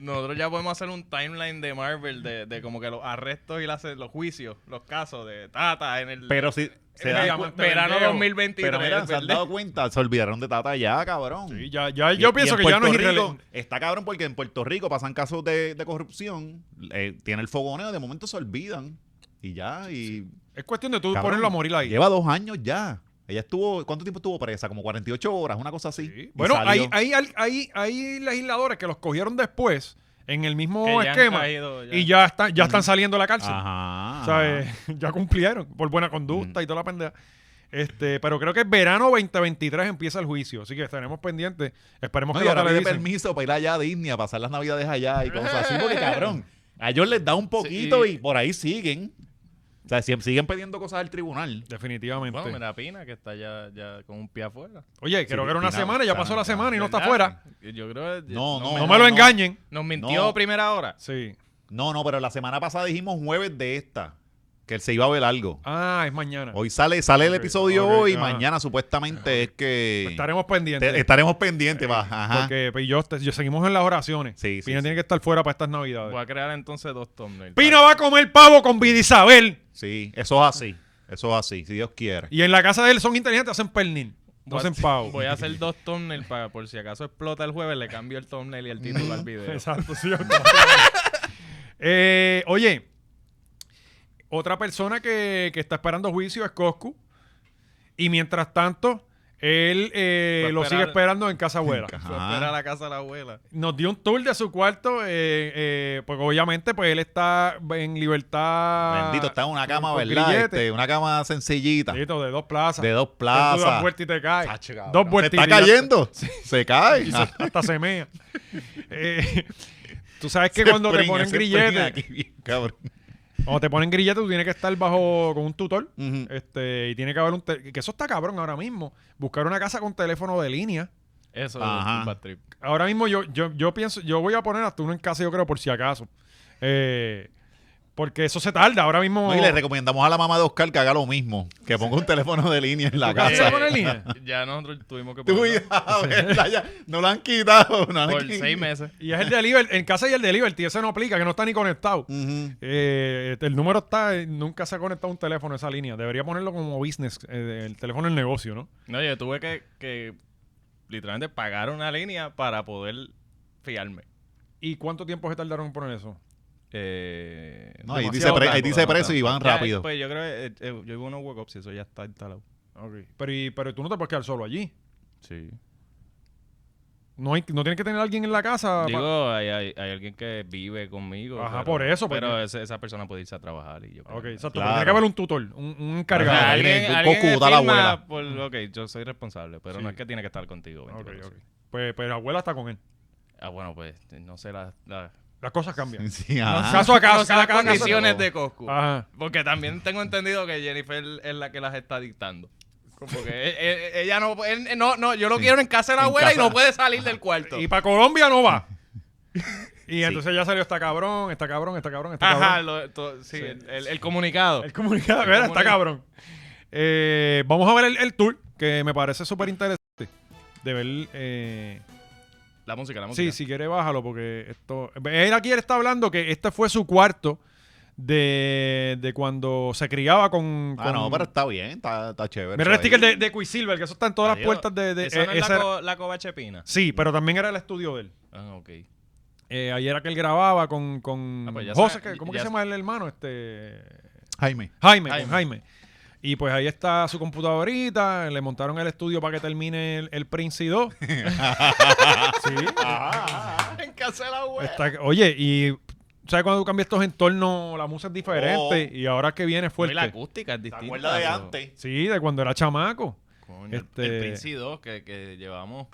[SPEAKER 4] nosotros ya podemos hacer un timeline de Marvel de, de como que los arrestos y las- los juicios, los casos de Tata en el
[SPEAKER 3] Pero si se
[SPEAKER 4] en
[SPEAKER 3] dan
[SPEAKER 4] el
[SPEAKER 3] cu-
[SPEAKER 2] cuenta,
[SPEAKER 4] verano
[SPEAKER 2] pendejo.
[SPEAKER 4] 2023.
[SPEAKER 3] pero mira, se han
[SPEAKER 4] ¿verdad?
[SPEAKER 3] dado cuenta, se olvidaron de Tata ya, cabrón.
[SPEAKER 2] Sí, ya- ya-
[SPEAKER 3] Y-
[SPEAKER 2] yo
[SPEAKER 3] y
[SPEAKER 2] pienso
[SPEAKER 3] en
[SPEAKER 2] que ya no
[SPEAKER 3] Puerto
[SPEAKER 2] es
[SPEAKER 3] Rico,
[SPEAKER 2] irrelevante.
[SPEAKER 3] Está cabrón porque en Puerto Rico pasan casos de, de corrupción, eh, tiene el fogoneo, de momento se olvidan. Y ya, y.
[SPEAKER 2] Es cuestión de tú
[SPEAKER 3] cabrón,
[SPEAKER 2] ponerlo a morir ahí.
[SPEAKER 3] Lleva dos años ya. Ella estuvo, ¿cuánto tiempo estuvo presa? Como 48 horas, una cosa así.
[SPEAKER 2] Sí.
[SPEAKER 3] Y
[SPEAKER 2] Bueno, hay,
[SPEAKER 3] salió.
[SPEAKER 2] hay, hay, hay legisladores que los cogieron después en el mismo
[SPEAKER 4] Que ya han
[SPEAKER 2] esquema
[SPEAKER 4] caído, ya.
[SPEAKER 2] y ya están, ya están saliendo de la cárcel.
[SPEAKER 3] Ajá.
[SPEAKER 2] O sea, eh, ya cumplieron por buena conducta y toda la pendeja. Este, pero creo que verano 2023 empieza el juicio, así que estaremos pendientes. Esperemos
[SPEAKER 3] No,
[SPEAKER 2] que
[SPEAKER 3] y
[SPEAKER 2] ya
[SPEAKER 3] ahora
[SPEAKER 2] te le
[SPEAKER 3] pide
[SPEAKER 2] dicen.
[SPEAKER 3] permiso para ir allá a Disney a pasar las navidades allá y cosas así, porque cabrón, a ellos les da un poquito
[SPEAKER 4] Sí.
[SPEAKER 3] y por ahí siguen. O sea, si- siguen pidiendo cosas al tribunal.
[SPEAKER 2] Definitivamente.
[SPEAKER 4] Bueno, mira, Pina, que está ya, ya con un pie afuera.
[SPEAKER 2] Oye, creo que era una
[SPEAKER 3] Cristina,
[SPEAKER 2] semana, ya
[SPEAKER 3] está-
[SPEAKER 2] pasó la
[SPEAKER 3] está-
[SPEAKER 2] semana y no está
[SPEAKER 4] ¿Verdad?
[SPEAKER 2] afuera.
[SPEAKER 4] Yo creo que-
[SPEAKER 3] No, no,
[SPEAKER 2] No me lo
[SPEAKER 3] no.
[SPEAKER 2] engañen.
[SPEAKER 4] Nos mintió
[SPEAKER 3] No.
[SPEAKER 4] primera hora.
[SPEAKER 2] Sí.
[SPEAKER 3] No, no, pero la semana pasada dijimos jueves de esta, que él se iba a ver algo.
[SPEAKER 2] Ah, es mañana.
[SPEAKER 3] Hoy sale, sale el
[SPEAKER 2] Ok,
[SPEAKER 3] episodio
[SPEAKER 2] ok,
[SPEAKER 3] hoy y
[SPEAKER 2] ah.
[SPEAKER 3] mañana supuestamente es que
[SPEAKER 2] Estaremos
[SPEAKER 3] te-
[SPEAKER 2] pendientes.
[SPEAKER 3] estaremos pendientes. va. Ajá.
[SPEAKER 2] Porque pues, yo, yo- seguimos en las oraciones.
[SPEAKER 3] Sí, sí,
[SPEAKER 2] Pina
[SPEAKER 3] sí.
[SPEAKER 2] tiene que estar fuera para estas navidades.
[SPEAKER 4] Voy a crear entonces dos thumbnails.
[SPEAKER 2] Pina va a comer pavo con Vida Isabel.
[SPEAKER 3] Sí, eso es así. Eso es así, si Dios quiere.
[SPEAKER 2] Y en la casa de él son inteligentes, hacen pernil. No
[SPEAKER 4] Voy a-
[SPEAKER 2] hacen pavo.
[SPEAKER 4] Voy a hacer dos thumbnails para por si acaso explota el jueves, le cambio el thumbnail y el título al video.
[SPEAKER 2] Exacto, sí. Eh, oye, otra persona que, que está esperando juicio es Coscu. Y mientras tanto, él eh,
[SPEAKER 4] Va a
[SPEAKER 2] lo
[SPEAKER 4] esperar-
[SPEAKER 2] sigue esperando en casa abuela.
[SPEAKER 3] Ajá.
[SPEAKER 4] Fue a esperar a la casa de la abuela.
[SPEAKER 2] Nos dio un tour de su cuarto, eh, eh, porque obviamente pues él está en libertad.
[SPEAKER 3] Bendito, está en una cama,
[SPEAKER 2] con
[SPEAKER 3] ¿verdad?
[SPEAKER 2] grillete.
[SPEAKER 3] Este, una cama sencillita.
[SPEAKER 2] Bendito, de dos plazas.
[SPEAKER 3] De dos
[SPEAKER 2] Tú das
[SPEAKER 3] plazas.
[SPEAKER 2] vueltas y te caes.
[SPEAKER 3] Tacho, cabrón.
[SPEAKER 2] dos
[SPEAKER 3] Se
[SPEAKER 2] vueltas
[SPEAKER 3] está cayendo. Se cae. Ah,
[SPEAKER 2] Hasta se mea. Eh, tú sabes que
[SPEAKER 3] se
[SPEAKER 2] cuando te
[SPEAKER 3] preña,
[SPEAKER 2] ponen
[SPEAKER 3] se preña
[SPEAKER 2] grillete,
[SPEAKER 3] aquí, bien cabrón.
[SPEAKER 2] Cuando te ponen grillete, tú tienes que estar bajo con un tutor.
[SPEAKER 3] Ujú.
[SPEAKER 2] Este, y tiene que haber un. te- Que eso está cabrón ahora mismo. Buscar una casa con teléfono de línea.
[SPEAKER 4] Eso
[SPEAKER 3] Ajá.
[SPEAKER 4] es un bad trip.
[SPEAKER 2] Ahora mismo yo, yo, yo pienso, yo voy a poner hasta uno en casa, yo creo, por si acaso. Eh, porque eso se tarda. Ahora mismo.
[SPEAKER 3] No, y le recomendamos a la mamá de Oscar que haga lo mismo. Que ponga un teléfono de línea en la
[SPEAKER 2] ¿Tu casa
[SPEAKER 3] casa.
[SPEAKER 2] con línea?
[SPEAKER 4] Eh, Ya nosotros tuvimos que
[SPEAKER 3] Tú
[SPEAKER 4] ponerlo
[SPEAKER 3] ya, ¿verdad? Ya, no lo han quitado. no lo han
[SPEAKER 4] por
[SPEAKER 3] quitado.
[SPEAKER 4] seis meses.
[SPEAKER 2] y es el delivery. En casa y el delivery, tío, ese no aplica, que no está ni conectado.
[SPEAKER 3] Ujú.
[SPEAKER 2] Eh, el número está, eh, nunca se ha conectado un teléfono a esa línea. Debería ponerlo como business, eh, el teléfono del negocio, ¿no?
[SPEAKER 4] No, yo tuve que, que literalmente pagar una línea para poder fiarme.
[SPEAKER 2] ¿Y cuánto tiempo se tardaron en poner eso?
[SPEAKER 4] Eh,
[SPEAKER 3] No, ahí
[SPEAKER 4] demasiado
[SPEAKER 3] dice, pre- ahí
[SPEAKER 4] tiempo,
[SPEAKER 3] dice
[SPEAKER 4] demasiado
[SPEAKER 3] preso y van
[SPEAKER 4] tiempo. Ya,
[SPEAKER 3] rápido.
[SPEAKER 4] Pues yo creo que eh, eh, yo vivo en unos huecos y eso ya está instalado.
[SPEAKER 2] Pero, y- pero tú no te puedes quedar solo allí.
[SPEAKER 4] Sí.
[SPEAKER 2] No, hay, no tiene que tener a alguien en la casa. pa-
[SPEAKER 4] Digo, hay, hay, hay alguien que vive conmigo.
[SPEAKER 2] Ajá, por eso, porque-
[SPEAKER 4] Pero ese- esa persona puede irse a trabajar y yo. creo
[SPEAKER 2] ok,
[SPEAKER 4] que-
[SPEAKER 2] exacto.
[SPEAKER 3] Claro.
[SPEAKER 2] Tiene que haber un tutor, un, un
[SPEAKER 4] O sea,
[SPEAKER 2] encargado.
[SPEAKER 3] Ajá,
[SPEAKER 4] alguien,
[SPEAKER 3] alguien-
[SPEAKER 4] alguien
[SPEAKER 3] Goku, da la
[SPEAKER 4] firma
[SPEAKER 3] abuela.
[SPEAKER 4] por, ok, yo soy responsable, pero
[SPEAKER 2] Sí.
[SPEAKER 4] no es que tiene que estar contigo.
[SPEAKER 2] Ok,
[SPEAKER 4] 24
[SPEAKER 2] ok.
[SPEAKER 4] horas.
[SPEAKER 2] Pues, pero abuela está con él.
[SPEAKER 4] Ah, bueno, pues no sé la- la-
[SPEAKER 2] Las cosas cambian.
[SPEAKER 3] Sí, ajá.
[SPEAKER 2] Caso a caso,
[SPEAKER 4] no sé
[SPEAKER 2] cada
[SPEAKER 4] las
[SPEAKER 2] caso.
[SPEAKER 4] condiciones de Coscu.
[SPEAKER 2] Ajá.
[SPEAKER 4] Porque también tengo entendido que Jennifer es la que las está dictando. Porque e- e- ella no, él- no, no, yo lo quiero en casa de la
[SPEAKER 3] En
[SPEAKER 4] abuela y
[SPEAKER 3] casa.
[SPEAKER 4] no puede salir del cuarto.
[SPEAKER 2] Y para Colombia no va. Y entonces ya salió esta cabrón, esta cabrón, esta cabrón, esta
[SPEAKER 4] Ajá,
[SPEAKER 2] cabrón.
[SPEAKER 4] lo- to- sí, El, el- el comunicado.
[SPEAKER 2] El comunicado, mira, está
[SPEAKER 4] comunicado.
[SPEAKER 2] cabrón. Eh, vamos a ver el, el tour, que me parece súper interesante. De ver. eh,
[SPEAKER 4] La música, la música.
[SPEAKER 2] Sí, si quiere bájalo porque esto... Él aquí él está hablando que este fue su cuarto de, de cuando se criaba con...
[SPEAKER 3] Ah,
[SPEAKER 2] con-
[SPEAKER 3] no, pero está bien, está, está chévere.
[SPEAKER 2] Mira el
[SPEAKER 3] eso
[SPEAKER 2] sticker
[SPEAKER 3] ahí.
[SPEAKER 2] de, de Quicksilver, que eso está en todas las
[SPEAKER 4] Adiós.
[SPEAKER 2] puertas de... de-
[SPEAKER 4] Esa
[SPEAKER 2] eh,
[SPEAKER 4] no es
[SPEAKER 2] esa
[SPEAKER 4] la,
[SPEAKER 2] era-
[SPEAKER 4] co- la covachepina.
[SPEAKER 2] Sí, pero también era el estudio de él.
[SPEAKER 4] Ah, ok.
[SPEAKER 2] Eh, ahí era que él grababa con, con
[SPEAKER 4] Ah, pues ya
[SPEAKER 2] José,
[SPEAKER 4] sabe-
[SPEAKER 2] que- ¿cómo
[SPEAKER 4] ya
[SPEAKER 2] que se
[SPEAKER 4] sa-
[SPEAKER 2] llama el hermano? Este
[SPEAKER 3] Jaime.
[SPEAKER 2] Jaime, con
[SPEAKER 4] Jaime.
[SPEAKER 2] Jaime. Y pues ahí está su computadorita, le montaron el estudio para que termine el, el Prince 2. sí,
[SPEAKER 4] En cancelado, güey.
[SPEAKER 2] Está- oye, y ¿sabes cuando tú cambias estos entornos? La música es diferente y ahora que viene es
[SPEAKER 4] No, y
[SPEAKER 2] fuerte.
[SPEAKER 4] Oh. la acústica es distinta.
[SPEAKER 3] acuerdas de
[SPEAKER 4] pero-
[SPEAKER 3] antes?
[SPEAKER 2] Sí, de cuando era chamaco.
[SPEAKER 4] Coño, el-
[SPEAKER 2] Este-
[SPEAKER 4] el Prince 2 que, que llevamos.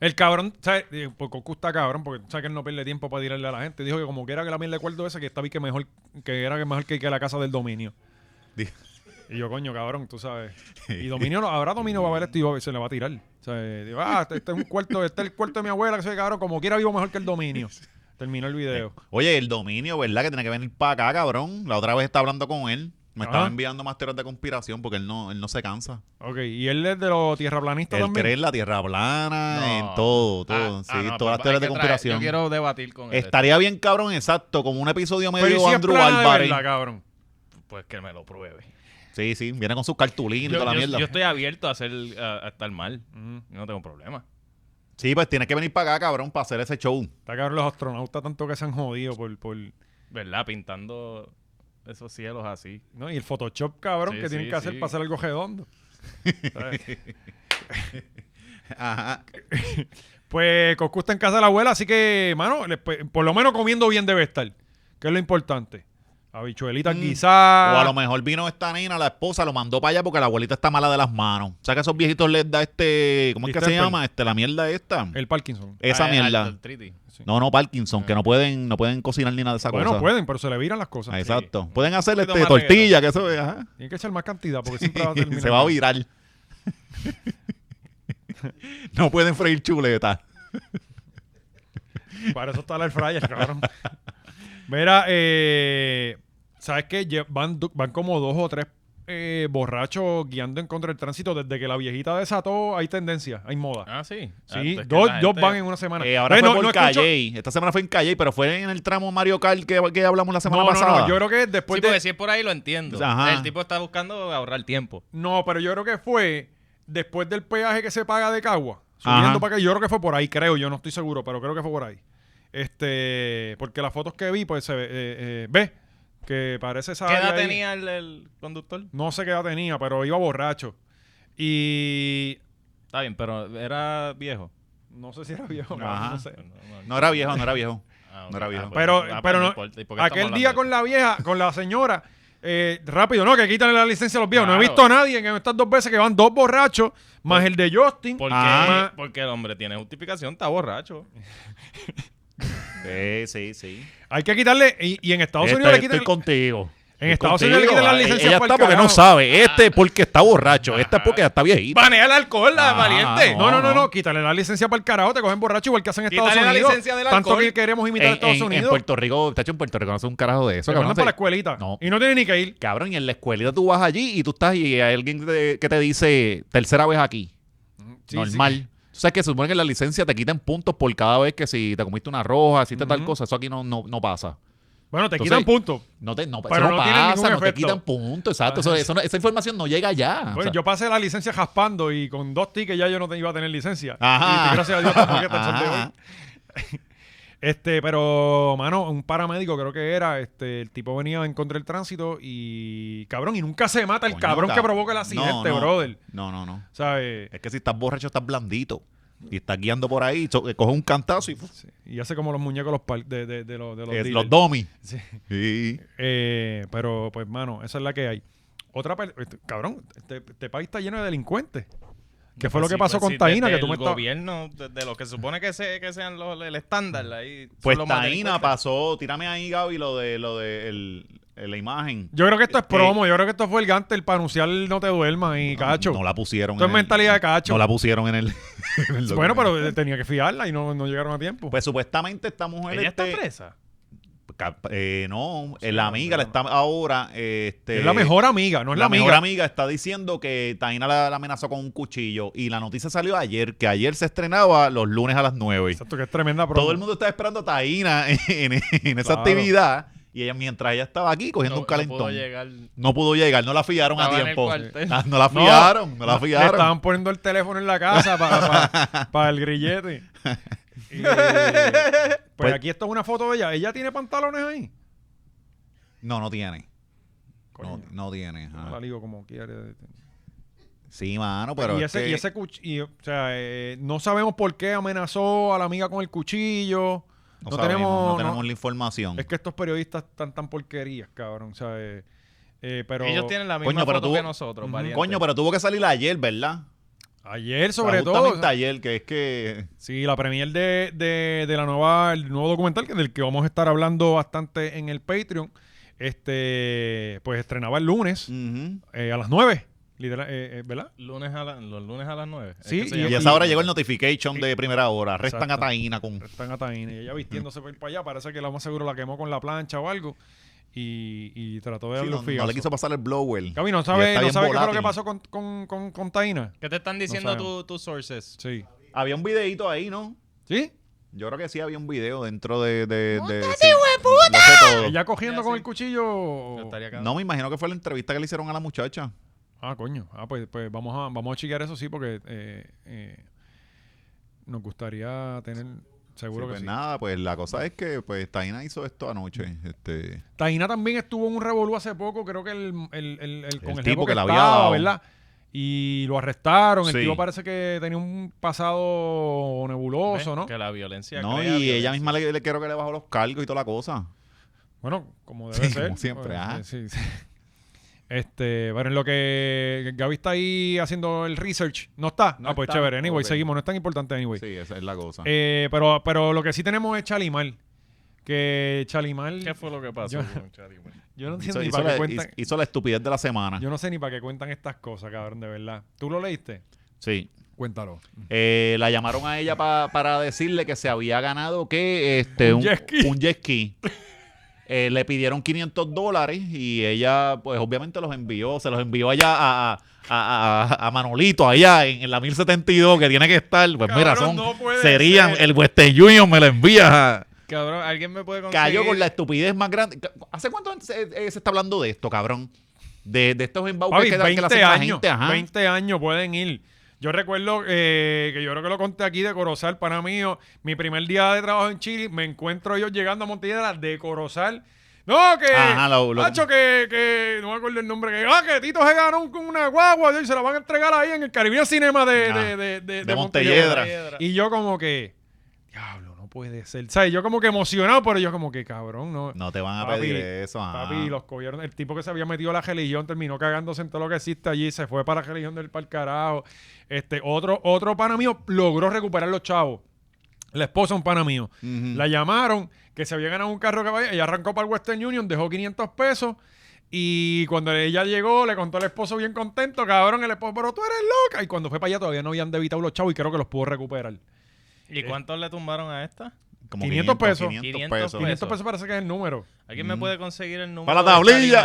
[SPEAKER 2] El cabrón, ¿sabes? Eh, Por Coscu está cabrón, porque sabes que él no pierde tiempo para tirarle a la gente. Dijo que como quiera que la mierda de cuerdo esa, que estaba y que mejor, que era que mejor que, que la casa del dominio.
[SPEAKER 6] Di-
[SPEAKER 2] Y yo, coño, cabrón, tú sabes. Y dominio, no, ahora dominio va a ver esto y va- se le va a tirar. O sea, eh, digo, ah, este, este es un cuarto, este es el cuarto de mi abuela, que se cabrón, como quiera vivo mejor que el dominio. Terminó el video.
[SPEAKER 3] Oye, el dominio, ¿verdad? Que tiene que venir para acá, cabrón. La otra vez estaba hablando con él. Me estaba
[SPEAKER 2] Ajá.
[SPEAKER 3] enviando más teorías de conspiración porque él no, él no se cansa.
[SPEAKER 2] Ok, y él es de los tierraplanistas
[SPEAKER 3] Él
[SPEAKER 2] también.
[SPEAKER 3] cree en la tierra plana,
[SPEAKER 4] No.
[SPEAKER 3] en todo, todo.
[SPEAKER 4] Ah,
[SPEAKER 3] sí,
[SPEAKER 4] ah, no,
[SPEAKER 3] todas las
[SPEAKER 4] pero
[SPEAKER 3] teorías
[SPEAKER 4] hay
[SPEAKER 3] de
[SPEAKER 4] que traer-
[SPEAKER 3] conspiración.
[SPEAKER 4] Yo quiero debatir con él.
[SPEAKER 3] Estaría bien, cabrón, exacto, como un episodio
[SPEAKER 2] Pero ¿y
[SPEAKER 3] medio
[SPEAKER 2] si es
[SPEAKER 3] Andrew
[SPEAKER 2] plana de
[SPEAKER 3] Álvarez.
[SPEAKER 2] verdad, cabrón.
[SPEAKER 4] Pues que me lo pruebe.
[SPEAKER 3] Sí, sí, viene con sus cartulinas y
[SPEAKER 4] Yo,
[SPEAKER 3] toda la
[SPEAKER 4] yo-
[SPEAKER 3] mierda.
[SPEAKER 4] yo estoy abierto a, hacer, a, a estar mal. No tengo problema.
[SPEAKER 3] Sí, pues tienes que venir para acá, cabrón, para hacer ese show.
[SPEAKER 2] Está cabrón los astronautas tanto que se han jodido por... por
[SPEAKER 4] ¿Verdad? Pintando esos cielos así.
[SPEAKER 2] ¿no? Y el Photoshop, cabrón,
[SPEAKER 4] Sí,
[SPEAKER 2] que tienen
[SPEAKER 4] sí,
[SPEAKER 2] que hacer
[SPEAKER 4] sí.
[SPEAKER 2] para hacer algo redondo.
[SPEAKER 3] Ajá.
[SPEAKER 2] Pues Coscu está en casa de la abuela, así que, mano, le- pues, por lo menos comiendo bien debe estar, que es lo importante. Habichuelitas
[SPEAKER 3] O
[SPEAKER 4] Ah.
[SPEAKER 3] a
[SPEAKER 2] quizás.
[SPEAKER 3] lo mejor vino esta nena, la esposa, lo mandó para allá porque la abuelita está mala de las manos. O sea que a esos viejitos les da este. ¿Cómo es que se
[SPEAKER 2] Distemper.
[SPEAKER 3] llama? Este, la mierda esta.
[SPEAKER 2] El Parkinson.
[SPEAKER 3] Esa
[SPEAKER 4] Ah,
[SPEAKER 3] mierda.
[SPEAKER 4] al- al treaty.
[SPEAKER 3] No, no, Parkinson, que no pueden, no pueden cocinar ni nada de esa
[SPEAKER 2] Bueno,
[SPEAKER 3] cosa.
[SPEAKER 2] pueden, pero se le viran las
[SPEAKER 3] Ah,
[SPEAKER 2] cosas.
[SPEAKER 3] Exacto. Pueden hacer
[SPEAKER 4] poquito
[SPEAKER 3] este,
[SPEAKER 4] más
[SPEAKER 3] tortilla, que eso es. ajá.
[SPEAKER 2] Tienen que echar más cantidad porque siempre va a terminar.
[SPEAKER 3] se va a
[SPEAKER 2] mal.
[SPEAKER 3] virar. no pueden freír chuletas.
[SPEAKER 2] Para eso está la air fryer, cabrón. Mira, eh, ¿sabes qué? Lle- Van, du- van como dos o tres eh, borrachos guiando en contra del tránsito. Desde que la viejita desató, hay tendencia, hay moda.
[SPEAKER 4] Ah, sí. Ah,
[SPEAKER 2] sí,
[SPEAKER 4] es que
[SPEAKER 2] dos,
[SPEAKER 4] la
[SPEAKER 2] dos
[SPEAKER 4] gente-
[SPEAKER 2] van en una semana.
[SPEAKER 3] Eh, ahora
[SPEAKER 2] Ve,
[SPEAKER 3] fue
[SPEAKER 2] pues, no-
[SPEAKER 3] por
[SPEAKER 2] no escucho-
[SPEAKER 3] Calle. Esta semana fue en Calle, pero fue en el tramo Mario Kart que, que hablamos la semana
[SPEAKER 2] No, no,
[SPEAKER 3] pasada.
[SPEAKER 2] no, yo creo que después
[SPEAKER 4] Sí,
[SPEAKER 2] de...
[SPEAKER 4] porque si es por ahí lo entiendo.
[SPEAKER 3] Ajá.
[SPEAKER 4] El tipo está buscando ahorrar tiempo.
[SPEAKER 2] No, pero yo creo que fue después del peaje que se paga de Cagua. Subiendo
[SPEAKER 3] Ajá.
[SPEAKER 2] para acá, yo creo que fue por ahí, creo, yo no estoy seguro, pero creo que fue por ahí. Este, porque las fotos que vi, pues se ve, eh, eh, ve que parece esa
[SPEAKER 4] ¿Qué
[SPEAKER 2] área
[SPEAKER 4] edad
[SPEAKER 2] ahí.
[SPEAKER 4] tenía el, el conductor?
[SPEAKER 2] No sé qué edad tenía, pero iba borracho. Y
[SPEAKER 4] Está bien, pero era viejo.
[SPEAKER 2] no sé si era viejo,
[SPEAKER 3] Ajá.
[SPEAKER 2] no sé.
[SPEAKER 3] No era viejo, no era viejo.
[SPEAKER 4] Ah, ok.
[SPEAKER 3] no era viejo.
[SPEAKER 4] pues,
[SPEAKER 2] Pero,
[SPEAKER 4] ah, pues,
[SPEAKER 2] pero
[SPEAKER 4] no
[SPEAKER 2] no,
[SPEAKER 4] importa. ¿Y por qué estamos
[SPEAKER 2] aquel
[SPEAKER 4] hablando
[SPEAKER 2] día
[SPEAKER 4] de
[SPEAKER 2] con
[SPEAKER 4] eso?
[SPEAKER 2] la vieja, con la señora, eh, rápido, ¿no? Que quítale la licencia a los viejos. No he
[SPEAKER 4] Claro.
[SPEAKER 2] visto a nadie en estas dos veces que van dos borrachos, más el de Justin.
[SPEAKER 4] ¿Por qué?
[SPEAKER 2] más-
[SPEAKER 3] Ah.
[SPEAKER 4] Porque el hombre tiene justificación, está borracho.
[SPEAKER 3] Sí, sí, sí. Este,
[SPEAKER 2] Hay que quitarle, y, y en Estados Unidos le
[SPEAKER 6] estoy
[SPEAKER 2] quitan...
[SPEAKER 6] contigo.
[SPEAKER 2] En
[SPEAKER 6] Estoy
[SPEAKER 2] Estados Unidos le
[SPEAKER 6] contigo.
[SPEAKER 2] quitan las
[SPEAKER 6] Ah,
[SPEAKER 2] licencias
[SPEAKER 6] Ella
[SPEAKER 2] pa'l
[SPEAKER 6] está porque
[SPEAKER 2] carajo. Ah.
[SPEAKER 6] no sabe. Este es porque está borracho. Este es porque está viejito.
[SPEAKER 4] ¡Banea el alcohol, la valiente!
[SPEAKER 2] Ah, No, no, no, no, quítale la licencia para el carajo, te cogen borracho igual que hacen en Estados
[SPEAKER 4] Quítale la
[SPEAKER 2] Unidos.
[SPEAKER 4] licencia del
[SPEAKER 2] Tanto
[SPEAKER 4] alcohol.
[SPEAKER 2] que queremos imitar a
[SPEAKER 6] en,
[SPEAKER 2] Estados
[SPEAKER 6] en- en
[SPEAKER 2] Unidos.
[SPEAKER 6] Puerto Rico, tacho, en Puerto Rico no hace un carajo de eso,
[SPEAKER 2] te
[SPEAKER 6] cabrón.
[SPEAKER 2] mandan para la
[SPEAKER 6] Se-
[SPEAKER 2] escuelita.
[SPEAKER 6] No.
[SPEAKER 2] Y no tienen ni que ir.
[SPEAKER 6] Cabrón, y en la escuelita tú vas allí y tú estás y hay alguien te- que te dice tercera vez aquí.
[SPEAKER 2] Sí,
[SPEAKER 6] Normal. Tú sabes que se supone que en la licencia te quitan puntos por cada vez que si te comiste una roja, hiciste tal
[SPEAKER 2] Ujú.
[SPEAKER 6] cosa. Eso aquí no, no, no pasa.
[SPEAKER 2] sí. Bueno, te
[SPEAKER 6] Entonces-
[SPEAKER 2] quitan puntos.
[SPEAKER 6] No te, no, eso
[SPEAKER 2] Pero
[SPEAKER 6] no
[SPEAKER 2] no tiene ningún
[SPEAKER 6] pasa, no te
[SPEAKER 2] efecto.
[SPEAKER 6] quitan puntos, exacto. Eso- eso no- esa información no llega allá.
[SPEAKER 3] Ah,
[SPEAKER 6] O
[SPEAKER 2] Bueno,
[SPEAKER 6] sea,
[SPEAKER 2] yo pasé la licencia jaspando y con dos tickets ya yo no te- iba a tener licencia.
[SPEAKER 3] Ajá.
[SPEAKER 2] Y gracias a Dios tampoco hasta el sol de
[SPEAKER 3] Ajá.
[SPEAKER 2] hoy. Este, pero, mano, un paramédico creo que era, este, el tipo venía en contra del tránsito y, cabrón, y nunca se mata el
[SPEAKER 3] Coño,
[SPEAKER 2] cabrón que
[SPEAKER 3] cab-
[SPEAKER 2] provoca el accidente,
[SPEAKER 3] No, no.
[SPEAKER 2] brother.
[SPEAKER 3] No, no, no.
[SPEAKER 2] ¿Sabes?
[SPEAKER 3] Es que si estás borracho, estás blandito. Y estás guiando por ahí, so-
[SPEAKER 6] eh,
[SPEAKER 3] coge un cantazo y
[SPEAKER 2] Sí, Y hace como los muñecos los pal- de, de- de los, de los
[SPEAKER 3] es
[SPEAKER 2] dealers.
[SPEAKER 3] los domis.
[SPEAKER 2] Sí.
[SPEAKER 3] Sí.
[SPEAKER 2] Eh, pero, pues, mano, esa es la que hay. Otra per- este, Cabrón, este, este país está lleno de delincuentes. ¿Qué fue lo que
[SPEAKER 4] Sí,
[SPEAKER 2] pasó
[SPEAKER 4] pues,
[SPEAKER 2] con
[SPEAKER 4] sí,
[SPEAKER 2] Taina?
[SPEAKER 4] desde
[SPEAKER 2] Que tú me
[SPEAKER 4] el
[SPEAKER 2] estabas-
[SPEAKER 4] gobierno, de, de lo que supone que, se, que sean los, el estándar, ahí son
[SPEAKER 3] Pues
[SPEAKER 4] los más
[SPEAKER 3] Taina
[SPEAKER 4] delincuentes.
[SPEAKER 3] pasó, tírame ahí, Gaby, lo de, lo de el- la imagen.
[SPEAKER 2] Yo creo que esto es
[SPEAKER 3] Eh,
[SPEAKER 2] promo. Yo creo que esto fue el Gantel para anunciar el No Te Duermas y Cacho.
[SPEAKER 3] No la pusieron.
[SPEAKER 2] Esto es
[SPEAKER 3] en el-
[SPEAKER 2] mentalidad de Cacho.
[SPEAKER 3] No la pusieron en el. en el
[SPEAKER 2] bueno,
[SPEAKER 3] documento.
[SPEAKER 2] pero eh, tenía que fiarla y no, no llegaron a tiempo.
[SPEAKER 3] Pues supuestamente esta mujer.
[SPEAKER 4] ¿Ella está
[SPEAKER 3] este,
[SPEAKER 4] presa?
[SPEAKER 3] Ca- eh, no,
[SPEAKER 2] Sí,
[SPEAKER 3] la
[SPEAKER 2] no,
[SPEAKER 3] amiga
[SPEAKER 2] no,
[SPEAKER 3] la está ahora. Este,
[SPEAKER 2] es la mejor amiga, no es la,
[SPEAKER 3] la
[SPEAKER 2] amiga.
[SPEAKER 3] mejor amiga está diciendo que Taina la, la amenazó con un cuchillo. Y la noticia salió ayer, que ayer se estrenaba los lunes a las 9.
[SPEAKER 2] Exacto, que es tremenda promo.
[SPEAKER 3] Todo el mundo estaba esperando a Taina en, en- en esa
[SPEAKER 2] Claro.
[SPEAKER 3] actividad. Y ella, mientras ella estaba aquí cogiendo un
[SPEAKER 4] No pudo
[SPEAKER 3] calentón,
[SPEAKER 4] llegar.
[SPEAKER 3] no pudo llegar, no la fiaron
[SPEAKER 4] Estaba
[SPEAKER 3] a
[SPEAKER 4] en el
[SPEAKER 3] tiempo.
[SPEAKER 4] cuartel.
[SPEAKER 3] Ah, No la fiaron, no, la
[SPEAKER 2] le
[SPEAKER 3] fiaron.
[SPEAKER 2] estaban poniendo el teléfono en la casa para el grillete. Y, pues,
[SPEAKER 3] Pues-
[SPEAKER 2] aquí esto es una foto de ella. ¿Ella tiene pantalones ahí?
[SPEAKER 3] No, no tiene.
[SPEAKER 2] Coño,
[SPEAKER 3] No, no tiene.
[SPEAKER 2] no
[SPEAKER 3] ajá.
[SPEAKER 2] la ligo como quiere.
[SPEAKER 3] Sí, mano, pero.
[SPEAKER 2] y,
[SPEAKER 3] es
[SPEAKER 2] ese,
[SPEAKER 3] que-
[SPEAKER 2] y ese cuch- y, o sea, eh, no sabemos por qué amenazó a la amiga con el cuchillo. No,
[SPEAKER 3] sabemos,
[SPEAKER 2] tenemos,
[SPEAKER 3] no
[SPEAKER 2] no-
[SPEAKER 3] tenemos la información.
[SPEAKER 2] Es que estos periodistas están tan porquerías, cabrón. O sea, eh, eh, pero
[SPEAKER 4] Ellos tienen la
[SPEAKER 3] Coño,
[SPEAKER 4] misma
[SPEAKER 3] pero
[SPEAKER 4] foto
[SPEAKER 3] tú-
[SPEAKER 4] que nosotros,
[SPEAKER 2] Ujú.
[SPEAKER 4] variante.
[SPEAKER 3] Coño, pero tuvo que salir ayer, ¿verdad?
[SPEAKER 2] ayer sobre todo.
[SPEAKER 3] Justamente
[SPEAKER 2] o sea,
[SPEAKER 3] ayer, que es que...
[SPEAKER 2] Sí, la premier de, de, de la nueva, el nuevo documental que- del que vamos a estar hablando bastante en el Patreon. Este, pues estrenaba el lunes
[SPEAKER 3] Ujú.
[SPEAKER 2] eh, a las 9, literal, eh, eh, ¿verdad?
[SPEAKER 4] Lunes a la- los lunes a las 9.
[SPEAKER 2] Sí, y-
[SPEAKER 3] Y a esa hora llegó el notification de primera hora. Restan
[SPEAKER 2] Exacto.
[SPEAKER 3] a Taína con...
[SPEAKER 2] Están ataína y ella vistiéndose para ir para allá. Parece que la más seguro la quemó con la plancha o algo. Y, y trató de
[SPEAKER 3] Sí,
[SPEAKER 2] darle
[SPEAKER 3] no,
[SPEAKER 2] un
[SPEAKER 3] no le
[SPEAKER 2] figazo.
[SPEAKER 3] quiso pasar el blower.
[SPEAKER 2] Gaby,
[SPEAKER 3] Y
[SPEAKER 2] ¿no sabe,
[SPEAKER 3] está
[SPEAKER 2] no
[SPEAKER 3] bien
[SPEAKER 2] sabe qué fue lo que
[SPEAKER 3] volátil.
[SPEAKER 2] pasó con, con, con, con Taina?
[SPEAKER 4] ¿Qué te están diciendo
[SPEAKER 2] sabemos.
[SPEAKER 4] tu- tus sources?
[SPEAKER 2] Sí.
[SPEAKER 3] Había un videito ahí, ¿no?
[SPEAKER 2] ¿Sí?
[SPEAKER 3] Yo creo que sí había un video dentro de... de, de sí, no sé todo.
[SPEAKER 2] ¿Ella cogiendo
[SPEAKER 4] Ya,
[SPEAKER 2] con
[SPEAKER 4] sí.
[SPEAKER 2] el cuchillo? o-
[SPEAKER 4] Yo estaría acá.
[SPEAKER 3] No, me imagino que fue la entrevista que le hicieron a la muchacha.
[SPEAKER 2] Ah, coño. Ah, pues, pues vamos a vamos a chequear eso, sí, porque eh, eh, nos gustaría tener... Seguro
[SPEAKER 3] Sí,
[SPEAKER 2] que
[SPEAKER 3] pues
[SPEAKER 2] sí.
[SPEAKER 3] nada, pues la cosa es que pues Taina hizo esto anoche. Este,
[SPEAKER 2] Taina también estuvo en un revolú hace poco, creo que el, el, el, el- con
[SPEAKER 3] El
[SPEAKER 2] el,
[SPEAKER 3] tipo
[SPEAKER 2] tipo
[SPEAKER 3] que
[SPEAKER 2] que,
[SPEAKER 3] la había
[SPEAKER 2] estaba,
[SPEAKER 3] dado.
[SPEAKER 2] ¿verdad? Y lo arrestaron. El
[SPEAKER 3] Sí.
[SPEAKER 2] tipo parece que tenía un pasado
[SPEAKER 4] ¿Ves?
[SPEAKER 2] nebuloso, ¿no?
[SPEAKER 4] Que la violencia.
[SPEAKER 3] no,
[SPEAKER 4] crea
[SPEAKER 3] y
[SPEAKER 4] violencia.
[SPEAKER 3] ella misma le, le creo que le bajó los cargos y toda la cosa.
[SPEAKER 2] Bueno, como debe
[SPEAKER 3] Sí,
[SPEAKER 2] ser.
[SPEAKER 3] como siempre, ah.
[SPEAKER 2] Eh,
[SPEAKER 3] ajá.
[SPEAKER 2] sí, sí. Este, pero en lo que Gaby está ahí haciendo el research, ¿no está?
[SPEAKER 3] No
[SPEAKER 2] ah, pues
[SPEAKER 3] está.
[SPEAKER 2] chévere, anyway,
[SPEAKER 3] Ok.
[SPEAKER 2] seguimos, no es tan importante anyway.
[SPEAKER 3] Sí, esa es la cosa.
[SPEAKER 2] Eh, pero, pero lo que sí tenemos es Chalimal. Que Chalimal.
[SPEAKER 4] ¿Qué fue lo que pasó
[SPEAKER 2] Yo-
[SPEAKER 4] con Charlie? güey?
[SPEAKER 2] Yo no
[SPEAKER 3] hizo,
[SPEAKER 2] entiendo ni
[SPEAKER 3] hizo
[SPEAKER 2] para
[SPEAKER 3] la,
[SPEAKER 2] qué cuentan.
[SPEAKER 3] hizo- hizo la estupidez de la semana.
[SPEAKER 2] Yo no sé ni para qué cuentan estas cosas, cabrón, de verdad. ¿Tú lo leíste?
[SPEAKER 3] Sí.
[SPEAKER 2] Cuéntalo.
[SPEAKER 3] Eh, la llamaron a ella pa- para decirle que se había ganado que este,
[SPEAKER 2] Un
[SPEAKER 3] un,
[SPEAKER 2] jet ski.
[SPEAKER 3] un jet ski. Eh, le pidieron 500 dólares y ella, pues obviamente los envió, se los envió allá a, a- a- a- a Manolito, allá en, en la 1072, que tiene que estar. Pues mira, son,
[SPEAKER 4] Cabrón, no puede
[SPEAKER 3] serían,
[SPEAKER 4] ser.
[SPEAKER 3] el Western Union me la envía. a-
[SPEAKER 4] Cabrón, ¿alguien me puede conseguir?
[SPEAKER 3] Cayó con la estupidez más grande. Ca- ¿Hace cuánto se, eh, se está hablando de esto, cabrón? De, de estos embauques
[SPEAKER 2] Papi,
[SPEAKER 3] que, dan- que
[SPEAKER 2] 20
[SPEAKER 3] le hacen a la
[SPEAKER 2] años.
[SPEAKER 3] gente, ajá.
[SPEAKER 2] 20 años pueden ir. Yo recuerdo eh, que yo creo que lo conté aquí de Corozal, para mí, mi primer día de trabajo en Chile, me encuentro yo llegando a Montiedra de Corozal. No, que.
[SPEAKER 3] Ajá, lo- lo-
[SPEAKER 2] Macho, que, que- No me acuerdo el nombre. Que, ah, que Tito se ganó un- una guagua y se la van a entregar ahí en el Caribbean Cinema de,
[SPEAKER 3] Ah,
[SPEAKER 2] de, de, de-
[SPEAKER 3] de
[SPEAKER 2] de
[SPEAKER 3] Montelledra.
[SPEAKER 2] Montelledra. Y yo, como que. Diablo, no puede ser. ¿Sabes? Yo, como que emocionado, pero yo, como que cabrón, no.
[SPEAKER 3] No te van a
[SPEAKER 2] Papi,
[SPEAKER 3] pedir eso, ajá.
[SPEAKER 2] Papi, los cogieron. El tipo que se había metido a la religión terminó cagándose en todo lo que existe allí. Se fue para la religión del pal carajo. Este, otro, otro pana mío logró recuperar los chavos. La esposa de un pana mío.
[SPEAKER 3] Ujú.
[SPEAKER 2] La llamaron, que se había ganado un carro que vaya. Ella arrancó para el Western Union, dejó 500 pesos. Y cuando ella llegó, le contó al esposo bien contento, cabrón, el esposo, pero tú eres loca. Y cuando fue para allá todavía no habían debitado los chavos y creo que los pudo recuperar.
[SPEAKER 4] ¿Y cuántos le tumbaron a esta?
[SPEAKER 3] Como
[SPEAKER 2] 500 pesos.
[SPEAKER 3] 500
[SPEAKER 4] 500
[SPEAKER 3] pesos.
[SPEAKER 2] 500 pesos parece que es el número.
[SPEAKER 4] ¿Alguien me puede conseguir el número?
[SPEAKER 3] Para la
[SPEAKER 4] de Charlie
[SPEAKER 3] tablilla.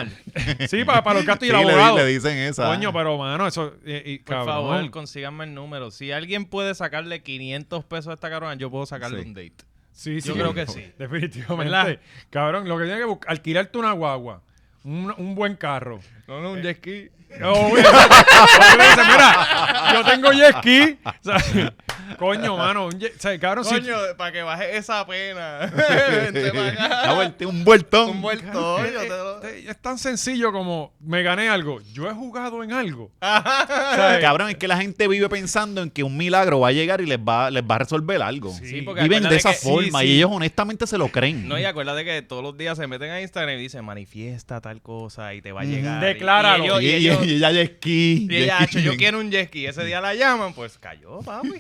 [SPEAKER 4] Mal?
[SPEAKER 2] Sí, para, para los gastos
[SPEAKER 3] Sí,
[SPEAKER 2] y el
[SPEAKER 3] le,
[SPEAKER 2] abogado.
[SPEAKER 3] di- le dicen esa.
[SPEAKER 2] Coño, pero mano, eso. eh, Y, y,
[SPEAKER 4] Por
[SPEAKER 2] cabrón.
[SPEAKER 4] favor, consíganme el número. Si alguien puede sacarle 500 pesos a esta cabrona, yo puedo sacarle
[SPEAKER 3] Sí.
[SPEAKER 4] un date.
[SPEAKER 2] Sí,
[SPEAKER 4] Yo creo que sí.
[SPEAKER 2] Definitivamente.
[SPEAKER 4] ¿Verdad?
[SPEAKER 2] Cabrón, lo que tienes que buscar, alquilarte una guagua, un, un buen carro. Eh,
[SPEAKER 4] No, no, un jet ski.
[SPEAKER 2] Oh, mira, porque dice, mira, yo tengo jet ski. O sea, coño, mano, un jet- o sea, cabrón, si-
[SPEAKER 4] Coño, para que baje esa pena. Vente pa' acá.
[SPEAKER 3] Una vuelta- un vueltón.
[SPEAKER 4] Un vuelto. yo te lo-
[SPEAKER 2] eh, es tan sencillo como me gané algo. Yo he jugado en algo.
[SPEAKER 3] ¿Sabes? Cabrón, es que la gente vive pensando en que un milagro va a llegar y les va, les va a resolver algo.
[SPEAKER 4] Sí, porque
[SPEAKER 3] Viven de
[SPEAKER 4] acuérdate
[SPEAKER 3] esa
[SPEAKER 4] que-
[SPEAKER 3] forma
[SPEAKER 4] sí,
[SPEAKER 3] y
[SPEAKER 4] sí.
[SPEAKER 3] ellos honestamente se lo creen.
[SPEAKER 4] No, y acuérdate que todos los días se meten a Instagram y dicen manifiesta tal cosa y te va a
[SPEAKER 3] Ujú.
[SPEAKER 4] llegar. Y-
[SPEAKER 2] Decláralo.
[SPEAKER 4] Y, ellos- y
[SPEAKER 3] Y- y-
[SPEAKER 4] ellos-
[SPEAKER 3] y ella ya esquí.
[SPEAKER 4] y ella, "Acho, yo quiero un jet ski. Ese día la llaman, pues cayó, papi.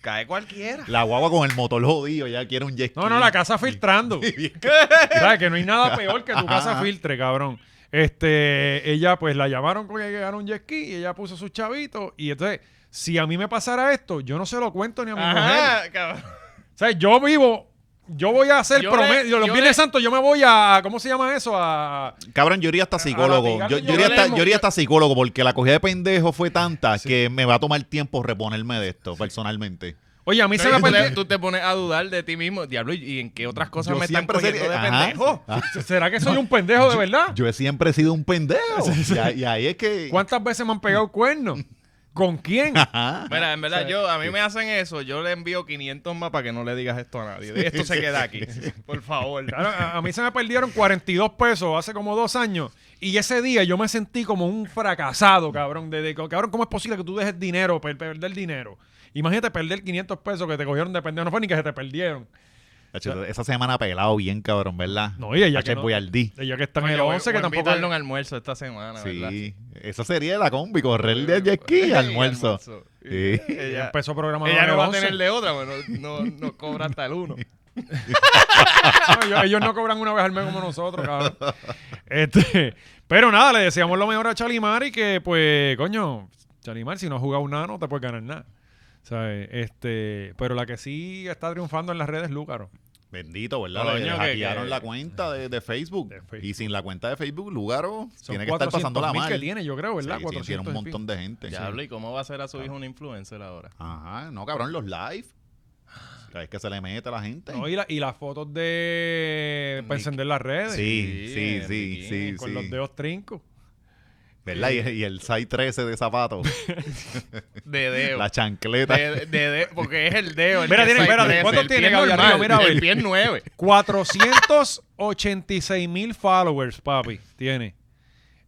[SPEAKER 4] Cae cualquiera.
[SPEAKER 3] La guagua con el motor jodido, ya quiere un jet
[SPEAKER 2] No,
[SPEAKER 3] ski.
[SPEAKER 2] no, la casa filtrando. ¿Sabes? Que no hay nada peor que tu casa filtre, cabrón. Este, ella, pues la llamaron con que ganó un jet ski y ella puso sus chavitos. Y entonces, si a mí me pasara esto, yo no se lo cuento ni a mi mujer.
[SPEAKER 4] Ajá, cabrón.
[SPEAKER 2] O sea, yo vivo, yo voy a hacer
[SPEAKER 4] Yo le-
[SPEAKER 2] promedio. Los
[SPEAKER 4] yo
[SPEAKER 2] Viernes
[SPEAKER 4] le-
[SPEAKER 2] Santos, yo me voy a, ¿cómo se llama eso? A.
[SPEAKER 3] Cabrón, yo iría hasta psicólogo.
[SPEAKER 2] latigazo
[SPEAKER 3] Yo,
[SPEAKER 2] yo
[SPEAKER 3] yo iría
[SPEAKER 2] le
[SPEAKER 3] hasta,
[SPEAKER 2] hemos-
[SPEAKER 3] yo iría hasta psicólogo porque la cogida de pendejo fue tanta que me va a tomar tiempo reponerme de esto personalmente.
[SPEAKER 2] Oye, a mí se me
[SPEAKER 4] No, y tú, te,
[SPEAKER 2] perdió.
[SPEAKER 4] tú te pones a dudar de ti mismo. Diablo, ¿y y en qué otras cosas
[SPEAKER 3] Yo
[SPEAKER 4] me están
[SPEAKER 3] siempre
[SPEAKER 4] cogiendo
[SPEAKER 3] sería-
[SPEAKER 4] de
[SPEAKER 3] Ajá.
[SPEAKER 4] pendejo?
[SPEAKER 2] ¿Será que soy un pendejo de verdad?
[SPEAKER 3] Yo he siempre sido un pendejo. y, ahí- y ahí es que.
[SPEAKER 2] ¿Cuántas veces me han pegado cuernos? ¿Con quién?
[SPEAKER 3] Ajá.
[SPEAKER 4] Mira, en verdad, yo, a mí me hacen eso. Yo le envío 500 más para que no le digas esto a nadie. Esto se queda aquí. Por favor.
[SPEAKER 2] Claro, ah, a, a mí se me perdieron 42 pesos hace como dos años. Y ese día yo me sentí como un fracasado, cabrón. De, de- cabrón, ¿cómo es posible que tú dejes dinero, per- perder dinero? Imagínate perder 500 pesos que te cogieron de pendejo. No fue ni que se te perdieron.
[SPEAKER 3] Hacho, Esa semana ha pelado bien, cabrón, ¿verdad?
[SPEAKER 2] No, y ella
[SPEAKER 3] Hacho,
[SPEAKER 2] que no-
[SPEAKER 3] Boyardí.
[SPEAKER 2] Ella que está en
[SPEAKER 4] Oye,
[SPEAKER 2] el
[SPEAKER 4] voy-
[SPEAKER 2] 11,
[SPEAKER 4] voy
[SPEAKER 2] que
[SPEAKER 4] a
[SPEAKER 2] tampoco...
[SPEAKER 4] invitarle un almuerzo esta
[SPEAKER 2] Ah,
[SPEAKER 4] semana, ¿verdad?
[SPEAKER 3] Sí. Esa sería la combi, correr de jet ski
[SPEAKER 4] Sí,
[SPEAKER 3] y almuerzo. Sí.
[SPEAKER 2] ella
[SPEAKER 4] Ella,
[SPEAKER 2] empezó programando
[SPEAKER 4] ella
[SPEAKER 2] en
[SPEAKER 4] no
[SPEAKER 2] el
[SPEAKER 4] va a
[SPEAKER 2] 11.
[SPEAKER 4] tener de otra, bueno, no, no cobra hasta el uno.
[SPEAKER 2] No, ellos, ellos no cobran una vez al mes como nosotros, cabrón. Este, pero nada, le deseamos lo mejor a Chalimar y que, pues, coño, Chalimar, si no has jugado nada, no te puedes ganar nada. ¿Sabes? Este, pero la que sí está triunfando en las redes es Lúcaro.
[SPEAKER 3] Bendito, ¿verdad?
[SPEAKER 4] Coño,
[SPEAKER 3] Le- le
[SPEAKER 4] que-
[SPEAKER 3] hackearon
[SPEAKER 4] que-
[SPEAKER 3] la cuenta de, de Facebook.
[SPEAKER 2] De Facebook.
[SPEAKER 3] Y sin la cuenta de Facebook, Lugaro
[SPEAKER 2] Son
[SPEAKER 3] tiene que estar pasando la
[SPEAKER 2] 400.000
[SPEAKER 3] mal.
[SPEAKER 2] que tiene, yo creo, ¿verdad?
[SPEAKER 3] Sí, sí, tiene un
[SPEAKER 2] 400 y
[SPEAKER 3] montón de gente.
[SPEAKER 4] Diablo, ¿y cómo va a ser a su hijo un influencer ahora?
[SPEAKER 3] Ajá, no, cabrón, los live. Es que se le mete a la gente.
[SPEAKER 2] pico. Ah. No, y, la- y las fotos de... para encender las redes.
[SPEAKER 3] Sí,
[SPEAKER 4] Sí,
[SPEAKER 3] sí,
[SPEAKER 4] en
[SPEAKER 3] sí,
[SPEAKER 4] bikini,
[SPEAKER 3] sí,
[SPEAKER 2] Con
[SPEAKER 3] sí.
[SPEAKER 2] los dedos trincos.
[SPEAKER 3] ¿Verdad? Y, y el 613 de zapatos,
[SPEAKER 4] De deo.
[SPEAKER 3] la chancleta.
[SPEAKER 4] De, de, de- porque es el deo. El
[SPEAKER 2] Mira,
[SPEAKER 4] que
[SPEAKER 2] tiene-
[SPEAKER 4] se
[SPEAKER 2] espérate,
[SPEAKER 4] crece,
[SPEAKER 2] ¿cuántos
[SPEAKER 4] el pie
[SPEAKER 2] tiene, Gaby, arriba?
[SPEAKER 4] normal,
[SPEAKER 2] Mira, a ver.
[SPEAKER 4] El pie es nueve.
[SPEAKER 2] 486 mil followers, papi, tiene.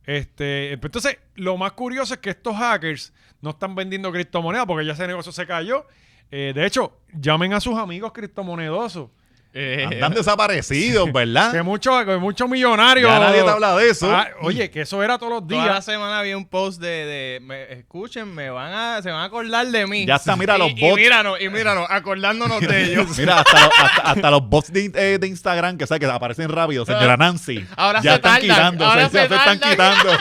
[SPEAKER 2] Este, entonces, lo más curioso es que estos hackers no están vendiendo criptomonedas porque ya ese negocio se cayó. Eh, de hecho, llamen a sus amigos criptomonedosos.
[SPEAKER 4] Eh,
[SPEAKER 3] Andan desaparecidos, ¿verdad?
[SPEAKER 2] Que muchos que muchos millonarios.
[SPEAKER 3] Ya nadie te habla de eso.
[SPEAKER 2] Ah, oye, que eso era todos los
[SPEAKER 4] Toda la
[SPEAKER 2] días.
[SPEAKER 4] semana vi un post de, de me, escuchen, me van a, se van a acordar de mí.
[SPEAKER 3] Ya está, mira,
[SPEAKER 4] Y-
[SPEAKER 3] los
[SPEAKER 4] Y
[SPEAKER 3] bots.
[SPEAKER 4] míranos, y míranos, acordándonos de ellos.
[SPEAKER 3] Mira, hasta, los- hasta- hasta los bots de, eh, de Instagram que, ¿sabes? que aparecen rápido, señora Nancy.
[SPEAKER 4] Ahora
[SPEAKER 3] ya
[SPEAKER 4] se
[SPEAKER 3] están
[SPEAKER 4] tardan,
[SPEAKER 3] quitando,
[SPEAKER 4] ahora
[SPEAKER 3] se, ya
[SPEAKER 4] se
[SPEAKER 3] se están
[SPEAKER 4] tardan.
[SPEAKER 3] quitando.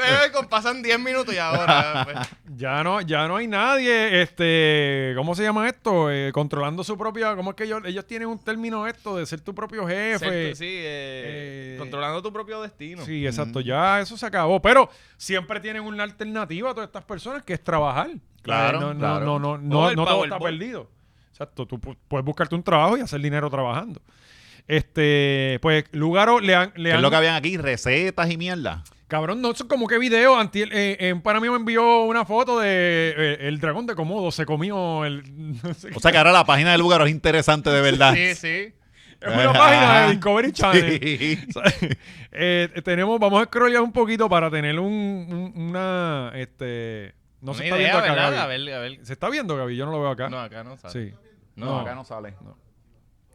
[SPEAKER 4] Eh, con- Pasan 10 minutos y ahora. pues.
[SPEAKER 2] Ya no, ya no hay nadie, este, ¿cómo se llama esto? Eh, controlando su propia, ¿cómo es que ellos, ellos tienen un término esto de ser tu propio jefe?
[SPEAKER 4] Ser tú- sí, eh,
[SPEAKER 2] Eh,
[SPEAKER 4] controlando tu propio destino.
[SPEAKER 2] Sí, exacto,
[SPEAKER 3] Mm.
[SPEAKER 2] ya eso se acabó. Pero siempre tienen una alternativa a todas estas personas que es trabajar.
[SPEAKER 3] Claro,
[SPEAKER 2] Eh, no, no,
[SPEAKER 3] claro.
[SPEAKER 2] No, no, no,
[SPEAKER 4] O
[SPEAKER 2] no,
[SPEAKER 4] el
[SPEAKER 2] todo está
[SPEAKER 4] Powerball.
[SPEAKER 2] perdido. Exacto, tú pu- puedes buscarte un trabajo y hacer dinero trabajando. Este, pues, Lugaro le han. Le
[SPEAKER 3] ¿Qué es
[SPEAKER 2] han-
[SPEAKER 3] lo que habían aquí? Recetas y mierda.
[SPEAKER 2] Cabrón, no son como que video. Antier, eh, en Panamá me envió una foto de eh, el dragón de Komodo se comió el. no sé qué.
[SPEAKER 3] O sea que ahora la página del lugar es interesante de verdad.
[SPEAKER 4] Sí, sí.
[SPEAKER 2] es una página
[SPEAKER 3] Ajá.
[SPEAKER 2] de Discovery Channel.
[SPEAKER 3] Sí.
[SPEAKER 2] O sea, eh, tenemos, vamos a scrollar un poquito para tener un, un- una, este, no
[SPEAKER 4] Una
[SPEAKER 2] se está
[SPEAKER 4] idea,
[SPEAKER 2] viendo acá,
[SPEAKER 4] ¿verdad?
[SPEAKER 2] Gaby.
[SPEAKER 4] A ver, a ver.
[SPEAKER 2] Se está viendo, Gaby, yo no lo veo acá.
[SPEAKER 4] No, acá no sale.
[SPEAKER 2] sí.
[SPEAKER 4] No, acá no
[SPEAKER 3] sale.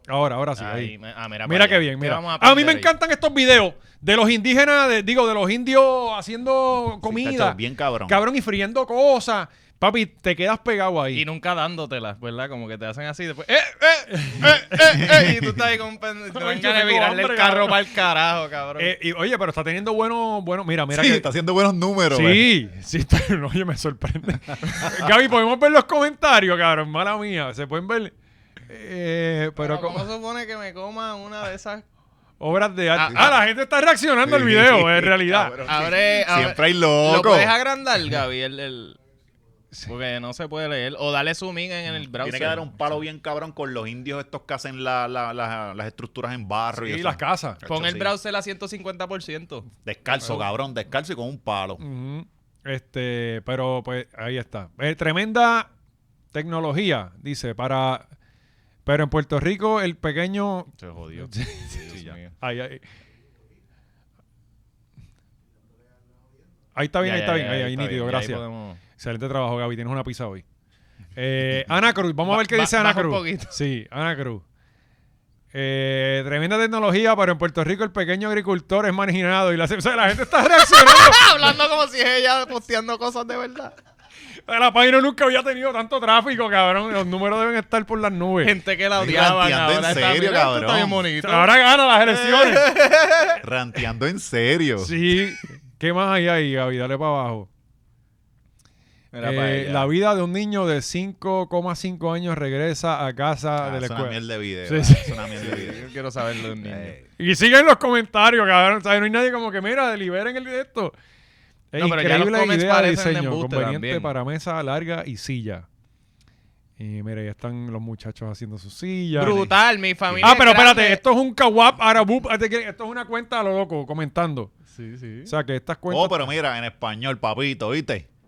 [SPEAKER 2] Ahora, ahora sí. ahí.
[SPEAKER 4] Ahí, me- ah, mira, para
[SPEAKER 2] Mira qué
[SPEAKER 4] allá.
[SPEAKER 2] bien,
[SPEAKER 4] ¿Qué
[SPEAKER 2] mira.
[SPEAKER 4] vamos
[SPEAKER 2] A mí
[SPEAKER 4] aprender
[SPEAKER 2] me
[SPEAKER 4] ahí?
[SPEAKER 2] encantan estos videos de los indígenas, de- digo, de los indios haciendo comida,
[SPEAKER 3] Comida. Bien cabrón.
[SPEAKER 2] cabrón, y friendo cosas. Papi, te quedas pegado ahí.
[SPEAKER 4] Y nunca dándotelas, ¿verdad? Como que te hacen así después. ¡Eh, eh, eh, eh, eh! Y tú estás ahí con un pendejo. Te dan
[SPEAKER 2] Ay, yo
[SPEAKER 4] ganas de
[SPEAKER 2] tengo
[SPEAKER 4] virarle el
[SPEAKER 2] hambre,
[SPEAKER 4] carro
[SPEAKER 2] cabrón.
[SPEAKER 4] para el carajo, cabrón.
[SPEAKER 2] Eh, y, oye, pero está teniendo buenos, buenos, mira, mira
[SPEAKER 3] Mira que
[SPEAKER 2] que
[SPEAKER 3] está haciendo buenos números. ¿eh?
[SPEAKER 2] Sí, sí, pero oye, me sorprende. Gaby, podemos ver los comentarios, cabrón, mala mía. Se pueden ver eh, pero
[SPEAKER 4] pero
[SPEAKER 2] como
[SPEAKER 4] ¿cómo supone que me coma una de esas?
[SPEAKER 2] obras de arte.
[SPEAKER 4] Ah,
[SPEAKER 2] Ah, la gente está reaccionando al video, en realidad.
[SPEAKER 3] Cabrón.
[SPEAKER 4] Abre, abre-
[SPEAKER 3] Siempre hay
[SPEAKER 4] ¿Lo
[SPEAKER 3] loco.
[SPEAKER 4] puedes agrandar, Gaby? El, el- Porque no se puede leer. O darle zoom in en el browser.
[SPEAKER 3] Tiene que dar un palo bien cabrón con los indios estos que hacen la- la- la- las estructuras en barro y
[SPEAKER 2] Y
[SPEAKER 3] eso.
[SPEAKER 2] las casas.
[SPEAKER 4] Pon el
[SPEAKER 3] Sí.
[SPEAKER 4] browser a 150%.
[SPEAKER 3] Descalzo, cabrón, descalzo y con un palo.
[SPEAKER 2] Ujú. Este, pero pues ahí está. Eh, tremenda tecnología, dice, para. Pero en Puerto Rico, el pequeño.
[SPEAKER 4] Se jodió.
[SPEAKER 2] Ahí, ahí. Ahí está bien, ahí está bien, ahí, ahí nítido, gracias. Excelente trabajo, Gaby. Tienes una pizza hoy. Eh, Ana Cruz, vamos a ver qué
[SPEAKER 4] Ba-
[SPEAKER 2] dice
[SPEAKER 4] ba-
[SPEAKER 2] Ana
[SPEAKER 4] baja un
[SPEAKER 2] Cruz.
[SPEAKER 4] poquito.
[SPEAKER 2] Sí, Ana Cruz. Eh, tremenda tecnología, pero en Puerto Rico el pequeño agricultor es marginado y la, o sea, la gente está reaccionando.
[SPEAKER 4] Hablando como si es ella posteando cosas de verdad.
[SPEAKER 2] la página nunca había tenido tanto tráfico, cabrón. Los números deben estar por las nubes.
[SPEAKER 4] Gente que la
[SPEAKER 3] Sí,
[SPEAKER 4] odiaban
[SPEAKER 3] ranteando en
[SPEAKER 4] ahora. está,
[SPEAKER 3] serio,
[SPEAKER 4] mira, esto
[SPEAKER 3] cabrón.
[SPEAKER 4] Está bien bonito.
[SPEAKER 2] Ahora gana las elecciones.
[SPEAKER 3] Ranteando en serio.
[SPEAKER 2] Sí. ¿Qué más hay ahí, Gaby? Dale para abajo.
[SPEAKER 4] Mira
[SPEAKER 2] Eh,
[SPEAKER 4] pa' allá.
[SPEAKER 2] la vida de un niño de 5,5 años regresa a casa
[SPEAKER 3] Ah,
[SPEAKER 2] de la
[SPEAKER 3] es una
[SPEAKER 2] escuela.
[SPEAKER 3] mierda de video.
[SPEAKER 2] Sí,
[SPEAKER 3] ah,
[SPEAKER 2] sí.
[SPEAKER 3] Es una mierda de video.
[SPEAKER 4] Yo quiero saberlo de un niño.
[SPEAKER 3] Eh,
[SPEAKER 2] Y siguen los comentarios, cabrón. ¿sabes? No hay nadie como que, mira, liberen el esto. Es
[SPEAKER 4] No, pero ya los
[SPEAKER 2] increíble
[SPEAKER 4] comments
[SPEAKER 2] idea de
[SPEAKER 4] parecen de
[SPEAKER 2] diseño,
[SPEAKER 4] embuste
[SPEAKER 2] conveniente
[SPEAKER 4] también.
[SPEAKER 2] para mesa larga y silla. Y mira, ya están los muchachos haciendo sus sillas.
[SPEAKER 4] Brutal, mi familia.
[SPEAKER 2] Ah, pero
[SPEAKER 4] es grande.
[SPEAKER 2] espérate, esto es un kawap arabup, este que- esto es una cuenta a lo loco, comentando.
[SPEAKER 4] Sí, sí.
[SPEAKER 2] O sea, que estas cuentas...
[SPEAKER 3] Oh, pero mira, en español, papito, ¿viste?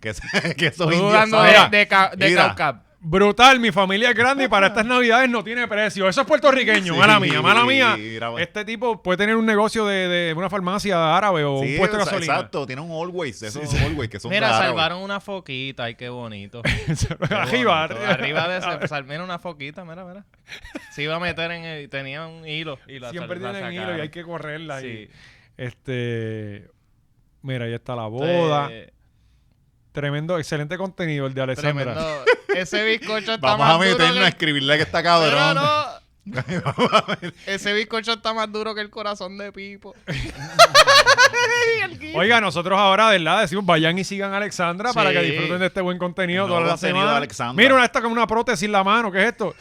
[SPEAKER 3] Que, que esos
[SPEAKER 4] Estoy
[SPEAKER 3] indios
[SPEAKER 4] dudando
[SPEAKER 3] saben.
[SPEAKER 4] de, de, ca- de
[SPEAKER 3] Mira,
[SPEAKER 4] Caucap.
[SPEAKER 2] Brutal, mi familia es grande y para estas navidades no tiene precio. Eso es puertorriqueño,
[SPEAKER 3] Sí,
[SPEAKER 2] mala mía, mala mía.
[SPEAKER 3] mira, bueno.
[SPEAKER 2] Este tipo puede tener un negocio de, de una farmacia árabe o
[SPEAKER 3] Sí,
[SPEAKER 2] un puesto de
[SPEAKER 3] exa-
[SPEAKER 2] gasolina.
[SPEAKER 3] Exacto, tiene un always, esos always que son
[SPEAKER 4] Mira,
[SPEAKER 3] raros.
[SPEAKER 4] salvaron una foquita, ay, qué bonito. Qué
[SPEAKER 2] arriba,
[SPEAKER 4] bonito.
[SPEAKER 2] arriba.
[SPEAKER 4] Arriba de ese, pues, al menos una foquita, mira, mira. Se iba a meter en el, tenía un hilo y la
[SPEAKER 2] Siempre
[SPEAKER 4] sal- la
[SPEAKER 2] tienen hilo
[SPEAKER 4] sacaron.
[SPEAKER 2] y hay que correrla.
[SPEAKER 4] Sí.
[SPEAKER 2] y- este, mira, ahí está la boda.
[SPEAKER 4] Eh,
[SPEAKER 2] Tremendo, excelente contenido el de Alessandra.
[SPEAKER 4] tremendo. Ese bizcocho está
[SPEAKER 3] Vamos
[SPEAKER 4] más
[SPEAKER 3] a meternos
[SPEAKER 4] duro
[SPEAKER 3] a
[SPEAKER 4] que-
[SPEAKER 3] escribirle que está
[SPEAKER 4] Pero
[SPEAKER 3] cabrón. Ah,
[SPEAKER 2] Ah,
[SPEAKER 4] no. Ese bizcocho está más duro que el corazón de Pipo.
[SPEAKER 2] Oiga, nosotros ahora, ¿verdad? Decimos, vayan y sigan a Alexandra para
[SPEAKER 4] Sí.
[SPEAKER 2] que disfruten de este buen contenido toda
[SPEAKER 3] Nuevo
[SPEAKER 2] la
[SPEAKER 3] contenido
[SPEAKER 2] semana.
[SPEAKER 3] de Alexandra.
[SPEAKER 2] Mira, una esta con una prótesis en la mano, ¿qué es esto?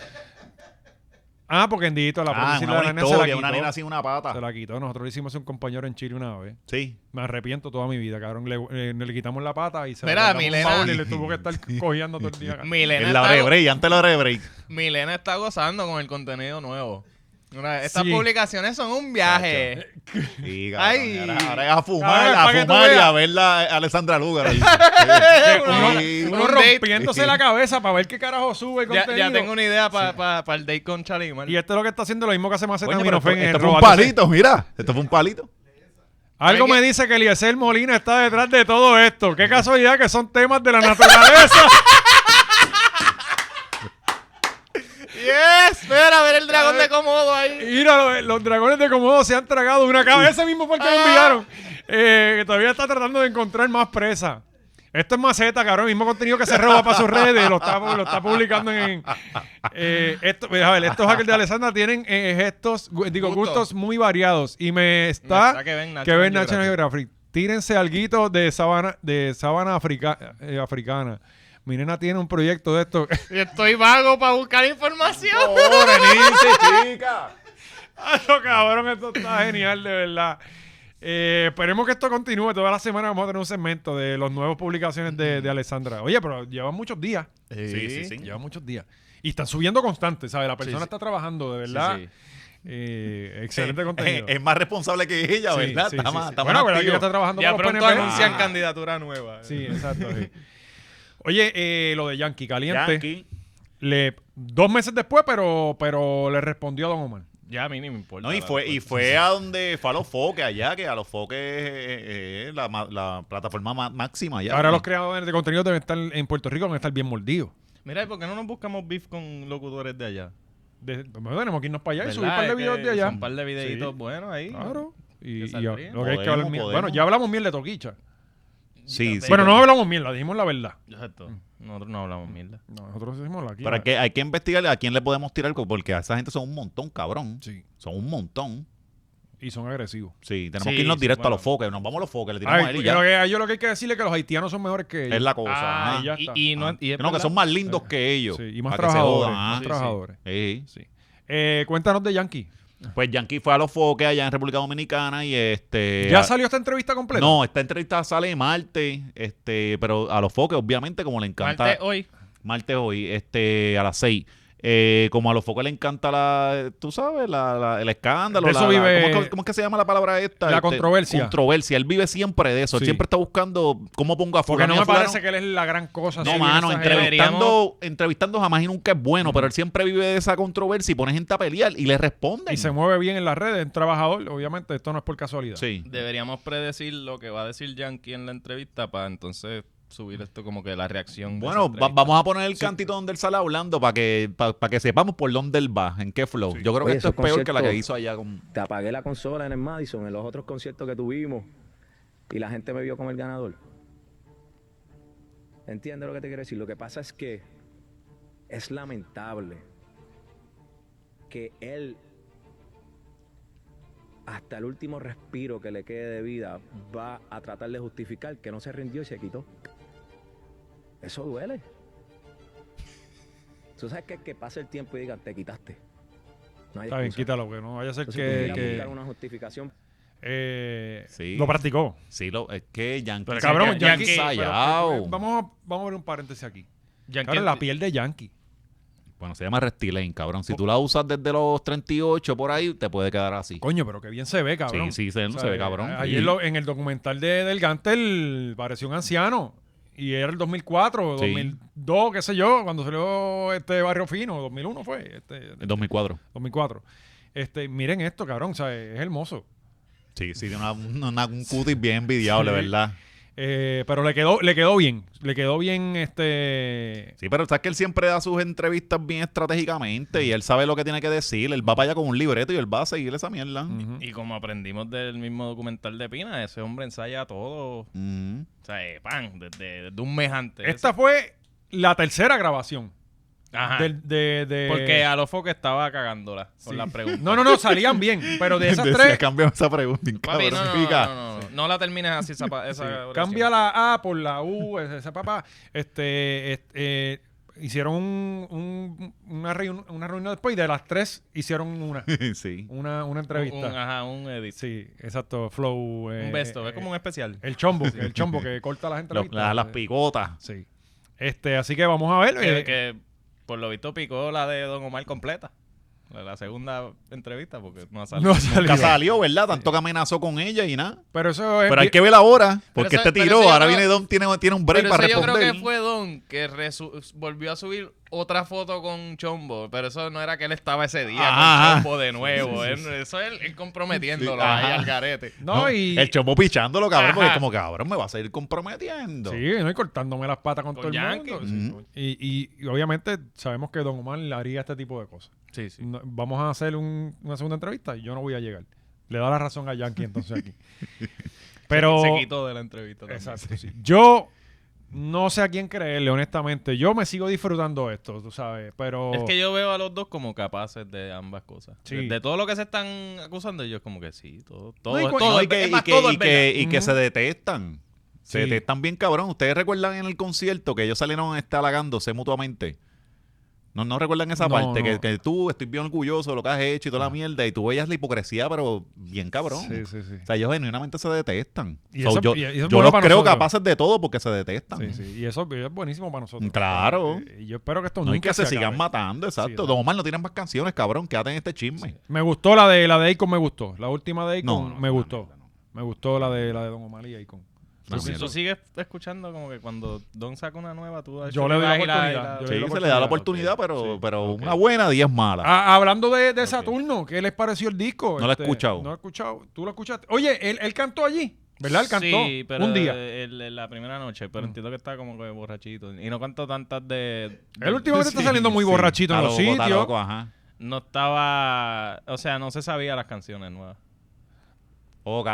[SPEAKER 2] Ah, porque endito, la
[SPEAKER 3] Ah,
[SPEAKER 2] prótesis
[SPEAKER 3] una
[SPEAKER 2] de la
[SPEAKER 3] buena
[SPEAKER 2] nena se la
[SPEAKER 3] historia,
[SPEAKER 2] quitó.
[SPEAKER 3] una nena sin una
[SPEAKER 2] Se
[SPEAKER 3] pata.
[SPEAKER 2] la quitó. Nosotros le hicimos a un compañero en Chile una vez.
[SPEAKER 3] Sí.
[SPEAKER 2] Me arrepiento toda mi vida, cabrón. Le, eh, le quitamos la pata y se
[SPEAKER 4] Mira,
[SPEAKER 2] la
[SPEAKER 4] Milena.
[SPEAKER 2] y le tuvo que estar cojeando todo el día.
[SPEAKER 4] Milena
[SPEAKER 3] En la
[SPEAKER 4] está,
[SPEAKER 3] hora
[SPEAKER 4] go-
[SPEAKER 3] break, antes de la hora break.
[SPEAKER 4] Milena está gozando con el contenido nuevo. Mira, estas
[SPEAKER 2] Sí.
[SPEAKER 4] publicaciones son un viaje.
[SPEAKER 3] Sí,
[SPEAKER 4] Ay.
[SPEAKER 3] cabrón, Ahora, ahora es a fumar,
[SPEAKER 2] Cabrón, para que
[SPEAKER 3] a
[SPEAKER 2] tú
[SPEAKER 3] fumar y
[SPEAKER 2] veas.
[SPEAKER 3] a verla a Alessandra Lugar. Sí.
[SPEAKER 2] Uno,
[SPEAKER 3] Sí.
[SPEAKER 2] uno
[SPEAKER 4] Un date.
[SPEAKER 2] rompiéndose la cabeza para ver qué carajo sube el
[SPEAKER 4] Ya,
[SPEAKER 2] contenido.
[SPEAKER 4] ya tengo una idea para el date con Chalimar.
[SPEAKER 2] Y esto es lo que está haciendo lo mismo que hace más
[SPEAKER 3] Coño, pero esto,
[SPEAKER 2] en el
[SPEAKER 3] esto fue un
[SPEAKER 2] Robato.
[SPEAKER 3] palito, mira. Esto fue un palito.
[SPEAKER 2] Algo
[SPEAKER 4] Hay que-
[SPEAKER 2] me dice que Eliezer Molina está detrás de todo esto. Qué casualidad que son temas de la naturaleza.
[SPEAKER 4] Yes, espera, a ver el dragón de Komodo ahí.
[SPEAKER 2] Mira, lo- los dragones de Komodo se han tragado una cabeza mismo porque
[SPEAKER 4] Ah.
[SPEAKER 2] lo enviaron. Eh, que todavía está tratando de encontrar más presa. Esto es maceta, cabrón. El mismo contenido que se roba para sus redes. Lo está, lo está publicando en. eh, esto, a ver, estos hackers de Alessandra tienen eh, gestos, gu- digo,
[SPEAKER 4] Gustos.
[SPEAKER 2] gustos muy variados. Y me está.
[SPEAKER 4] está que ven
[SPEAKER 2] que ven
[SPEAKER 4] National
[SPEAKER 2] National Geographic. Tírense alguito de sabana, de sabana africa- eh, africana. Mi nena tiene un proyecto de esto.
[SPEAKER 4] Y estoy vago para buscar información.
[SPEAKER 3] chica!
[SPEAKER 2] Ah, no, cabrón, esto está genial, de verdad. Eh, esperemos que esto continúe. Toda la semana vamos a tener un segmento de las nuevas publicaciones de, de Alessandra. Oye, pero llevan muchos días.
[SPEAKER 3] Sí, sí, sí.
[SPEAKER 2] Llevan muchos días. Y están subiendo constante, ¿sabes? La persona
[SPEAKER 3] sí.
[SPEAKER 2] está trabajando, de verdad.
[SPEAKER 4] sí.
[SPEAKER 2] Eh, excelente
[SPEAKER 3] Eh,
[SPEAKER 2] contenido.
[SPEAKER 3] Es más responsable que ella,
[SPEAKER 2] Sí,
[SPEAKER 3] ¿verdad?
[SPEAKER 2] sí,
[SPEAKER 3] está
[SPEAKER 2] sí,
[SPEAKER 3] más,
[SPEAKER 2] sí.
[SPEAKER 3] está
[SPEAKER 2] Bueno,
[SPEAKER 3] más
[SPEAKER 2] pero aquí
[SPEAKER 3] activo.
[SPEAKER 2] que está trabajando
[SPEAKER 4] Ya
[SPEAKER 2] con los
[SPEAKER 4] pronto
[SPEAKER 2] PNP.
[SPEAKER 4] anuncian
[SPEAKER 2] Ah,
[SPEAKER 4] candidatura nueva.
[SPEAKER 2] Sí, exacto. sí. Oye, eh, lo de Yankee Caliente.
[SPEAKER 3] Yankee.
[SPEAKER 2] Le, dos meses después, pero, pero le respondió a Don Omar.
[SPEAKER 4] Ya a mí ni me importa.
[SPEAKER 3] No, y
[SPEAKER 4] la
[SPEAKER 3] fue, y
[SPEAKER 2] pues,
[SPEAKER 4] respuesta.
[SPEAKER 3] fue a donde fue a los foques allá, que a los foques eh, eh, la, ma- la plataforma ma- máxima allá.
[SPEAKER 2] Ahora los creadores de contenido deben estar en Puerto Rico, deben estar bien mordidos.
[SPEAKER 4] Mira, ¿y por qué no nos buscamos beef con locutores de allá?
[SPEAKER 2] De- Mejor tenemos que irnos para allá y
[SPEAKER 4] ¿Verdad?
[SPEAKER 2] subir un par de
[SPEAKER 4] Es
[SPEAKER 2] videos
[SPEAKER 4] que
[SPEAKER 2] de allá.
[SPEAKER 4] son Un par de videitos buenos ahí.
[SPEAKER 2] Claro. Y,
[SPEAKER 4] Que
[SPEAKER 2] y
[SPEAKER 4] saldrían.
[SPEAKER 2] lo que hay que
[SPEAKER 3] Podemos,
[SPEAKER 2] hablar mierda.
[SPEAKER 3] podemos.
[SPEAKER 2] Bueno, ya hablamos mierda de Toquicha.
[SPEAKER 3] Sí, sí.
[SPEAKER 2] bueno,
[SPEAKER 3] pero-
[SPEAKER 2] no hablamos mierda, dijimos la verdad.
[SPEAKER 4] Exacto. Nosotros no hablamos mierda.
[SPEAKER 2] No, nosotros dijimos la aquí.
[SPEAKER 3] Pero hay que, hay que investigar a quién le podemos tirar, porque a esa gente son un montón, cabrón.
[SPEAKER 2] Sí.
[SPEAKER 3] Son un montón.
[SPEAKER 2] Y son agresivos.
[SPEAKER 3] Sí, tenemos
[SPEAKER 4] Sí,
[SPEAKER 3] que irnos
[SPEAKER 4] sí,
[SPEAKER 3] directo a los
[SPEAKER 4] bueno.
[SPEAKER 3] foques. Nos vamos a los foques, le tiramos
[SPEAKER 2] Ay,
[SPEAKER 3] a él y
[SPEAKER 2] yo lo
[SPEAKER 3] ya.
[SPEAKER 2] que, yo lo que hay que decirle es que los haitianos son mejores que ellos.
[SPEAKER 3] Es la cosa.
[SPEAKER 4] Ah,
[SPEAKER 3] ajá.
[SPEAKER 2] y ya
[SPEAKER 4] y-
[SPEAKER 2] está.
[SPEAKER 4] y no, y es
[SPEAKER 3] no, que
[SPEAKER 4] verdad.
[SPEAKER 3] son más lindos que ellos.
[SPEAKER 2] Sí, y más
[SPEAKER 3] Para que se jodan, ¿ah?
[SPEAKER 2] trabajadores.
[SPEAKER 3] ajá.
[SPEAKER 2] Más
[SPEAKER 4] Sí,
[SPEAKER 2] trabajadores.
[SPEAKER 4] sí.
[SPEAKER 3] Sí.
[SPEAKER 2] Sí. Eh, cuéntanos de Yankee.
[SPEAKER 3] Pues Yankee fue a los foques allá en República Dominicana y este.
[SPEAKER 2] ¿Ya
[SPEAKER 3] a-
[SPEAKER 2] salió esta entrevista completa?
[SPEAKER 3] No, esta entrevista sale martes, este, pero a los foques, obviamente, como le encanta.
[SPEAKER 4] Martes hoy.
[SPEAKER 3] martes hoy, este, a las 6. como a los focos le encanta la, tú sabes, la, la- el escándalo.
[SPEAKER 2] De eso
[SPEAKER 3] la- la-
[SPEAKER 2] vive-
[SPEAKER 3] ¿cómo, es que- cómo es que se llama la palabra esta?
[SPEAKER 2] La
[SPEAKER 3] Este,
[SPEAKER 2] controversia.
[SPEAKER 3] Controversia. Él vive siempre de eso. Él
[SPEAKER 2] Sí.
[SPEAKER 3] siempre está buscando cómo pongo a
[SPEAKER 2] Porque no
[SPEAKER 3] fulano y a
[SPEAKER 2] me
[SPEAKER 3] fulano.
[SPEAKER 2] parece que él es la gran cosa.
[SPEAKER 3] No,
[SPEAKER 2] así,
[SPEAKER 3] mano,
[SPEAKER 2] esa
[SPEAKER 4] entrevista.
[SPEAKER 2] gente.
[SPEAKER 3] entrevistando, entrevistando jamás y nunca es bueno, pero él siempre vive de esa controversia y pone gente a pelear y le responde.
[SPEAKER 2] Y se mueve bien en las redes, es trabajador. Obviamente, esto no es por casualidad.
[SPEAKER 3] Sí.
[SPEAKER 4] Deberíamos predecir lo que va a decir Yankee en la entrevista para entonces subir esto como que la reacción. de esa
[SPEAKER 3] Bueno, va-
[SPEAKER 4] entrevista.
[SPEAKER 3] vamos a poner el cantito donde él sale hablando para que, pa- pa' que sepamos por dónde él va, en qué flow. Yo creo que
[SPEAKER 7] Oye,
[SPEAKER 3] esto es
[SPEAKER 7] esos
[SPEAKER 3] peor que la que
[SPEAKER 7] conciertos-
[SPEAKER 3] hizo allá con...
[SPEAKER 7] Te apagué la consola en el Madison, en los otros conciertos que tuvimos, y la gente me vio como el ganador. Entiendo lo que te quiero decir. Lo que pasa es que es lamentable que él, hasta el último respiro que le quede de vida, va a tratar de justificar que no se rindió y se quitó. Eso duele. Tú sabes que, que pasa el tiempo y digan, te quitaste. No hay
[SPEAKER 2] Está bien,
[SPEAKER 7] excusa.
[SPEAKER 2] quítalo, que no vaya a ser
[SPEAKER 7] Entonces,
[SPEAKER 2] que,
[SPEAKER 7] pudiera
[SPEAKER 2] que,
[SPEAKER 7] buscar una justificación
[SPEAKER 2] eh,
[SPEAKER 3] Sí.
[SPEAKER 2] lo practicó.
[SPEAKER 3] Sí, lo, es que Yankee.
[SPEAKER 2] Pero,
[SPEAKER 3] se
[SPEAKER 2] cabrón,
[SPEAKER 3] quedó
[SPEAKER 2] Yankee.
[SPEAKER 3] ensayado.
[SPEAKER 2] pero, eh, vamos, a, vamos a ver un paréntesis aquí.
[SPEAKER 4] Yankee-
[SPEAKER 2] Claro, la piel de Yankee.
[SPEAKER 3] Bueno, se llama Restilane, cabrón. Si tú la usas desde los 38 por ahí, te puede quedar así.
[SPEAKER 2] Coño, pero que bien se ve, cabrón.
[SPEAKER 3] Sí, sí, se,
[SPEAKER 2] O sea,
[SPEAKER 3] se ve
[SPEAKER 2] eh,
[SPEAKER 3] cabrón.
[SPEAKER 2] Ayer
[SPEAKER 3] Sí.
[SPEAKER 2] lo- en el documental de, del Gantel pareció un anciano. Y era el 2004,
[SPEAKER 3] Sí.
[SPEAKER 2] 2002, qué sé yo, cuando salió este Barrio Fino, 2001 fue, este,
[SPEAKER 3] En 2004.
[SPEAKER 2] 2004. Este, miren esto, cabrón, o sea, es hermoso.
[SPEAKER 3] Sí, sí, tiene una, una- un cutis bien envidiable,
[SPEAKER 2] Sí.
[SPEAKER 3] ¿verdad?
[SPEAKER 2] Eh, pero le quedó, le quedó bien, le quedó bien este...
[SPEAKER 3] Sí, pero sabes que él siempre da sus entrevistas bien estratégicamente y él sabe lo que tiene que decir. Él va para allá con un libreto y él va a seguir esa mierda.
[SPEAKER 2] Ujú.
[SPEAKER 4] Y como aprendimos del mismo documental de Pina, ese hombre ensaya todo, o
[SPEAKER 3] Ujú.
[SPEAKER 4] sea, eh, pan, desde, desde un mes antes.
[SPEAKER 2] Esta fue la tercera grabación.
[SPEAKER 4] Ajá.
[SPEAKER 2] del- de, de-
[SPEAKER 4] Ah. Porque Alofo que estaba cagándola con las preguntas.
[SPEAKER 2] No, no, no, salían bien, pero de esas
[SPEAKER 3] Decía,
[SPEAKER 2] tres,
[SPEAKER 3] cambia esa pregunta.
[SPEAKER 4] Papi, no, no, no,
[SPEAKER 3] cabrón.
[SPEAKER 4] no, no, no. No la termines así esa, pa- esa oración.
[SPEAKER 2] Cambia la A por la U, ese, ese papá. Este, este, eh, hicieron un- un- una, reunión, una reunión después y de las tres hicieron una,
[SPEAKER 3] sí.
[SPEAKER 2] una, una
[SPEAKER 4] Un- un-
[SPEAKER 2] entrevista.
[SPEAKER 4] ajá, un edit.
[SPEAKER 2] sí, exacto, Flow. eh,
[SPEAKER 4] un besto.
[SPEAKER 2] eh,
[SPEAKER 4] es como un especial.
[SPEAKER 2] El chombo, el chombo que corta las
[SPEAKER 3] Lo-
[SPEAKER 2] entrevistas.
[SPEAKER 3] la-
[SPEAKER 4] eh.
[SPEAKER 3] las picotas.
[SPEAKER 2] Sí. Este, así que vamos a ver.
[SPEAKER 4] que,
[SPEAKER 2] eh,
[SPEAKER 4] que, por lo visto picó la de Don Omar completa. La, la segunda entrevista, porque no ha salido.
[SPEAKER 2] no salió.
[SPEAKER 3] Nunca salió, ¿verdad? Tanto que amenazó con ella y nada.
[SPEAKER 2] Pero eso es.
[SPEAKER 3] Pero hay que ver ahora, porque
[SPEAKER 4] Pero eso-
[SPEAKER 3] este
[SPEAKER 4] pero
[SPEAKER 3] tiró.
[SPEAKER 4] eso yo
[SPEAKER 3] Ahora
[SPEAKER 4] creo-
[SPEAKER 3] viene Dom, tiene, tiene un break
[SPEAKER 4] Pero
[SPEAKER 3] para
[SPEAKER 4] eso yo creo
[SPEAKER 3] responder.
[SPEAKER 4] que fue Don que resu- volvió a subir otra foto con Chombo, pero eso no era que él estaba ese día
[SPEAKER 3] Ajá.
[SPEAKER 4] con Chombo de nuevo. él- Eso es él, él
[SPEAKER 3] Sí,
[SPEAKER 4] comprometiéndolo ahí
[SPEAKER 3] ajá.
[SPEAKER 4] al garete.
[SPEAKER 2] No, y.
[SPEAKER 3] El chombo pichándolo, cabrón, porque
[SPEAKER 4] Ajá.
[SPEAKER 3] es como cabrón, me va a seguir comprometiendo.
[SPEAKER 2] Sí, ¿no? y cortándome las patas con,
[SPEAKER 4] Con
[SPEAKER 2] todo el
[SPEAKER 4] Yankee.
[SPEAKER 2] mundo. Sí,
[SPEAKER 3] Ujú.
[SPEAKER 2] con- y, y- y obviamente sabemos que Don Omar haría este tipo de cosas.
[SPEAKER 4] Sí,
[SPEAKER 2] No- vamos a hacer un- una segunda entrevista y yo no voy a llegar. Le da la razón a Yankee entonces aquí. Pero
[SPEAKER 4] Se quitó de la entrevista. también.
[SPEAKER 2] Exacto, sí. yo no sé a quién creerle, honestamente. Yo me sigo disfrutando esto, tú sabes, pero
[SPEAKER 4] Es que yo veo a los dos como capaces de ambas cosas.
[SPEAKER 2] Sí.
[SPEAKER 4] De, de todo lo que se están acusando, ellos como que sí, todo, todo,
[SPEAKER 2] Pues, No, y cu-
[SPEAKER 4] todo
[SPEAKER 3] No,
[SPEAKER 4] es
[SPEAKER 3] y que,
[SPEAKER 4] es
[SPEAKER 3] y
[SPEAKER 4] más,
[SPEAKER 3] que-
[SPEAKER 4] todo
[SPEAKER 3] y
[SPEAKER 4] es
[SPEAKER 3] que-
[SPEAKER 4] verdad.
[SPEAKER 3] y que se detestan. Se
[SPEAKER 2] Sí.
[SPEAKER 3] detestan bien, cabrón. ¿Ustedes recuerdan en el concierto que ellos salieron este, halagándose mutuamente? No, no recuerdan esa
[SPEAKER 2] No,
[SPEAKER 3] parte, Que,
[SPEAKER 2] no. Ah.
[SPEAKER 3] que tú estoy bien orgulloso de lo que has hecho y toda la mierda, y tú veías la hipocresía, pero bien cabrón.
[SPEAKER 2] Sí, sí, sí.
[SPEAKER 3] O sea, ellos genuinamente se detestan.
[SPEAKER 2] Y
[SPEAKER 3] So,
[SPEAKER 2] eso-
[SPEAKER 3] yo
[SPEAKER 2] y eso es
[SPEAKER 3] yo
[SPEAKER 2] bueno
[SPEAKER 3] los
[SPEAKER 2] para
[SPEAKER 3] creo
[SPEAKER 2] nosotros.
[SPEAKER 3] capaces de todo porque se detestan.
[SPEAKER 2] Sí, sí. Y eso es buenísimo para nosotros.
[SPEAKER 3] Claro.
[SPEAKER 2] Y yo espero que esto
[SPEAKER 3] No hay
[SPEAKER 2] nunca
[SPEAKER 3] que se, sigan
[SPEAKER 2] acabe.
[SPEAKER 3] matando, exacto.
[SPEAKER 2] Sí,
[SPEAKER 3] Don Omar no tienen más canciones, cabrón. Quédate en este chisme.
[SPEAKER 2] Me gustó la de la de Akon, me gustó. La última de Akon
[SPEAKER 3] No, no,
[SPEAKER 2] me
[SPEAKER 3] no,
[SPEAKER 2] gustó. Me gustó la de la de Don Omar y Akon.
[SPEAKER 3] Una
[SPEAKER 4] Tú, si-
[SPEAKER 3] mierda.
[SPEAKER 4] tú sigues escuchando como que cuando Don saca una nueva, tú...
[SPEAKER 2] Yo le doy la
[SPEAKER 4] y y
[SPEAKER 2] oportunidad, yo
[SPEAKER 3] Sí,
[SPEAKER 2] le doy la
[SPEAKER 3] se le da la oportunidad,
[SPEAKER 4] oportunidad, ok.
[SPEAKER 3] pero,
[SPEAKER 4] Sí,
[SPEAKER 3] pero
[SPEAKER 4] ok.
[SPEAKER 3] una buena, diez malas.
[SPEAKER 2] Ah, hablando de, de Saturno, ¿qué les pareció el disco? Este,
[SPEAKER 3] No lo he escuchado.
[SPEAKER 2] No lo he escuchado. ¿Tú lo escuchaste? Oye, él, él cantó allí, ¿verdad? Él cantó
[SPEAKER 4] Sí, pero
[SPEAKER 2] un día. Mm.
[SPEAKER 4] el- el- la primera noche, pero entiendo que está como que borrachito. Y no cantó tantas de...
[SPEAKER 2] Él últimamente está saliendo muy
[SPEAKER 3] Sí,
[SPEAKER 2] borrachito en
[SPEAKER 3] está
[SPEAKER 2] los
[SPEAKER 3] loco, está
[SPEAKER 2] sitios.
[SPEAKER 3] loco, ah. ajá.
[SPEAKER 4] No estaba... O sea, no se sabía las canciones nuevas.
[SPEAKER 3] Ok.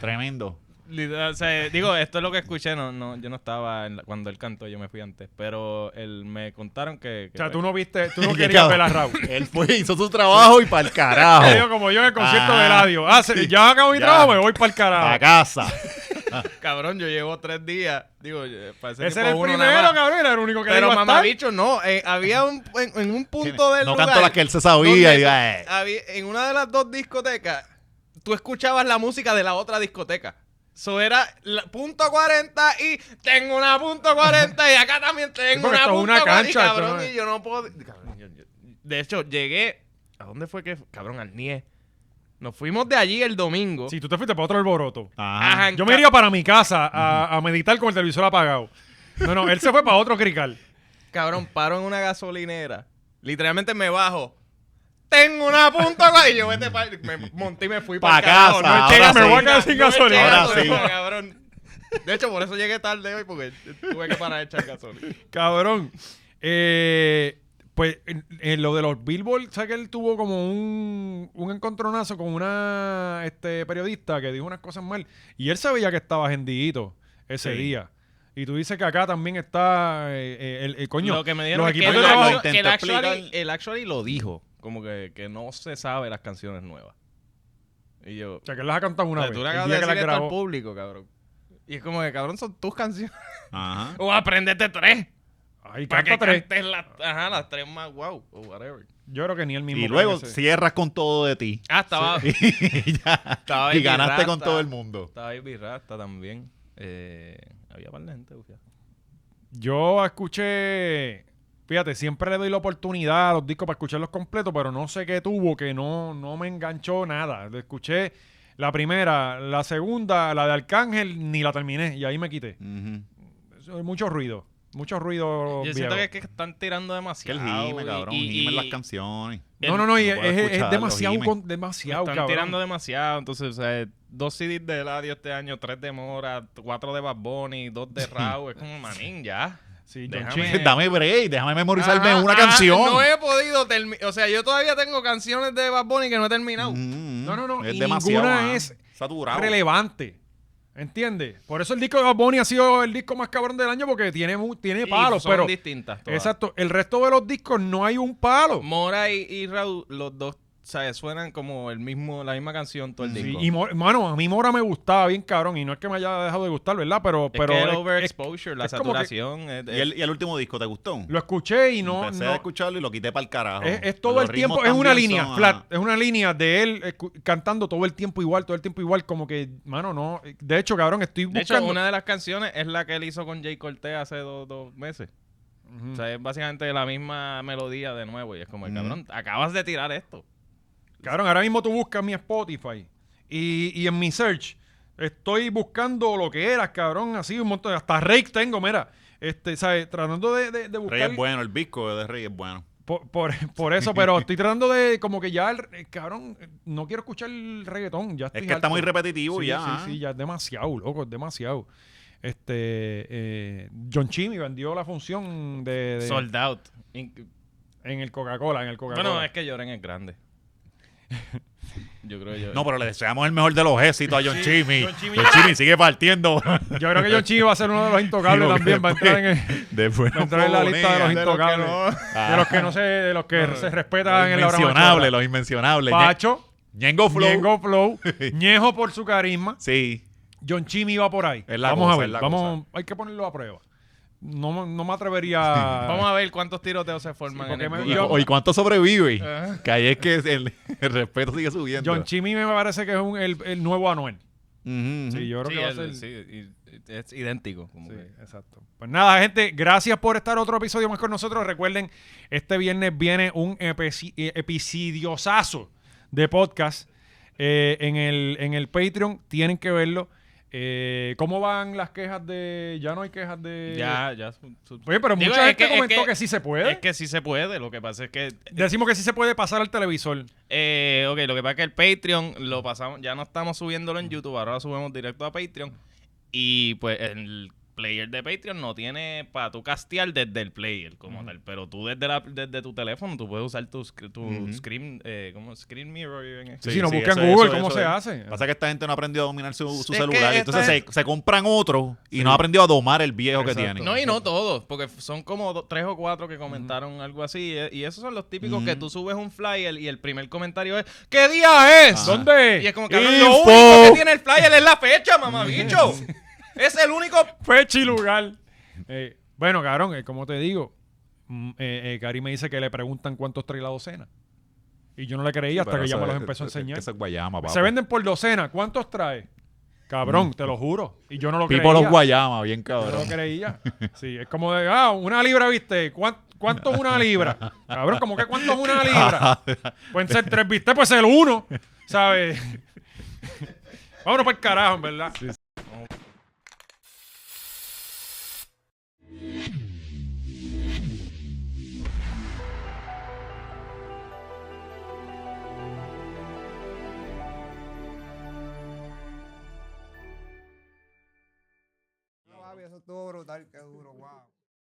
[SPEAKER 3] Tremendo.
[SPEAKER 4] Literal, o sea, digo, esto es lo que escuché. No, no, yo no estaba en la- cuando él cantó, yo me fui antes. Pero él, me contaron que...
[SPEAKER 2] O
[SPEAKER 4] que
[SPEAKER 2] sea,
[SPEAKER 4] fue-
[SPEAKER 2] tú no viste, tú no querías ver a Raúl.
[SPEAKER 3] Él fue, hizo su trabajo y para el
[SPEAKER 2] Te digo,
[SPEAKER 3] carajo.
[SPEAKER 2] como yo en el concierto
[SPEAKER 3] Ah.
[SPEAKER 2] de radio. Ah, se- ya acabo mi
[SPEAKER 3] Ya.
[SPEAKER 2] trabajo, me voy para el carajo.
[SPEAKER 3] A casa.
[SPEAKER 4] Cabrón, yo llevo tres días. Digo, yo- para ese,
[SPEAKER 2] Ese
[SPEAKER 4] tipo
[SPEAKER 2] era el
[SPEAKER 4] uno nada
[SPEAKER 2] primero,
[SPEAKER 4] más.
[SPEAKER 2] cabrón, era el único que
[SPEAKER 4] Pero
[SPEAKER 2] le iba a estar.
[SPEAKER 4] mamabicho, no. eh, había un, en, en un punto del
[SPEAKER 3] No
[SPEAKER 4] lugar
[SPEAKER 3] cantó las que él se sabía.
[SPEAKER 4] donde
[SPEAKER 3] y, eh,
[SPEAKER 4] había- en una de las dos discotecas, tú escuchabas la música de la otra discoteca. Eso era la, punto 40 y tengo una punto 40 y acá también
[SPEAKER 2] porque
[SPEAKER 4] tengo una
[SPEAKER 2] esto es
[SPEAKER 4] punto
[SPEAKER 2] una
[SPEAKER 4] 40
[SPEAKER 2] cancha,
[SPEAKER 4] y
[SPEAKER 2] esto
[SPEAKER 4] cabrón,
[SPEAKER 2] no es-
[SPEAKER 4] y yo no puedo... cabrón, yo- yo- de hecho, llegué... ¿A dónde fue que...? fu- Cabrón, al NIE. Nos fuimos de allí el domingo.
[SPEAKER 2] Si tú te fuiste para otro alboroto.
[SPEAKER 3] ajá.
[SPEAKER 4] Ajá.
[SPEAKER 2] Yo me iría para mi casa a, a meditar con el televisor apagado. No, no, él se fue para otro crical.
[SPEAKER 4] Cabrón, paro en una gasolinera. Literalmente me bajo. Tengo una punta, güey. Y yo vete pa- Me monté y me fui para
[SPEAKER 3] Pa' casa,
[SPEAKER 4] carajo. No
[SPEAKER 3] Ah, ahora
[SPEAKER 4] llegué,
[SPEAKER 3] sí.
[SPEAKER 4] me voy a quedar sin
[SPEAKER 2] No
[SPEAKER 4] gasolina.
[SPEAKER 2] llegué,
[SPEAKER 3] ahora sí.
[SPEAKER 4] no, cabrón. De hecho, por eso llegué tarde hoy, porque tuve que parar de echar gasolina.
[SPEAKER 2] Cabrón. Eh, pues en, en lo de los Billboard, ¿sabes que él tuvo como un, un encontronazo con una este, periodista que dijo unas cosas mal? Y él sabía que estaba gendidito ese
[SPEAKER 3] Sí.
[SPEAKER 2] día. Y tú dices que acá también está eh, eh, el, el coño.
[SPEAKER 4] Lo que me dieron
[SPEAKER 2] los
[SPEAKER 4] es que
[SPEAKER 2] equipos
[SPEAKER 4] él
[SPEAKER 2] de trabajo-
[SPEAKER 4] actually-
[SPEAKER 3] intentó
[SPEAKER 4] que el actually,
[SPEAKER 3] explicar.
[SPEAKER 4] el actually lo dijo. Como que, que no se sabe las canciones nuevas. Y yo...
[SPEAKER 2] O sea, que él las ha cantado una
[SPEAKER 4] o sea,
[SPEAKER 2] vez.
[SPEAKER 4] tú
[SPEAKER 2] el
[SPEAKER 4] le acabas de
[SPEAKER 2] día que
[SPEAKER 4] decir
[SPEAKER 2] las
[SPEAKER 4] esto al
[SPEAKER 2] grabó.
[SPEAKER 4] público, cabrón. Y es como que, cabrón, son tus canciones.
[SPEAKER 3] Ajá.
[SPEAKER 4] O Oh, apréndete tres.
[SPEAKER 2] Ay,
[SPEAKER 4] Para que
[SPEAKER 2] canta tres.
[SPEAKER 4] cantes las, ajá, las tres más wow o whatever.
[SPEAKER 2] Yo creo que ni él mismo.
[SPEAKER 3] Y
[SPEAKER 2] creo
[SPEAKER 3] luego
[SPEAKER 2] que se-
[SPEAKER 3] cierras con todo de ti.
[SPEAKER 4] Ah, estaba,
[SPEAKER 3] y, ya.
[SPEAKER 4] estaba
[SPEAKER 3] Y
[SPEAKER 4] Baby
[SPEAKER 3] ganaste con
[SPEAKER 4] Rasta.
[SPEAKER 3] todo el mundo.
[SPEAKER 4] Estaba Baby Rasta también. Eh, había par de gente, bufía.
[SPEAKER 2] Yo escuché. Fíjate, siempre le doy la oportunidad a los discos para escucharlos completos, pero no sé qué tuvo, que no, no me enganchó nada. Lo Escuché la primera, la segunda, la de Arcángel, ni la terminé, y ahí me quité.
[SPEAKER 3] Ujú.
[SPEAKER 2] mucho ruido. Mucho ruido.
[SPEAKER 4] Yo siento
[SPEAKER 2] viejo.
[SPEAKER 4] que, es que están tirando
[SPEAKER 3] Que
[SPEAKER 4] demasiado.
[SPEAKER 3] el gime,
[SPEAKER 4] y-
[SPEAKER 3] cabrón.
[SPEAKER 4] y-
[SPEAKER 3] gime en las
[SPEAKER 4] y-
[SPEAKER 3] canciones.
[SPEAKER 2] No, no, no, y
[SPEAKER 3] No
[SPEAKER 2] es,
[SPEAKER 3] puedo
[SPEAKER 2] es- es
[SPEAKER 3] escucharlo,
[SPEAKER 2] demasiado,
[SPEAKER 3] Jimmy.
[SPEAKER 2] con-
[SPEAKER 4] Me
[SPEAKER 2] demasiado,
[SPEAKER 4] están
[SPEAKER 2] cabrón.
[SPEAKER 4] tirando demasiado, entonces, o sea, eh, dos CDs de Eladio este año, tres de Mora, cuatro de Bad Bunny, dos de Rau, es como manín ya.
[SPEAKER 2] Sí, John
[SPEAKER 4] Déjame-
[SPEAKER 2] Chimmy.
[SPEAKER 3] Dame break, déjame memorizarme
[SPEAKER 4] Ajá,
[SPEAKER 3] una
[SPEAKER 2] Ah,
[SPEAKER 4] ajá,
[SPEAKER 3] canción.
[SPEAKER 4] ah, No he podido terminar, o sea, yo todavía tengo canciones de Bad Bunny que no he terminado.
[SPEAKER 3] Mm,
[SPEAKER 2] No, no, no,
[SPEAKER 3] Es
[SPEAKER 2] y
[SPEAKER 3] demasiado.
[SPEAKER 2] ninguna
[SPEAKER 3] ah,
[SPEAKER 2] es
[SPEAKER 3] saturado.
[SPEAKER 2] relevante. ¿Entiendes? Por eso el disco de Bad Bunny ha sido el disco más cabrón del año porque tiene, mu- tiene
[SPEAKER 4] Y
[SPEAKER 2] palos,
[SPEAKER 4] son
[SPEAKER 2] pero...
[SPEAKER 4] distintas todas.
[SPEAKER 2] Exacto, el resto de los discos no hay un palo.
[SPEAKER 4] Mora y, y Raúl, los dos, o sea, suenan como el mismo, la misma canción todo el
[SPEAKER 2] Sí,
[SPEAKER 4] disco.
[SPEAKER 2] y Mo- mano, a mí Mora me gustaba bien cabrón y no es que me haya dejado de gustar, ¿verdad? Pero,
[SPEAKER 4] es
[SPEAKER 2] pero
[SPEAKER 4] que el
[SPEAKER 2] es- es-
[SPEAKER 4] overexposure, la
[SPEAKER 2] es como que-
[SPEAKER 4] saturación, es-
[SPEAKER 3] ¿Y el, y el último disco te gustó?
[SPEAKER 2] lo escuché y no,
[SPEAKER 3] Empecé
[SPEAKER 2] no-
[SPEAKER 3] a escucharlo y lo quité para el carajo.
[SPEAKER 2] es, es todo
[SPEAKER 3] Los
[SPEAKER 2] el tiempo,
[SPEAKER 3] ritmos
[SPEAKER 2] es una
[SPEAKER 3] también
[SPEAKER 2] línea
[SPEAKER 3] son,
[SPEAKER 2] flat,
[SPEAKER 3] ah,
[SPEAKER 2] es una línea de él escu- cantando todo el tiempo igual, todo el tiempo igual, como que, mano, no, de hecho, cabrón, estoy
[SPEAKER 4] De hecho,
[SPEAKER 2] buscando
[SPEAKER 4] una de las canciones es la que él hizo con Jay Cortez hace dos, dos meses.
[SPEAKER 2] Ujú.
[SPEAKER 4] O sea, es básicamente la misma melodía de nuevo. Y es
[SPEAKER 2] Mm.
[SPEAKER 4] como, el
[SPEAKER 3] Ujú.
[SPEAKER 4] cabrón, acabas de tirar esto.
[SPEAKER 2] Cabrón, ahora mismo tú buscas mi Spotify y, y en mi search estoy buscando lo que eras, cabrón, así un montón. Hasta Rake tengo, mira. Este, ¿sabes? Tratando de, de- de
[SPEAKER 3] Rey
[SPEAKER 2] buscar
[SPEAKER 3] es bueno, el disco de Rey es bueno.
[SPEAKER 2] por, por- por eso, pero estoy tratando de como que ya, el- eh, cabrón, eh, no quiero escuchar el reggaetón. Ya estoy
[SPEAKER 3] Es que está
[SPEAKER 2] harto.
[SPEAKER 3] muy repetitivo
[SPEAKER 2] Sí,
[SPEAKER 3] ya.
[SPEAKER 2] Sí,
[SPEAKER 3] ah.
[SPEAKER 2] sí, ya es demasiado, loco, es demasiado. Este, eh, John Chimmy vendió la función de, de-
[SPEAKER 4] Sold out. In-
[SPEAKER 2] en el Coca-Cola, en el Coca-Cola.
[SPEAKER 4] Bueno, es que Lloren es grande. Yo creo que Lloren-
[SPEAKER 3] No, pero le deseamos el mejor de los éxitos a John Chimmy.
[SPEAKER 2] John Chimmy-
[SPEAKER 3] John Chimmy sigue partiendo.
[SPEAKER 2] Yo creo que John Chimmy va a ser uno de los intocables
[SPEAKER 3] Sí, porque
[SPEAKER 2] también, va a entrar en el-
[SPEAKER 3] Después
[SPEAKER 2] Va a entrar en la lista de los
[SPEAKER 3] los
[SPEAKER 2] intocables. De los que no se, de los que
[SPEAKER 3] Ah,
[SPEAKER 2] se respetan en la hora
[SPEAKER 3] inmencionables,
[SPEAKER 2] machorra.
[SPEAKER 3] los inmencionables.
[SPEAKER 2] Pacho,
[SPEAKER 3] Ñengo Flow.
[SPEAKER 2] Ñengo Flow, Ñejo por su carisma,
[SPEAKER 3] Sí.
[SPEAKER 2] John Chimmy va por ahí.
[SPEAKER 3] Es la
[SPEAKER 2] vamos
[SPEAKER 3] cosa,
[SPEAKER 2] a ver,
[SPEAKER 3] es la
[SPEAKER 2] vamos, hay que ponerlo a prueba. No, me- no me atrevería a-
[SPEAKER 4] Vamos a ver cuántos tiroteos se forman en
[SPEAKER 2] porque
[SPEAKER 4] el
[SPEAKER 2] me-
[SPEAKER 4] Google.
[SPEAKER 3] ¿Y,
[SPEAKER 2] Yo-
[SPEAKER 3] cu- y cuánto sobrevive? Que ahí es que el, el respeto sigue subiendo.
[SPEAKER 2] Eh. John Chimmy me parece que es un- el, el nuevo Anuel.
[SPEAKER 3] Ujú, ujú.
[SPEAKER 2] Sí, yo creo
[SPEAKER 4] Sí,
[SPEAKER 2] que va a
[SPEAKER 4] el-
[SPEAKER 2] ser.
[SPEAKER 4] sí, y- y- es idéntico. como
[SPEAKER 2] Sí,
[SPEAKER 4] que.
[SPEAKER 2] exacto. Pues nada, gente, gracias por estar otro episodio más con nosotros. Recuerden, este viernes viene un epeci- eh, epicidiosazo de podcast eh, en, el, en el Patreon. Tienen que verlo. Eh, ¿Cómo van las quejas de...? Ya no hay quejas de...
[SPEAKER 4] Ya, ya. su- su-
[SPEAKER 2] Oye, pero
[SPEAKER 4] Digo,
[SPEAKER 2] mucha
[SPEAKER 4] es
[SPEAKER 2] gente
[SPEAKER 4] que- es
[SPEAKER 2] comentó
[SPEAKER 4] que-
[SPEAKER 2] que, sí se puede.
[SPEAKER 4] Es que sí se puede. Lo que pasa es que
[SPEAKER 2] Decimos que sí se puede pasar al televisor.
[SPEAKER 4] Eh, ok, lo que pasa es que el Patreon lo pasamos, ya no estamos subiéndolo en YouTube, ahora lo subimos directo a Patreon. Y pues el player de Patreon no tiene para tú castear desde el player como tal, pero tú desde, la, desde tu teléfono tú puedes usar tu, sc- tu
[SPEAKER 3] Ujú.
[SPEAKER 4] screen, eh, ¿cómo? screen mirror. en el-
[SPEAKER 2] Sí, si no
[SPEAKER 3] sí,
[SPEAKER 2] buscan
[SPEAKER 3] eso,
[SPEAKER 2] Google,
[SPEAKER 3] eso,
[SPEAKER 2] ¿cómo
[SPEAKER 3] eso
[SPEAKER 2] se
[SPEAKER 3] es.
[SPEAKER 2] hace?
[SPEAKER 3] Pasa que esta gente no ha aprendido a dominar su, su
[SPEAKER 4] Es que
[SPEAKER 3] celular.
[SPEAKER 4] esta
[SPEAKER 3] Entonces
[SPEAKER 4] gente-
[SPEAKER 3] se, se compran otro y no ha aprendido a domar el viejo que tiene.
[SPEAKER 4] No, y no todos, porque f- son como do- tres o cuatro que comentaron algo así. eh, Y esos son los típicos que
[SPEAKER 3] Ujú.
[SPEAKER 4] tú subes un flyer y el primer comentario es: ¿Qué día es?
[SPEAKER 3] Ajá.
[SPEAKER 2] ¿Dónde?
[SPEAKER 4] Y es como que lo
[SPEAKER 3] Ah. Info.
[SPEAKER 4] único que tiene el flyer es la fecha, mamabicho. es el único
[SPEAKER 2] Fecha y lugar. Eh, bueno, cabrón, eh, como te digo, mm, eh, eh, Gary me dice que le preguntan cuántos trae la docena. Y yo no le creí hasta que ya me los empezó a enseñar.
[SPEAKER 3] Esa guayama,
[SPEAKER 2] Se venden por docena. ¿Cuántos trae? Cabrón,
[SPEAKER 3] Mm.
[SPEAKER 2] te lo juro. Y yo no lo
[SPEAKER 3] Pipo
[SPEAKER 2] creía.
[SPEAKER 3] los guayama, bien
[SPEAKER 2] Yo no lo
[SPEAKER 3] cabrón.
[SPEAKER 2] creía. Sí, es como de, ah, una libra, viste. ¿Cuán- ¿Cuánto es una libra? Cabrón, como que cuánto es una libra? Pueden ser tres, viste, pues el uno, ¿sabes? Vámonos para el carajo, en verdad.
[SPEAKER 8] Eso estuvo brutal, qué duro, wow.